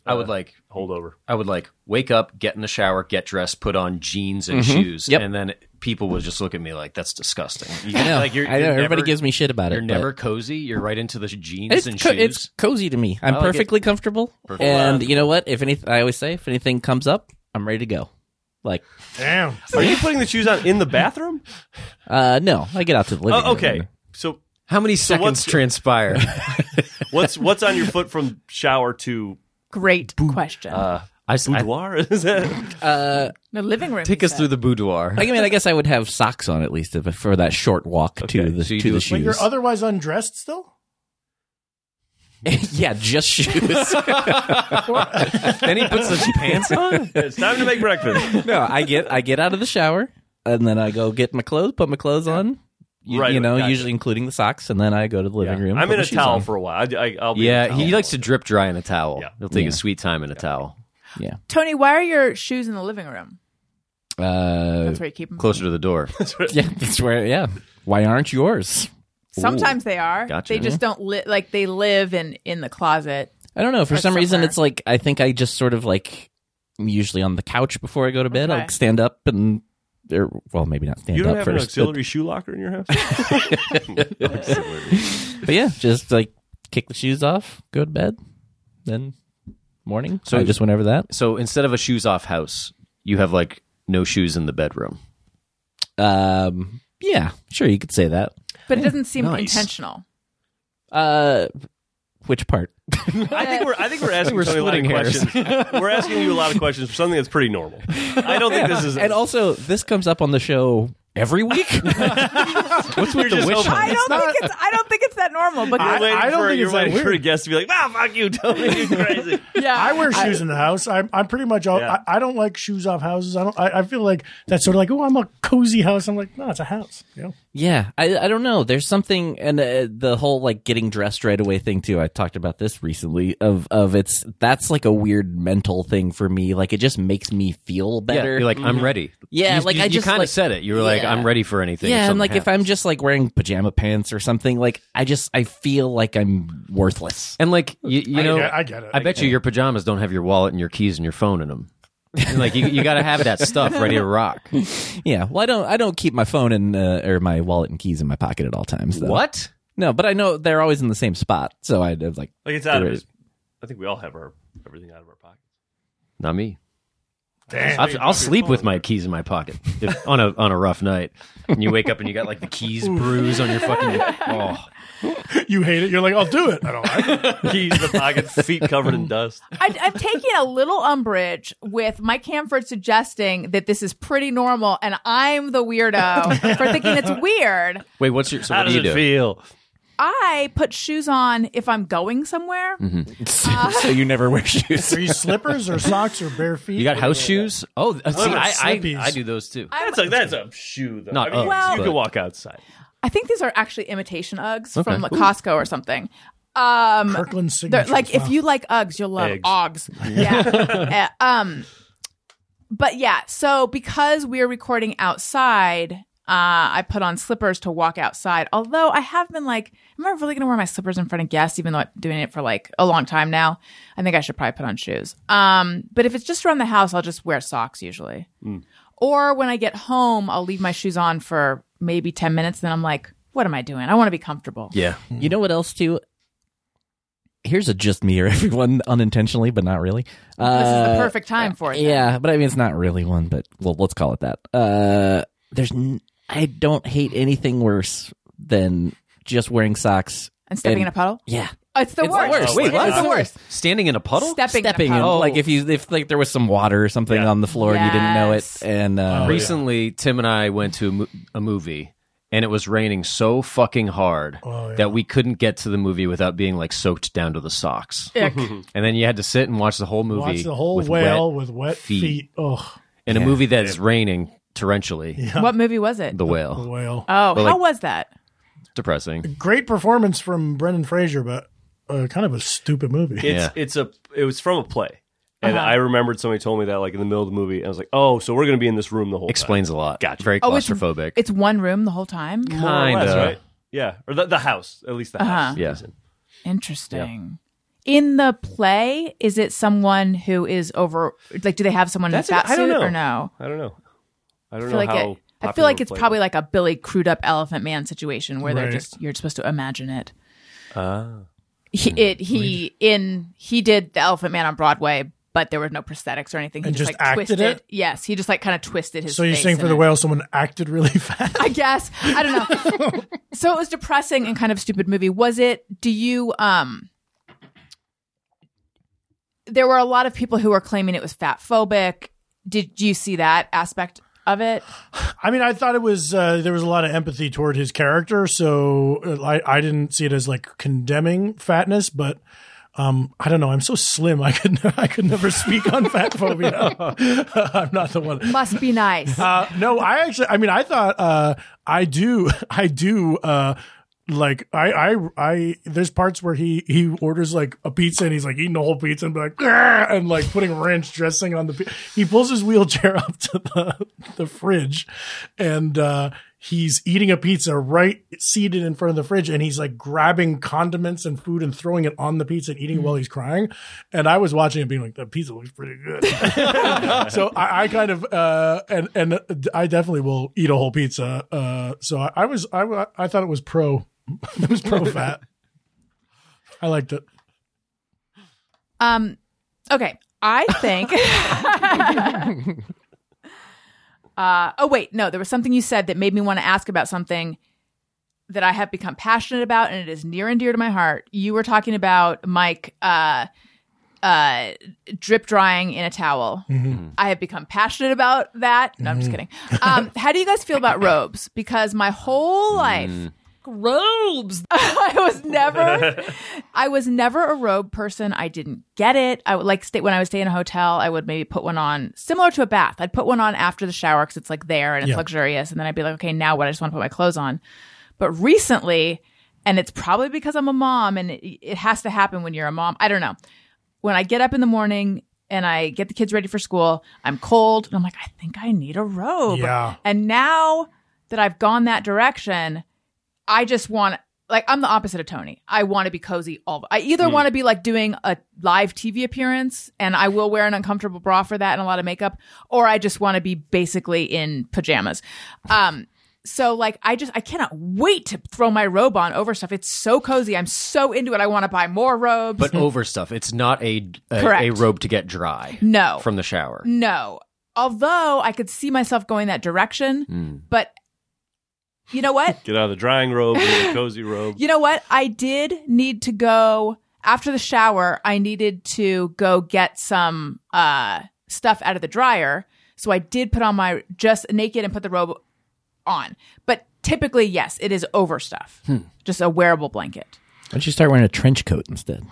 Speaker 7: I would like
Speaker 8: holdover.
Speaker 7: I would like wake up, get in the shower, get dressed, put on jeans and shoes,
Speaker 4: Mm-hmm. Yep.
Speaker 7: and then people would just look at me like that's disgusting. You-
Speaker 4: I know.
Speaker 7: like you're,
Speaker 4: I know.
Speaker 7: you're
Speaker 4: Everybody
Speaker 7: never-
Speaker 4: gives me shit about it.
Speaker 7: You're
Speaker 4: but
Speaker 7: never cozy. You're right into the jeans
Speaker 4: It's,
Speaker 7: and
Speaker 4: co-
Speaker 7: shoes.
Speaker 4: it's cozy to me. I'm
Speaker 7: like it.
Speaker 4: perfectly comfortable.
Speaker 7: Perfect.
Speaker 4: And you know what? If anything, I always say, if anything comes up, I'm ready to go. Like,
Speaker 5: Damn.
Speaker 8: Are you putting the shoes on in the bathroom?
Speaker 4: uh, no, I get out to the living
Speaker 8: Oh,
Speaker 4: room.
Speaker 8: okay. So
Speaker 7: How many
Speaker 8: what's-
Speaker 7: seconds transpire?
Speaker 8: what's what's on your foot from shower to
Speaker 3: Great question.
Speaker 7: I, s- I
Speaker 8: boudoir? Is that
Speaker 3: the living room.
Speaker 7: take
Speaker 3: you
Speaker 7: us
Speaker 3: said.
Speaker 7: through the boudoir.
Speaker 4: I mean, I guess I would have socks on at least if, for that short walk to
Speaker 8: Okay,
Speaker 4: the
Speaker 7: so you
Speaker 4: to
Speaker 7: do
Speaker 4: the
Speaker 7: it-
Speaker 5: But you're
Speaker 4: shoes.
Speaker 5: otherwise undressed still?
Speaker 4: yeah, just shoes.
Speaker 7: then he puts his pants on.
Speaker 8: it's time to make breakfast.
Speaker 4: no, I get I get out of the shower and then I go get my clothes, put my clothes on. You,
Speaker 8: Right
Speaker 4: you
Speaker 8: away,
Speaker 4: know,
Speaker 8: gotcha.
Speaker 4: usually including the socks, and then I go to the living room.
Speaker 8: I'm
Speaker 4: put
Speaker 8: in
Speaker 4: my
Speaker 8: a
Speaker 4: shoes
Speaker 8: towel
Speaker 4: on.
Speaker 8: for a while. I, I, I'll be in a
Speaker 7: Yeah,
Speaker 8: towel.
Speaker 7: he likes to drip dry in a towel.
Speaker 8: Yeah.
Speaker 7: He'll take
Speaker 4: Yeah.
Speaker 7: his sweet time in a towel,
Speaker 3: Tony, why are your shoes in the living room?
Speaker 4: Uh,
Speaker 3: That's where you keep them.
Speaker 7: closer to the door.
Speaker 4: yeah, that's where. Yeah, why aren't yours?
Speaker 3: Sometimes they are.
Speaker 7: Gotcha.
Speaker 3: They just don't li- like they live in in the closet.
Speaker 4: I don't know. For
Speaker 3: Or
Speaker 4: some reason,
Speaker 3: somewhere.
Speaker 4: it's like I think I just sort of like I'm usually on the couch before I go to bed.
Speaker 3: Okay.
Speaker 4: I'll stand up and or, well, maybe not stand
Speaker 8: You don't
Speaker 4: up
Speaker 8: have an
Speaker 4: first, but,
Speaker 8: auxiliary shoe locker in your house?
Speaker 4: but yeah, just like kick the shoes off, go to bed, then morning. So
Speaker 7: So-
Speaker 4: I just went over that.
Speaker 7: So instead of a shoes off house, you have like no shoes in the bedroom.
Speaker 4: Um, yeah, sure, you could say that.
Speaker 3: But it doesn't seem
Speaker 7: Nice.
Speaker 3: intentional.
Speaker 4: Uh, Which part?
Speaker 8: I think we're I think we're asking
Speaker 7: we're
Speaker 8: Tony a lot
Speaker 7: splitting
Speaker 8: of
Speaker 7: hairs.
Speaker 8: questions. we're asking you a lot of questions for something that's pretty normal. I don't think this is.
Speaker 4: And also, this comes up on the show every week.
Speaker 7: What's with
Speaker 8: You're
Speaker 7: the
Speaker 8: just
Speaker 7: wish?
Speaker 8: hoping.
Speaker 3: I don't think it's I don't think it's that normal
Speaker 8: you're
Speaker 3: because
Speaker 8: waiting
Speaker 5: I don't
Speaker 8: for,
Speaker 5: think
Speaker 8: you're
Speaker 5: it's that
Speaker 8: waiting for a
Speaker 5: weird.
Speaker 8: guest to be like, "Ah, fuck you, Tony, you crazy."
Speaker 3: yeah,
Speaker 5: I wear shoes in the house. I'm, I'm pretty much all.
Speaker 8: Yeah.
Speaker 5: I, I don't like shoes off houses. I don't. I, I feel like that's sort of like, oh, I'm a cozy house. I'm like, no, it's a house. You know?
Speaker 4: yeah, I, I don't know. There's something, and uh, the whole like getting dressed right away thing too. I talked about this recently. Of of it's that's like a weird mental thing for me. Like it just makes me feel
Speaker 7: Yeah,
Speaker 4: better. Mm-hmm.
Speaker 7: you're like, I'm ready.
Speaker 4: Yeah,
Speaker 7: You-
Speaker 4: like,
Speaker 7: you,
Speaker 4: I
Speaker 7: you
Speaker 4: just,
Speaker 7: kind of
Speaker 4: like-
Speaker 7: said it. You were like,
Speaker 4: Yeah.
Speaker 7: I'm ready for anything.
Speaker 4: yeah, and
Speaker 7: something
Speaker 4: like if
Speaker 7: happens.
Speaker 4: I'm just like wearing pajama pants or something, like I just I feel like I'm worthless.
Speaker 7: and like you, you
Speaker 5: I
Speaker 7: know,
Speaker 5: get- I get it.
Speaker 7: I bet you your pajamas don't have your wallet and your keys and your phone in them. And like you, you got to have that stuff ready to rock.
Speaker 4: Yeah, well, I don't I don't keep my phone and uh, or my wallet and keys in my pocket at all times. Though.
Speaker 7: What?
Speaker 4: No, but I know they're always in the same spot, so I'd have like
Speaker 8: Like it's out of
Speaker 4: There is-
Speaker 8: his. I think we all have our everything out of our pockets.
Speaker 7: Not me.
Speaker 5: Damn.
Speaker 7: I'll, I'll sleep with my keys in my pocket if, on a on a rough night. And you wake up and you got like the keys bruise on your fucking. Oh,
Speaker 5: you hate it. You're like, I'll do it. I don't like it.
Speaker 8: Keys in the pockets, feet covered in dust.
Speaker 3: I, I'm taking a little umbrage with Mike Camford suggesting that this is pretty normal, and I'm the weirdo for thinking it's weird.
Speaker 7: wait, what's your? So
Speaker 8: How
Speaker 7: what do
Speaker 8: does
Speaker 7: you do?
Speaker 8: it feel?
Speaker 3: I put shoes on if I'm going somewhere.
Speaker 4: so you never wear shoes.
Speaker 5: Are you slippers or socks or bare feet?
Speaker 7: You got house shoes? Oh, th- see,
Speaker 5: they're
Speaker 7: I, I,
Speaker 5: slippies.
Speaker 7: I do those too.
Speaker 8: That's a, that's a shoe though.
Speaker 7: Not
Speaker 8: I mean,
Speaker 7: Uggs,
Speaker 8: you
Speaker 7: but-
Speaker 8: can walk outside.
Speaker 3: I think these are actually imitation Uggs
Speaker 7: Okay.
Speaker 3: from like, Costco or something. Um,
Speaker 5: Kirkland
Speaker 3: they're-
Speaker 5: signature.
Speaker 3: like if you like Uggs, you'll love
Speaker 8: Eggs.
Speaker 3: Uggs. Yeah. Uh, um, but yeah, so because we're recording outside, uh, I put on slippers to walk outside. Although I have been like, am I really going to wear my slippers in front of guests? Even though I'm doing it for like a long time now, I think I should probably put on shoes. Um, but if it's just around the house, I'll just wear socks usually.
Speaker 4: Mm.
Speaker 3: Or when I get home, I'll leave my shoes on for maybe ten minutes. Then I'm like, what am I doing? I want to be comfortable.
Speaker 7: Yeah,
Speaker 4: You know what else too? Here's a just me or everyone unintentionally, but not really.
Speaker 3: This is the
Speaker 4: Uh,
Speaker 3: perfect time for it. then.
Speaker 4: Yeah, but I mean it's not really one, but well, let's call it that. Uh, there's n- I don't hate anything worse than just wearing socks.
Speaker 3: And stepping
Speaker 4: And-
Speaker 3: in a puddle.
Speaker 4: Yeah,
Speaker 3: It's the
Speaker 4: It's the
Speaker 3: worst.
Speaker 7: Oh,
Speaker 4: worst. Wait,
Speaker 3: It's
Speaker 4: what?
Speaker 3: the worst.
Speaker 7: standing in a puddle.
Speaker 3: Stepping,
Speaker 4: stepping
Speaker 3: in
Speaker 4: in,
Speaker 3: a puddle.
Speaker 4: like if you if like there was some water or something
Speaker 8: Yeah.
Speaker 4: on the floor and you didn't know it,
Speaker 3: Yes.
Speaker 4: and uh,
Speaker 7: Oh, Recently, Tim and I went to a, mo- a movie, and it was raining so fucking hard
Speaker 5: Oh,
Speaker 7: that we couldn't get to the movie without being like soaked down to the socks.
Speaker 3: Ick.
Speaker 7: And then you had to sit and watch the whole movie.
Speaker 5: watch the whole
Speaker 7: with
Speaker 5: whale
Speaker 7: wet
Speaker 5: with wet
Speaker 7: feet.
Speaker 5: feet. Oh,
Speaker 7: in a movie that's raining torrentially.
Speaker 3: what movie was it?
Speaker 7: The
Speaker 5: the
Speaker 7: whale,
Speaker 5: whale.
Speaker 3: oh,
Speaker 7: Well,
Speaker 3: how
Speaker 7: like-
Speaker 3: was that?
Speaker 7: depressing.
Speaker 5: Great performance from Brendan Fraser, but uh, kind of a stupid movie.
Speaker 8: It's
Speaker 7: Yeah. Uh-huh.
Speaker 8: it's a it was from a play, and I remembered somebody told me that like in the middle of the movie, and I was like, oh, so we're gonna be in this room the whole
Speaker 7: Explains a lot.
Speaker 8: Gotcha.
Speaker 7: Very
Speaker 3: Oh, it's-
Speaker 7: claustrophobic.
Speaker 3: It's one room the whole time.
Speaker 8: time. More or
Speaker 7: kinda.
Speaker 8: less, right? Yeah, or the, the house, at least the
Speaker 3: Uh-huh.
Speaker 8: house.
Speaker 7: Yeah.
Speaker 8: is in.
Speaker 3: Interesting. In the play, is it someone who is over? Like, do they have someone
Speaker 8: That's
Speaker 3: in a fat
Speaker 8: I don't
Speaker 3: suit
Speaker 8: know.
Speaker 3: or no?
Speaker 8: I don't know. I don't
Speaker 3: I
Speaker 8: know
Speaker 3: feel like
Speaker 8: how.
Speaker 3: it. I feel like
Speaker 8: popular
Speaker 3: it's
Speaker 8: play
Speaker 3: probably
Speaker 8: was.
Speaker 3: like a Billy crude up Elephant Man situation where they're
Speaker 5: Right.
Speaker 3: just you're supposed to imagine it. He, it he in he did the Elephant Man on Broadway, but there was no prosthetics or anything. He
Speaker 5: And
Speaker 3: just,
Speaker 5: just
Speaker 3: like
Speaker 5: acted
Speaker 3: twisted.
Speaker 5: it?
Speaker 3: Yes, he just like kind of twisted his.
Speaker 5: So you're
Speaker 3: face
Speaker 5: saying
Speaker 3: in
Speaker 5: for the
Speaker 3: it.
Speaker 5: whale, someone acted really fat?
Speaker 3: I guess. I don't know. so it was depressing and kind of stupid movie. Was it do you um there were a lot of people who were claiming it was fat phobic. Did you see that aspect of it?
Speaker 5: I mean, I thought it was uh, there was a lot of empathy toward his character, so uh, I, I didn't see it as like condemning fatness, but. Um, I don't know. I'm so slim. I could I could never speak on fat phobia. I'm not the one.
Speaker 3: Must be nice.
Speaker 5: Uh, no, I actually. I mean, I thought uh, I do. I do. Uh, like I, I, I. There's parts where he he orders like a pizza and he's like eating the whole pizza and be like "Grr," and like putting ranch dressing on the. pi- He pulls his wheelchair up to the the fridge, and. uh He's eating a pizza right seated in front of the fridge and he's like grabbing condiments and food and throwing it on the pizza and eating it while he's crying. And I was watching it being like, that pizza looks pretty good. so I, I kind of uh, and and I definitely will eat a whole pizza. Uh, so I, I was I wa- I thought it was pro. it was pro fat. I liked it.
Speaker 3: Um, okay, I think. uh, oh wait, no, there was something you said that made me want to ask about something that I have become passionate about, and it is near and dear to my heart. You were talking about Mike uh, uh, drip drying in a towel. I have become passionate about that. No, I'm just kidding. Um, how do you guys feel about robes? Because my whole life. Robes. I was never, I was never a robe person. I didn't get it. I would like stay when I would stay in a hotel. I would maybe put one on, similar to a bath. I'd put one on after the shower because it's like there and it's
Speaker 5: Yeah.
Speaker 3: luxurious. And then I'd be like, okay, now what? I just want to put my clothes on. But recently, and it's probably because I'm a mom, and it, it has to happen when you're a mom. I don't know when I get up in the morning and I get the kids ready for school, I'm cold and I'm like, I think I need a robe.
Speaker 5: Yeah.
Speaker 3: And now that I've gone that direction, I just want like I'm the opposite of Tony. I want to be cozy all I either want to be like doing a live TV appearance and I will wear an uncomfortable bra for that and a lot of makeup or I just want to be basically in pajamas. Um so like I just I cannot wait to throw my robe on over stuff. It's so cozy. I'm so into it. I want to buy more robes.
Speaker 7: But over stuff. It's not a a, a
Speaker 3: Mm-hmm. Correct.
Speaker 7: robe to get dry
Speaker 3: no.
Speaker 7: from the shower.
Speaker 3: No. Although I could see myself going that direction, but you know what?
Speaker 8: Get out of the drying robe, get in a cozy robe.
Speaker 3: you know what? I did need to go after the shower. I needed to go get some uh, stuff out of the dryer, so I did put on my just naked and put the robe on. But typically, yes, it is over stuff, just a wearable blanket.
Speaker 4: Why don't you start wearing a trench coat instead?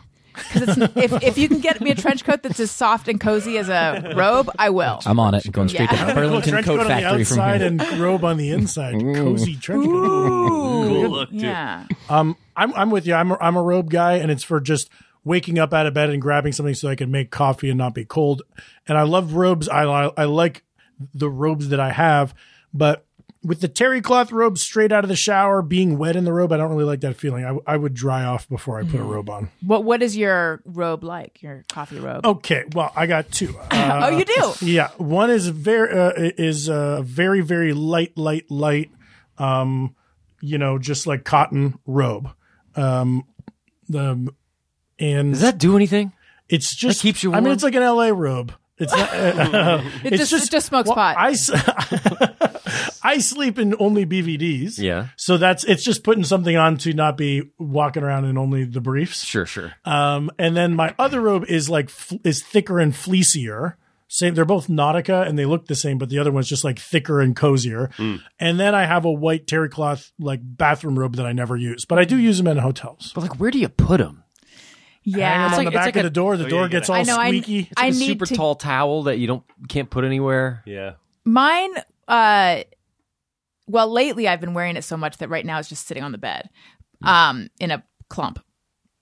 Speaker 3: Because if if you can get me a trench coat that's as soft and cozy as a robe, I will.
Speaker 4: I'm on it. I'm going straight
Speaker 3: Yeah.
Speaker 4: to Burlington
Speaker 5: trench coat
Speaker 4: Coat
Speaker 5: on the
Speaker 4: Factory from here.
Speaker 5: outside and robe on the inside. Cozy trench coat.
Speaker 3: Ooh,
Speaker 8: look, dude.
Speaker 3: yeah.
Speaker 5: Um, I'm I'm with you. I'm a, I'm a robe guy, and it's for just waking up out of bed and grabbing something so I can make coffee and not be cold. And I love robes. I li- I like the robes that I have, but with the terry cloth robe straight out of the shower, being wet in the robe, I don't really like that feeling. I, w- I would dry off before I put a robe on.
Speaker 3: What what is your robe like? Your coffee robe?
Speaker 5: Okay, well I got two. Uh,
Speaker 3: Oh, you do.
Speaker 5: Yeah, one is very uh, is uh, very very light, light, light. Um, you know, just like cotton robe. Um, the and
Speaker 7: Does that do anything?
Speaker 5: it's just
Speaker 7: keeps you
Speaker 5: I mean,
Speaker 7: warm?
Speaker 5: it's like an LA robe. It's not, uh,
Speaker 3: It just, it just smokes
Speaker 5: well,
Speaker 3: pot.
Speaker 5: I, s- I sleep in only BVDs.
Speaker 7: Yeah.
Speaker 5: So that's it's just putting something on to not be walking around in only the briefs.
Speaker 7: Sure, sure.
Speaker 5: Um, and then my other robe is like fl- is thicker and fleecier. Same, they're both Nautica and they look the same, but the other one's just like thicker and cozier.
Speaker 8: Hmm.
Speaker 5: And then I have a white terry cloth like bathroom robe that I never use, but I do use them in hotels.
Speaker 7: But like, where do you put them?
Speaker 5: Hang 'em
Speaker 3: yeah,
Speaker 5: on the
Speaker 7: it's
Speaker 5: back
Speaker 7: like
Speaker 5: of
Speaker 7: a-
Speaker 5: the
Speaker 8: Oh,
Speaker 5: door. The door gets all
Speaker 3: I know. I,
Speaker 5: squeaky.
Speaker 3: I
Speaker 7: Like a
Speaker 3: need
Speaker 7: super
Speaker 3: to.
Speaker 7: tall towel that you don't can't put anywhere.
Speaker 8: Yeah.
Speaker 3: Mine. Uh, well, lately I've been wearing it so much that right now it's just sitting on the bed, um, in a clump.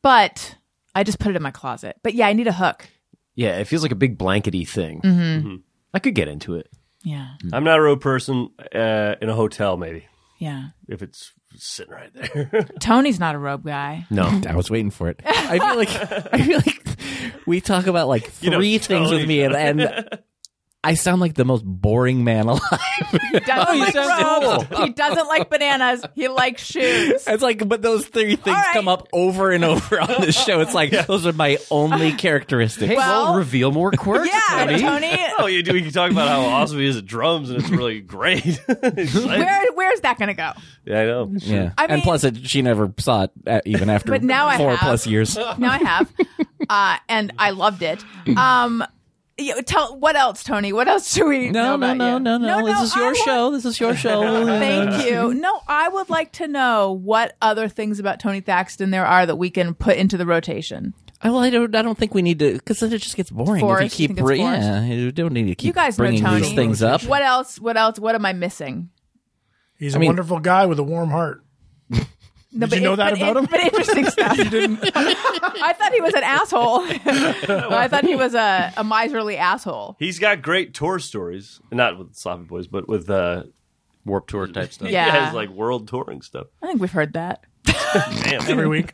Speaker 3: But I just put it in my closet. But yeah, I need a hook.
Speaker 7: Yeah, it feels like a big blankety thing.
Speaker 3: Mm-hmm.
Speaker 7: I could get into it.
Speaker 3: Yeah,
Speaker 5: Hmm.
Speaker 8: I'm not a robe person uh, in a hotel, maybe,
Speaker 3: yeah.
Speaker 8: if it's sitting right there.
Speaker 3: Tony's not a robe guy.
Speaker 7: No,
Speaker 4: I was waiting for it. I feel like I feel like we talk about like three
Speaker 8: You know,
Speaker 4: things with me, and, and I sound like the most boring man alive.
Speaker 3: He doesn't
Speaker 5: Oh,
Speaker 7: you
Speaker 3: like
Speaker 7: sound
Speaker 3: robes. He doesn't like bananas. He likes shoes.
Speaker 4: It's like, but those three things
Speaker 3: right.
Speaker 4: come up over and over on this show. It's like those are my only characteristics.
Speaker 7: Hey, well,
Speaker 3: Well-
Speaker 7: reveal more quirks.
Speaker 3: Yeah,
Speaker 7: Tony.
Speaker 3: Tony.
Speaker 8: oh, you do. You can talk about how awesome he is at drums, and it's really great. yeah,
Speaker 3: Where where's that gonna go?
Speaker 8: I know.
Speaker 4: Yeah,
Speaker 3: I mean-
Speaker 4: and plus, it, she never saw it uh, even after
Speaker 3: But now I
Speaker 4: four
Speaker 3: have.
Speaker 4: plus years.
Speaker 3: Now I have, uh, and I loved it. Um, you, tell what else, Tony? What else should we? know
Speaker 4: No, no,
Speaker 3: about
Speaker 4: no,
Speaker 3: you?
Speaker 4: no, no, This is
Speaker 3: I
Speaker 4: your
Speaker 3: want-
Speaker 4: show. This is your show.
Speaker 3: Thank you. No, I would like to know what other things about Tony Thaxton there are that we can put into the rotation.
Speaker 4: I, well, I don't. I don't think we need to because then it just gets boring.
Speaker 3: Forced,
Speaker 4: if
Speaker 3: you
Speaker 4: you keep,
Speaker 3: think it's forced?
Speaker 4: yeah, you don't need to keep
Speaker 3: You guys know
Speaker 4: bringing
Speaker 3: Tony.
Speaker 4: these things up.
Speaker 3: What else? What else? What am I missing?
Speaker 5: He's a
Speaker 4: I mean-
Speaker 5: wonderful guy with a warm heart.
Speaker 3: No,
Speaker 5: Did you know that
Speaker 3: but
Speaker 5: about him?
Speaker 3: But interesting stuff. I thought he was an asshole. I thought he was a, a miserly asshole.
Speaker 8: He's got great tour stories, not with Sloppy Boys, but with uh,
Speaker 7: Warp tour type stuff.
Speaker 3: Yeah.
Speaker 8: his like world touring stuff.
Speaker 3: I think we've heard that.
Speaker 8: Damn.
Speaker 5: Every week,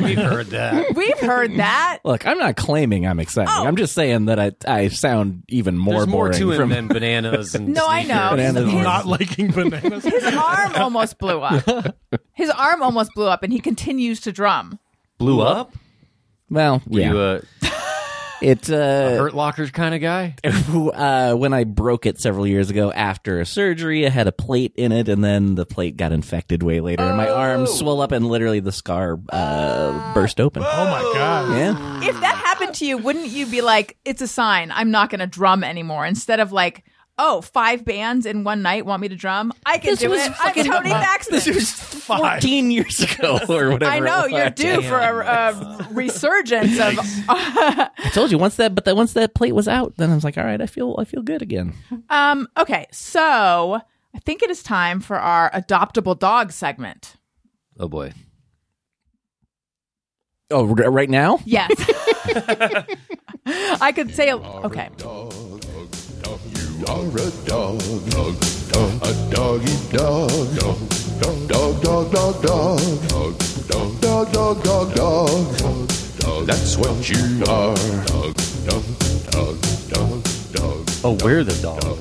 Speaker 7: we've heard that.
Speaker 3: We've heard that.
Speaker 4: Look, I'm not claiming I'm exciting.
Speaker 3: Oh.
Speaker 4: I'm just saying that I I sound even more
Speaker 7: There's more
Speaker 4: boring
Speaker 7: to it
Speaker 4: from
Speaker 7: than bananas and
Speaker 3: No, I know.
Speaker 4: Bananas
Speaker 3: His-
Speaker 4: and
Speaker 5: not liking bananas.
Speaker 3: His arm almost blew up. His arm almost blew up, and he continues to drum.
Speaker 7: Blew up.
Speaker 4: Well, yeah.
Speaker 7: You, uh,
Speaker 4: It uh,
Speaker 7: Hurt Locker kind of guy.
Speaker 4: uh, when I broke it several years ago after a surgery, I had a plate in it, and then the plate got infected way later, and my
Speaker 3: Oh.
Speaker 4: arm swelled up, and literally the scar uh, burst open.
Speaker 5: Oh my god.
Speaker 4: Yeah,
Speaker 3: If that happened to you, wouldn't you be like, it's a sign, I'm not going to drum anymore? Instead of like, oh, five bands in one night want me to drum? I can
Speaker 4: This
Speaker 3: do
Speaker 4: was
Speaker 3: it.
Speaker 4: fucking-
Speaker 3: I'm Tony Baxter.
Speaker 4: this was fourteen years ago or whatever.
Speaker 3: I know,
Speaker 4: it
Speaker 3: you're
Speaker 4: was.
Speaker 3: due for a, a resurgence of.
Speaker 4: I told you once that, but that once that plate was out, then I was like, all right, I feel I feel good again.
Speaker 3: um, okay, so I think it is time for our adoptable dog segment.
Speaker 7: Oh boy.
Speaker 4: Oh, r- right now.
Speaker 3: Yes. I could say, okay.
Speaker 9: You are a dog, dog, dog, a doggy dog, dog, dog, dog, dog, dog, dog, dog, dog, dog, dog, dog, dog, dog, dog. That's what you are, dog, dog, dog, dog, dog,
Speaker 7: Oh, we're the dog.
Speaker 9: dog.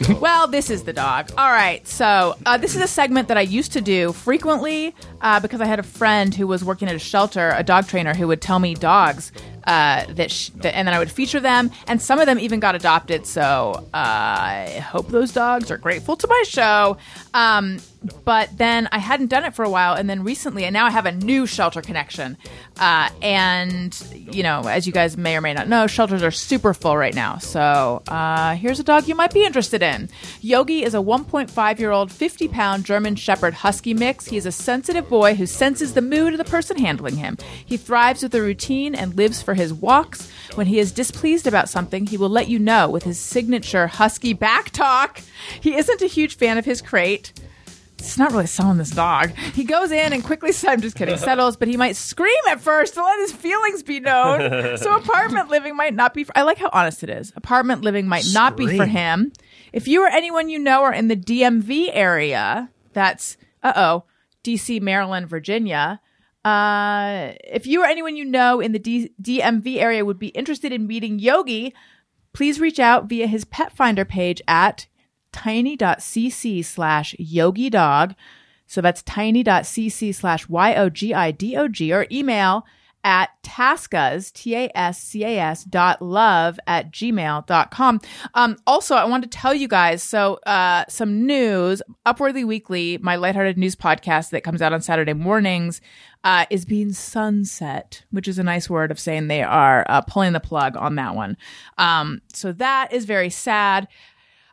Speaker 3: Well, this is the dog. All right. So, uh, this is a segment that I used to do frequently uh, because I had a friend who was working at a shelter, a dog trainer, who would tell me dogs uh, that, sh- that, and then I would feature them. And some of them even got adopted. So, uh, I hope those dogs are grateful to my show. Um, but then I hadn't done it for a while. And then recently, and now I have a new shelter connection. Uh, and, you know, as you guys may or may not know, shelters are super full right now. So uh, here's a dog you might be interested in. Yogi is a 1.5 year old, 50 pound German Shepherd Husky mix. He is a sensitive boy who senses the mood of the person handling him. He thrives with a routine and lives for his walks. When he is displeased about something, he will let you know with his signature Husky back talk. He isn't a huge fan of his crate. It's not really selling this dog. He goes in and quickly, I'm just kidding, settles, but he might scream at first to let his feelings be known. So apartment living might not be, for, I like how honest it is. Apartment living might not be for
Speaker 5: Scream.
Speaker 3: him. If you or anyone you know are in the DMV area, that's, uh oh, DC, Maryland, Virginia. Uh, if you or anyone you know in the D- DMV area would be interested in meeting Yogi, please reach out via his pet finder page at tiny.cc slash yogi dog. So that's tiny.cc slash Y O G I D O G or email at tascas, T A S C A S dot love at gmail.com. Um, also, I wanted to tell you guys so uh, some news Upwardly Weekly, my lighthearted news podcast that comes out on Saturday mornings, uh, is being sunset, which is a nice word of saying they are uh, pulling the plug on that one. Um, so that is very sad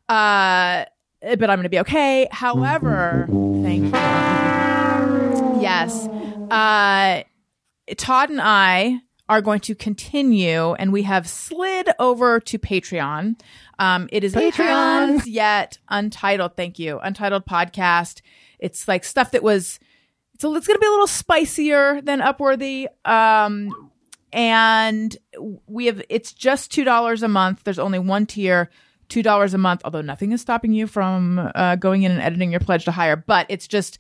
Speaker 3: uh, but I'm going to be okay. However, thank you. Yes. Uh, Todd and I are going to continue, and we have slid over to Patreon. Um, it is Patreon yet untitled. Thank you, untitled podcast. It's like stuff that was. It's a, it's going to be a little spicier than Upworthy. Um, and we have it's just two dollars a month there's only one tier two dollars a month although nothing is stopping you from uh, going in and editing your pledge to hire but it's just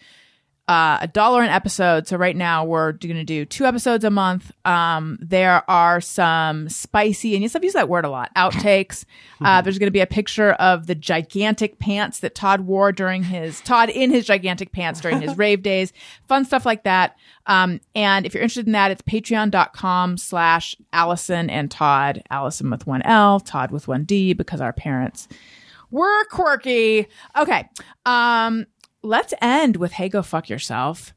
Speaker 3: uh, a dollar an episode so right now we're going to do two episodes a month um, there are some spicy and yes i've used that word a lot outtakes uh, there's going to be a picture of the gigantic pants that todd wore during his todd in his gigantic pants during his rave days fun stuff like that um, and if you're interested in that, it's patreon.com slash Allison and Todd. Allison with one L, Todd with one D, because our parents were quirky. Okay. Um, let's end with Hey, go fuck yourself.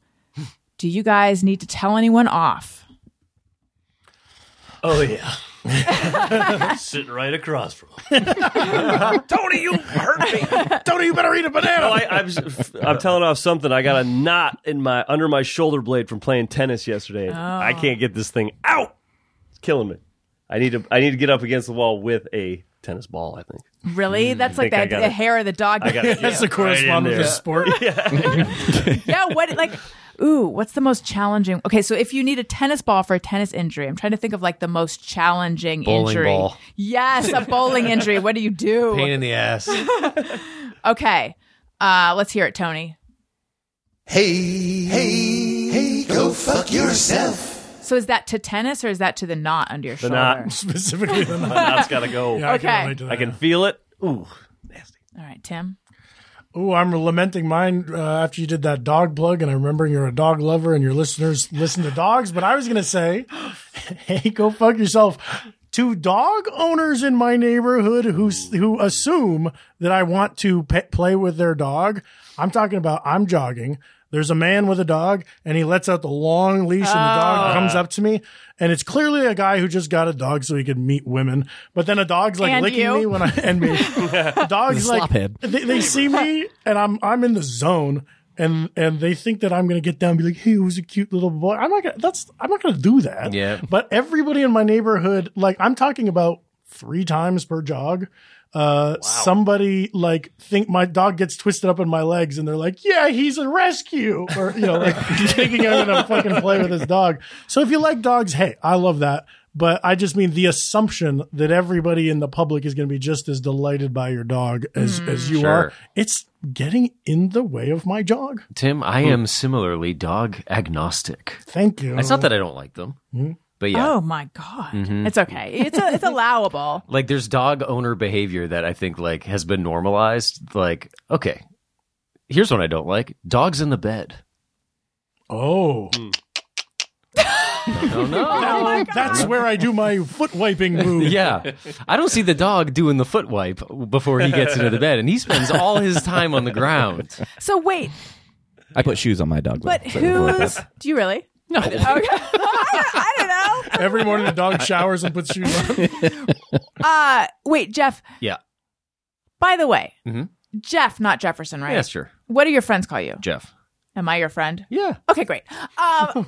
Speaker 3: Do you guys need to tell anyone off?
Speaker 8: Oh yeah. Sitting right across from him.
Speaker 5: Tony, you hurt me. Tony, you better eat a banana.
Speaker 8: Oh, I, I'm, s- I'm telling off something. I got a knot in my under my shoulder blade from playing tennis yesterday. I
Speaker 5: Oh.
Speaker 8: can't get this thing out. It's killing me. I need to I need to get up against the wall with a tennis ball. I think.
Speaker 3: Really? That's like
Speaker 8: think Hmm, I
Speaker 3: that
Speaker 8: got
Speaker 3: the
Speaker 8: it.
Speaker 3: hair of the dog.
Speaker 8: I got it.
Speaker 5: That's the correspondent of
Speaker 8: Right in there.
Speaker 5: the sport.
Speaker 3: yeah, what like ooh, what's the most challenging? Okay, so if you need a tennis ball for a tennis injury, I'm trying to think of like the most challenging
Speaker 7: Bowling
Speaker 3: injury.
Speaker 7: ball.
Speaker 3: Yes, a bowling injury. What do you do?
Speaker 10: Pain in the ass.
Speaker 3: Okay. Uh, let's hear it, Tony.
Speaker 2: Hey, hey, hey, go fuck yourself.
Speaker 3: So is that to tennis or is that to the knot under your
Speaker 8: The
Speaker 3: shoulder?
Speaker 8: knot.
Speaker 5: Specifically the
Speaker 8: The knot's got to go.
Speaker 5: Yeah, I
Speaker 3: Okay.
Speaker 5: can relate to that.
Speaker 8: I can feel it. Ooh.
Speaker 3: All right, Tim.
Speaker 5: Ooh, I'm lamenting mine uh, after you did that dog plug, and I remember you're a dog lover and your listeners listen to dogs. But I was gonna say, hey, go fuck yourself. to dog owners in my neighborhood who s- who assume that I want to pe- play with their dog. I'm talking about I'm jogging. There's a man with a dog, and he lets out the long leash, and the
Speaker 3: Ah.
Speaker 5: dog comes up to me, and it's clearly a guy who just got a dog so he could meet women. But then a dog's like
Speaker 3: And
Speaker 5: licking
Speaker 3: you.
Speaker 5: me when I and me. The dog's
Speaker 4: He's a
Speaker 5: like
Speaker 4: slophead.
Speaker 5: they, they see me, and I'm I'm in the zone. And, and they think that I'm gonna get down and be like, hey, who's a cute little boy? I'm not gonna that's I'm not gonna do that.
Speaker 7: Yeah.
Speaker 5: But everybody in my neighborhood, like I'm talking about three times per jog. Uh, somebody like think my dog gets twisted up in my legs, and they're like, "Yeah, he's a rescue," or you know, like thinking I'm gonna fucking play with his dog. So if you like dogs, hey, I love that. But I just mean the assumption that everybody in the public is gonna be just as delighted by your dog as as you are.
Speaker 7: Mm. Sure.
Speaker 5: It's getting in the way of my jog.
Speaker 7: Tim, I am similarly dog agnostic.
Speaker 5: Thank you.
Speaker 7: It's not that I don't like them, but yeah.
Speaker 3: Oh my god,
Speaker 8: Mm-hmm.
Speaker 3: it's okay. It's a, it's allowable.
Speaker 7: Like there's dog owner behavior that I think like has been normalized. Like, okay, here's what I don't like: dogs in the bed.
Speaker 5: Oh.
Speaker 7: No, no.
Speaker 5: That's where I do my foot wiping move.
Speaker 7: yeah, I don't see the dog doing the foot wipe before he gets into the bed, and he spends all his time on the ground.
Speaker 3: So wait,
Speaker 4: I put shoes on my dog. though,
Speaker 3: but
Speaker 4: so before I-
Speaker 3: who's? Do you really?
Speaker 7: No,
Speaker 3: Okay. I don't know.
Speaker 5: Every morning the dog showers and puts shoes on.
Speaker 3: Uh, wait, Jeff.
Speaker 7: yeah,
Speaker 3: By the way,
Speaker 7: Mhm.
Speaker 3: Jeff, not Jefferson, right?
Speaker 7: yeah, sure,
Speaker 3: What do your friends call you?
Speaker 7: Jeff.
Speaker 3: Am I your friend?
Speaker 7: Yeah,
Speaker 3: Okay, great.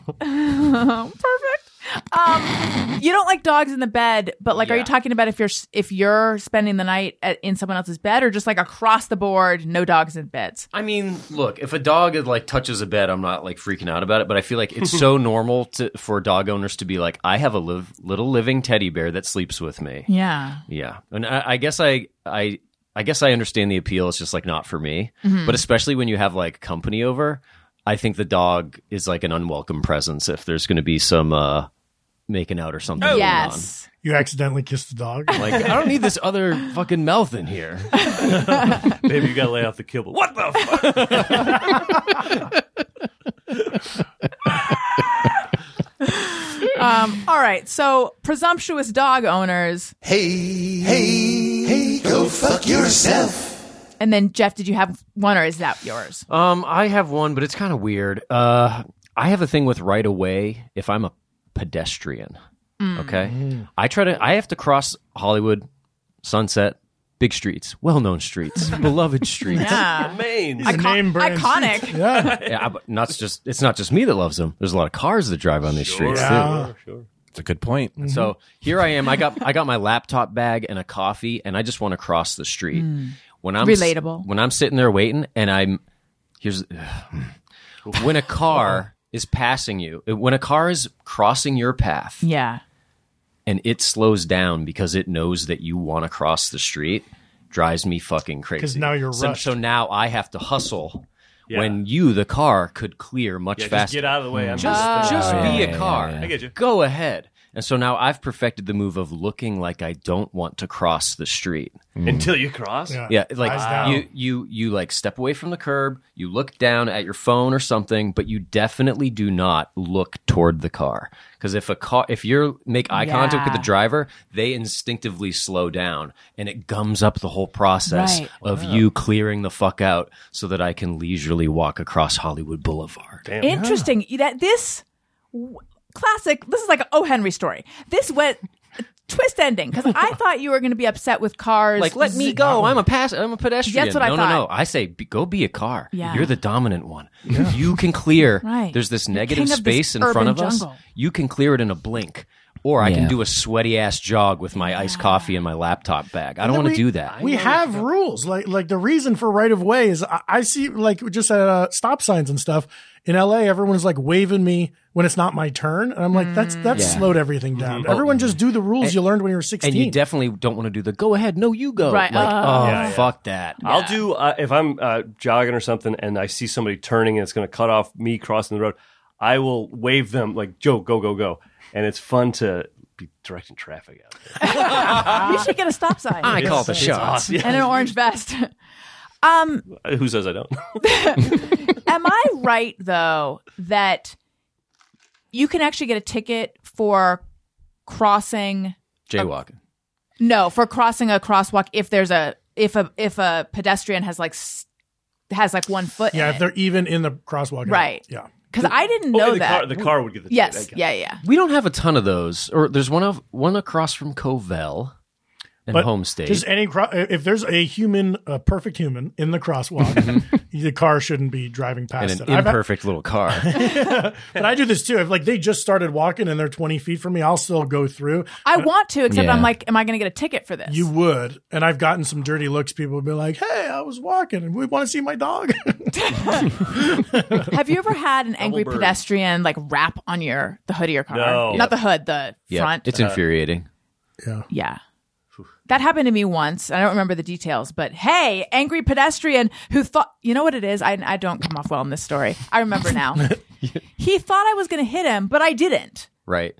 Speaker 3: Um, perfect. Um, you don't like dogs in the bed, but like, are you
Speaker 7: Yeah.
Speaker 3: talking about if you're s- if you're spending the night at, in someone else's bed, or just like across the board, no dogs in beds?
Speaker 7: I mean, look, if a dog like touches a bed, I'm not like freaking out about it, but I feel like it's so normal to, for dog owners to be like, I have a live, little living teddy bear that sleeps with me.
Speaker 3: Yeah.
Speaker 7: Yeah, and I, I guess I, I, I guess I understand the appeal. It's just like not for me,
Speaker 3: Mm-hmm.
Speaker 7: but especially when you have like company over, I think the dog is like an unwelcome presence if there's going to be some uh making out or something. going
Speaker 3: yes.
Speaker 5: You accidentally kissed the dog.
Speaker 7: on. Like I don't need this other fucking mouth in here.
Speaker 8: Baby, you gotta lay off the kibble. What the fuck?
Speaker 3: Um, all right. So presumptuous dog owners,
Speaker 2: Hey, hey, hey, go fuck yourself.
Speaker 3: and then Jeff, did you have one, or is that yours?
Speaker 7: Um, I have one, but it's kind of weird. Uh, I have a thing with right away if I'm a pedestrian. Okay, I try to. I have to cross Hollywood, Sunset, big streets, well-known streets, beloved streets.
Speaker 3: Yeah.
Speaker 8: Maine.
Speaker 5: He's a
Speaker 3: Icon-
Speaker 5: name brand.
Speaker 3: iconic.
Speaker 5: Yeah.
Speaker 7: Yeah, but not just it's not just me that loves them. There's a lot of cars that drive on these streets. too.
Speaker 5: Yeah.
Speaker 4: It's a good point.
Speaker 7: So
Speaker 3: Mm-hmm.
Speaker 7: here I am. I got I got my laptop bag and a coffee, and I just want to cross the street. When I'm
Speaker 3: Mm. Relatable.
Speaker 7: when I'm sitting there waiting, and I'm here's when a car is passing you, uh, when a car is crossing your path,
Speaker 3: Yeah.
Speaker 7: and it slows down because it knows that you want to cross the street, drives me fucking crazy.
Speaker 5: 'Cause now you're
Speaker 7: so,
Speaker 5: rushed.
Speaker 7: so now I have to hustle.
Speaker 8: Yeah.
Speaker 7: When you, the car, could clear much
Speaker 8: Yeah, just
Speaker 7: faster
Speaker 8: get out of the way. I'm
Speaker 7: just
Speaker 8: just uh,
Speaker 7: just be
Speaker 4: Oh, yeah,
Speaker 7: a car.
Speaker 4: yeah,
Speaker 8: yeah. I get you.
Speaker 7: Go ahead. And so now I've perfected the move of looking like I don't want to cross the street.
Speaker 4: Mm.
Speaker 8: until you cross.
Speaker 7: Yeah,
Speaker 5: Eyes
Speaker 7: like
Speaker 5: down.
Speaker 7: you you you like step away from the curb, you look down at your phone or something, but you definitely do not look toward the car. Cuz if a car if you make eye contact with
Speaker 3: Yeah.
Speaker 7: the driver, they instinctively slow down and it gums up the whole process
Speaker 3: Right.
Speaker 7: of you clearing the fuck out so that I can leisurely walk across Hollywood Boulevard.
Speaker 3: Interesting. That this w- classic. This is like an O. Henry story. This went twist ending because I thought you were going to be upset with cars.
Speaker 7: like let me
Speaker 3: Z-
Speaker 7: go. I'm a pass. I'm a pedestrian.
Speaker 3: That's what I
Speaker 7: no, No, no,
Speaker 3: thought.
Speaker 7: I say be, go be a car.
Speaker 3: Yeah.
Speaker 7: You're the dominant one. You can clear.
Speaker 3: Right.
Speaker 7: There's this
Speaker 3: You're
Speaker 7: negative
Speaker 3: king of this
Speaker 7: space in front
Speaker 3: urban
Speaker 7: of
Speaker 3: jungle.
Speaker 7: us. You can clear it in a blink. Or I can
Speaker 4: Yeah.
Speaker 7: do a sweaty ass jog with my iced coffee and my laptop bag. I don't want to
Speaker 5: We-
Speaker 7: do that.
Speaker 5: We have rules. Like like the reason for right of way is I, I see like just at uh, stop signs and stuff in LA, everyone's like waving me when it's not my turn, and I'm like, that's that's
Speaker 4: Yeah.
Speaker 5: slowed everything down. Everyone just do the rules you learned when you were 16.
Speaker 7: Mm-hmm. Oh. and you definitely don't want to do the go ahead. No, you go.
Speaker 3: Right.
Speaker 7: Like,
Speaker 3: Oh.
Speaker 7: oh,
Speaker 8: Yeah, yeah.
Speaker 7: fuck that.
Speaker 8: I'll do uh, if I'm uh, jogging or something, and I see somebody turning and it's going to cut off me crossing the road. I will wave them like Joe, go, go, go, and it's fun to be directing traffic out. There.
Speaker 3: You should get a stop sign
Speaker 7: I call the
Speaker 8: It's
Speaker 7: shots.
Speaker 8: awesome.
Speaker 3: and an orange vest.
Speaker 8: Yeah. Who says I don't?
Speaker 3: Am I right though that you can actually get a ticket for crossing
Speaker 7: Jaywalking.
Speaker 3: No, for crossing a crosswalk if there's a if a if a pedestrian has like s- has like one foot.
Speaker 5: Yeah, if they're even in the crosswalk.
Speaker 3: Right.
Speaker 5: Yeah.
Speaker 3: because I didn't
Speaker 8: Oh,
Speaker 3: know
Speaker 8: the
Speaker 3: that.
Speaker 8: car, the car would get the ticket, I
Speaker 3: yes.
Speaker 8: guess.
Speaker 3: Yeah. Yeah.
Speaker 7: We don't have a ton of those. Or there's one of one across from Covell and
Speaker 5: But
Speaker 7: Home State.
Speaker 5: Just any cro- uh, if there's a human, a perfect human in the crosswalk, the car shouldn't be driving
Speaker 7: and
Speaker 5: past
Speaker 7: Mm-hmm. an
Speaker 5: it. I've-
Speaker 7: imperfect little car.
Speaker 5: but I do this too. If like they just started walking and they're 20 feet from me, I'll still go through.
Speaker 3: I want to, except
Speaker 4: Yeah.
Speaker 3: I'm like, am I going to get a ticket for this?
Speaker 5: You would, and I've gotten some dirty looks. People would be like, "Hey, I was walking, and we want to see my dog."
Speaker 3: Have you ever had an angry pedestrian like rap on your the hood of your car?
Speaker 8: No.
Speaker 3: Not the hood, the
Speaker 7: yeah,
Speaker 3: front.
Speaker 5: Uh,
Speaker 7: it's infuriating.
Speaker 3: yeah. That happened to me once. I don't remember the details, but hey, angry pedestrian who thought, you know what it is? I, I don't come off well in this story. I remember now. He thought I was going to hit him, but I didn't.
Speaker 7: Right.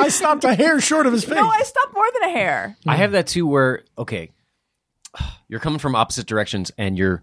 Speaker 5: I stopped a hair short of his face.
Speaker 3: No, I stopped more than a hair.
Speaker 7: I have that too where okay. You're coming from opposite directions and you're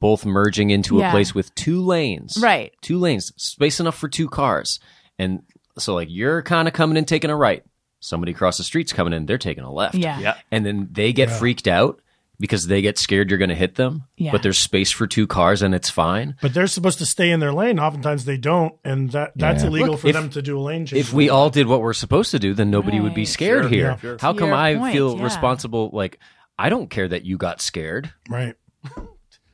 Speaker 7: both merging into a
Speaker 3: Yeah.
Speaker 7: place with two lanes.
Speaker 3: Right.
Speaker 7: Two lanes, space enough for two cars. And so like you're kind of coming in taking a right. Somebody across the street's coming in, they're taking a left.
Speaker 3: Yeah.
Speaker 8: Yeah.
Speaker 7: And then they get freaked out because they get scared you're going to hit them.
Speaker 3: Yeah.
Speaker 7: But there's space for two cars and it's fine.
Speaker 5: but they're supposed to stay in their lane. Oftentimes they don't, and that that's illegal
Speaker 7: Look,
Speaker 5: for
Speaker 7: if-
Speaker 5: them to do a lane change.
Speaker 7: If we all did what we're supposed to do, then nobody would be
Speaker 3: Right.
Speaker 7: scared here.
Speaker 5: yeah,
Speaker 7: How
Speaker 3: To
Speaker 7: come
Speaker 3: your
Speaker 7: I
Speaker 3: point,
Speaker 7: feel
Speaker 3: yeah.
Speaker 7: responsible? Like, I don't care that you got scared.
Speaker 5: right,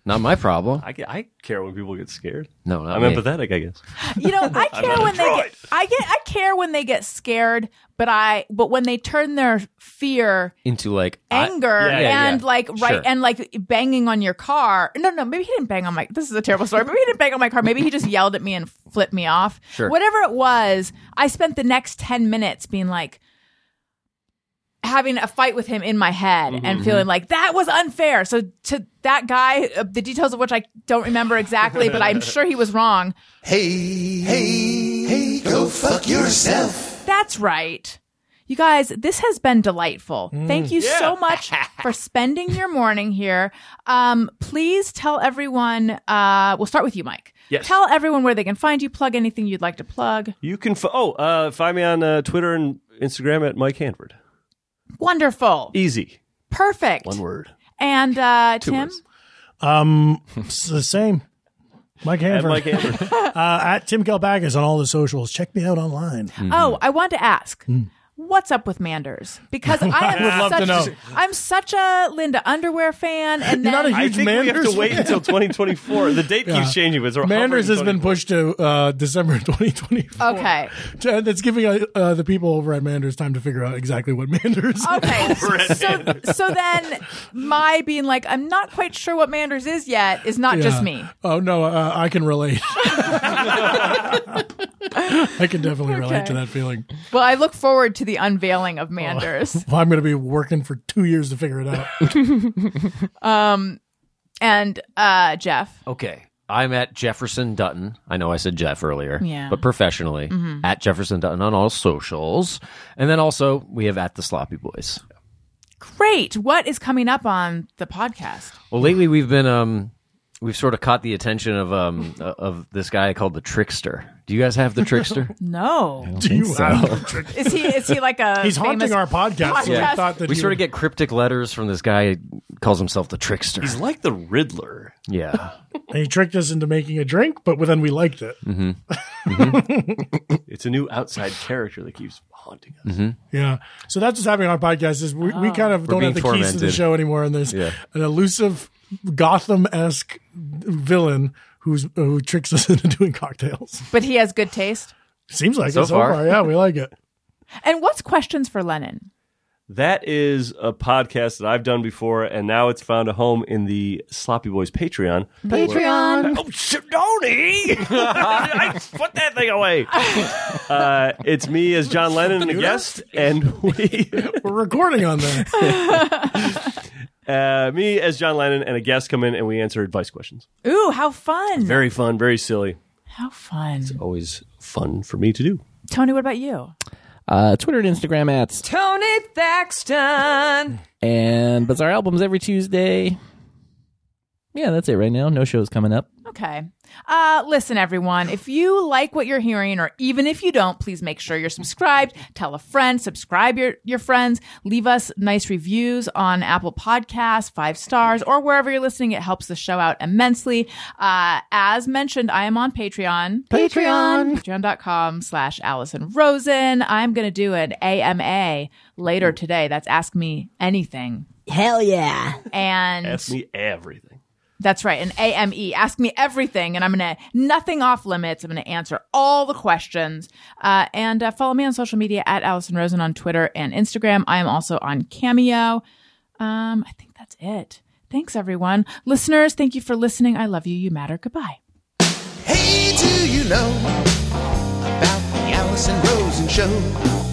Speaker 7: Not my problem.
Speaker 8: I, I care when people get scared.
Speaker 7: No, not
Speaker 8: I'm
Speaker 7: me.
Speaker 8: empathetic, I guess.
Speaker 3: You know, I care when they get, I get I care when they get scared, but I but when they turn their fear
Speaker 7: Into like I-
Speaker 3: anger
Speaker 8: yeah, yeah,
Speaker 3: and
Speaker 7: yeah.
Speaker 3: like right
Speaker 7: Sure.
Speaker 3: and like banging on your car. No, no, maybe he didn't bang on my. This is a terrible story. Maybe he didn't bang on my car. Maybe he just yelled at me and flipped me off.
Speaker 7: Sure.
Speaker 3: Whatever it was, I spent the next ten minutes being like having a fight with him in my head and feeling like that was unfair. So to that guy, uh, the details of which I don't remember exactly, but I'm sure he was wrong.
Speaker 2: Hey, hey, hey, go fuck yourself.
Speaker 3: That's right. You guys, this has been delightful.
Speaker 5: Mm.
Speaker 3: Thank you so much for spending your morning here. Um, please tell everyone. Uh, we'll start with you, Mike.
Speaker 8: Yes.
Speaker 3: Tell everyone where they can find you. Plug anything you'd like to plug.
Speaker 8: You can fo- oh uh, find me on uh, Twitter and Instagram at Mike Hanford.
Speaker 3: Wonderful.
Speaker 5: E-
Speaker 8: Easy,
Speaker 3: Perfect.
Speaker 8: one word.
Speaker 3: And uh, Tim,
Speaker 5: it's the same. Mike
Speaker 8: At
Speaker 5: Hanford
Speaker 8: Mike Hanford.
Speaker 5: uh, at Tim Kalbakis on all the socials. Check me out online.
Speaker 3: Oh, I want to ask. What's up with Manders? Because I am
Speaker 5: Mm. would love to
Speaker 3: such
Speaker 5: know.
Speaker 3: I'm such a Linda Underwear fan, and
Speaker 5: You're not
Speaker 3: then
Speaker 5: a
Speaker 8: I
Speaker 5: Huge
Speaker 8: think we have
Speaker 5: Manders
Speaker 8: to wait
Speaker 5: fan.
Speaker 8: until 2024. The date keeps changing. But it's around
Speaker 5: Manders has been
Speaker 8: 2024.
Speaker 5: pushed to uh, December 2024.
Speaker 3: okay,
Speaker 5: Uh, That's giving uh, uh, the people over at Manders time to figure out exactly what Manders.
Speaker 3: Okay. so, so then my being like, I'm not quite sure what Manders is yet is not just
Speaker 5: Yeah.
Speaker 3: me.
Speaker 5: Oh no, uh, I can relate. I can definitely relate
Speaker 3: Okay.
Speaker 5: to that feeling.
Speaker 3: Well, I look forward to the unveiling
Speaker 5: Oh.
Speaker 3: of Manders.
Speaker 5: Well, I'm going to be working for two years to figure it out.
Speaker 3: and uh, Jeff,
Speaker 7: Okay. I'm at Jefferson Dutton. I know I said Jeff earlier,
Speaker 3: Yeah.
Speaker 7: but professionally at Jefferson Dutton on all socials. And then also we have at the Sloppy Boys.
Speaker 3: great. What is coming up on the podcast?
Speaker 7: Well, lately we've been um we've sort of caught the attention of um of this guy called the Trickster. Do you guys have the Trickster?
Speaker 3: No.
Speaker 5: Do you have
Speaker 3: Is he is he like a
Speaker 5: He's haunting
Speaker 3: famous-
Speaker 5: our podcast. So
Speaker 3: podcast.
Speaker 5: I thought that
Speaker 7: we
Speaker 5: he
Speaker 7: sort
Speaker 5: would-
Speaker 7: of get cryptic letters from this guy who calls himself the Trickster.
Speaker 8: He's like the Riddler.
Speaker 7: yeah.
Speaker 5: and he tricked us into making a drink, but then we liked it.
Speaker 8: It's a new outside character that keeps haunting us.
Speaker 5: Yeah. So that's what's happening on our podcast is we, we kind of don't
Speaker 7: Oh. being
Speaker 5: have the keys to the
Speaker 7: tormented.
Speaker 5: show anymore, and there's an elusive Gotham esque villain who's who tricks us into doing cocktails.
Speaker 3: But he has good taste.
Speaker 5: Seems like
Speaker 7: So
Speaker 5: it so
Speaker 7: far.
Speaker 5: far. Yeah, we like it.
Speaker 3: And what's questions for Lennon?
Speaker 8: That is a podcast that I've done before, and now it's found a home in the Sloppy Boys Patreon.
Speaker 3: Patreon.
Speaker 8: Oh, Shadoni! I put that thing away. Uh, it's me as John Lennon and a guest, and we,
Speaker 5: We're recording on there.
Speaker 8: uh, me as John Lennon and a guest come in, and we answer advice questions.
Speaker 3: Ooh, how fun!
Speaker 8: Very fun, very silly.
Speaker 3: how fun.
Speaker 8: Always fun for me to do.
Speaker 3: Tony, what about you?
Speaker 4: Uh, Twitter and Instagram at
Speaker 10: Tony Thaxton.
Speaker 4: and Bizarre Albums every Tuesday. yeah, that's it right now. No shows coming up.
Speaker 3: Okay. Uh, listen, everyone, if you like what you're hearing, or even if you don't, please make sure you're subscribed. Tell a friend, subscribe your, your friends, leave us nice reviews on Apple Podcasts, five stars, or wherever you're listening. It helps the show out immensely. Uh, as mentioned, I am on Patreon. Patreon. Patreon.com slash Allison Rosen. I'm going to do an AMA later today. That's Ask Me Anything.
Speaker 6: Hell yeah.
Speaker 3: And
Speaker 8: Ask me everything.
Speaker 3: that's right. An AME. Ask me everything, and I'm going to nothing off limits. I'm going to answer all the questions. Uh, and uh, follow me on social media at Allison Rosen on Twitter and Instagram. I am also on Cameo. Um, I think that's it. Thanks, everyone. Listeners, thank you for listening. I love you. You matter. Goodbye.
Speaker 2: Hey, do you know about the Allison Rosen show?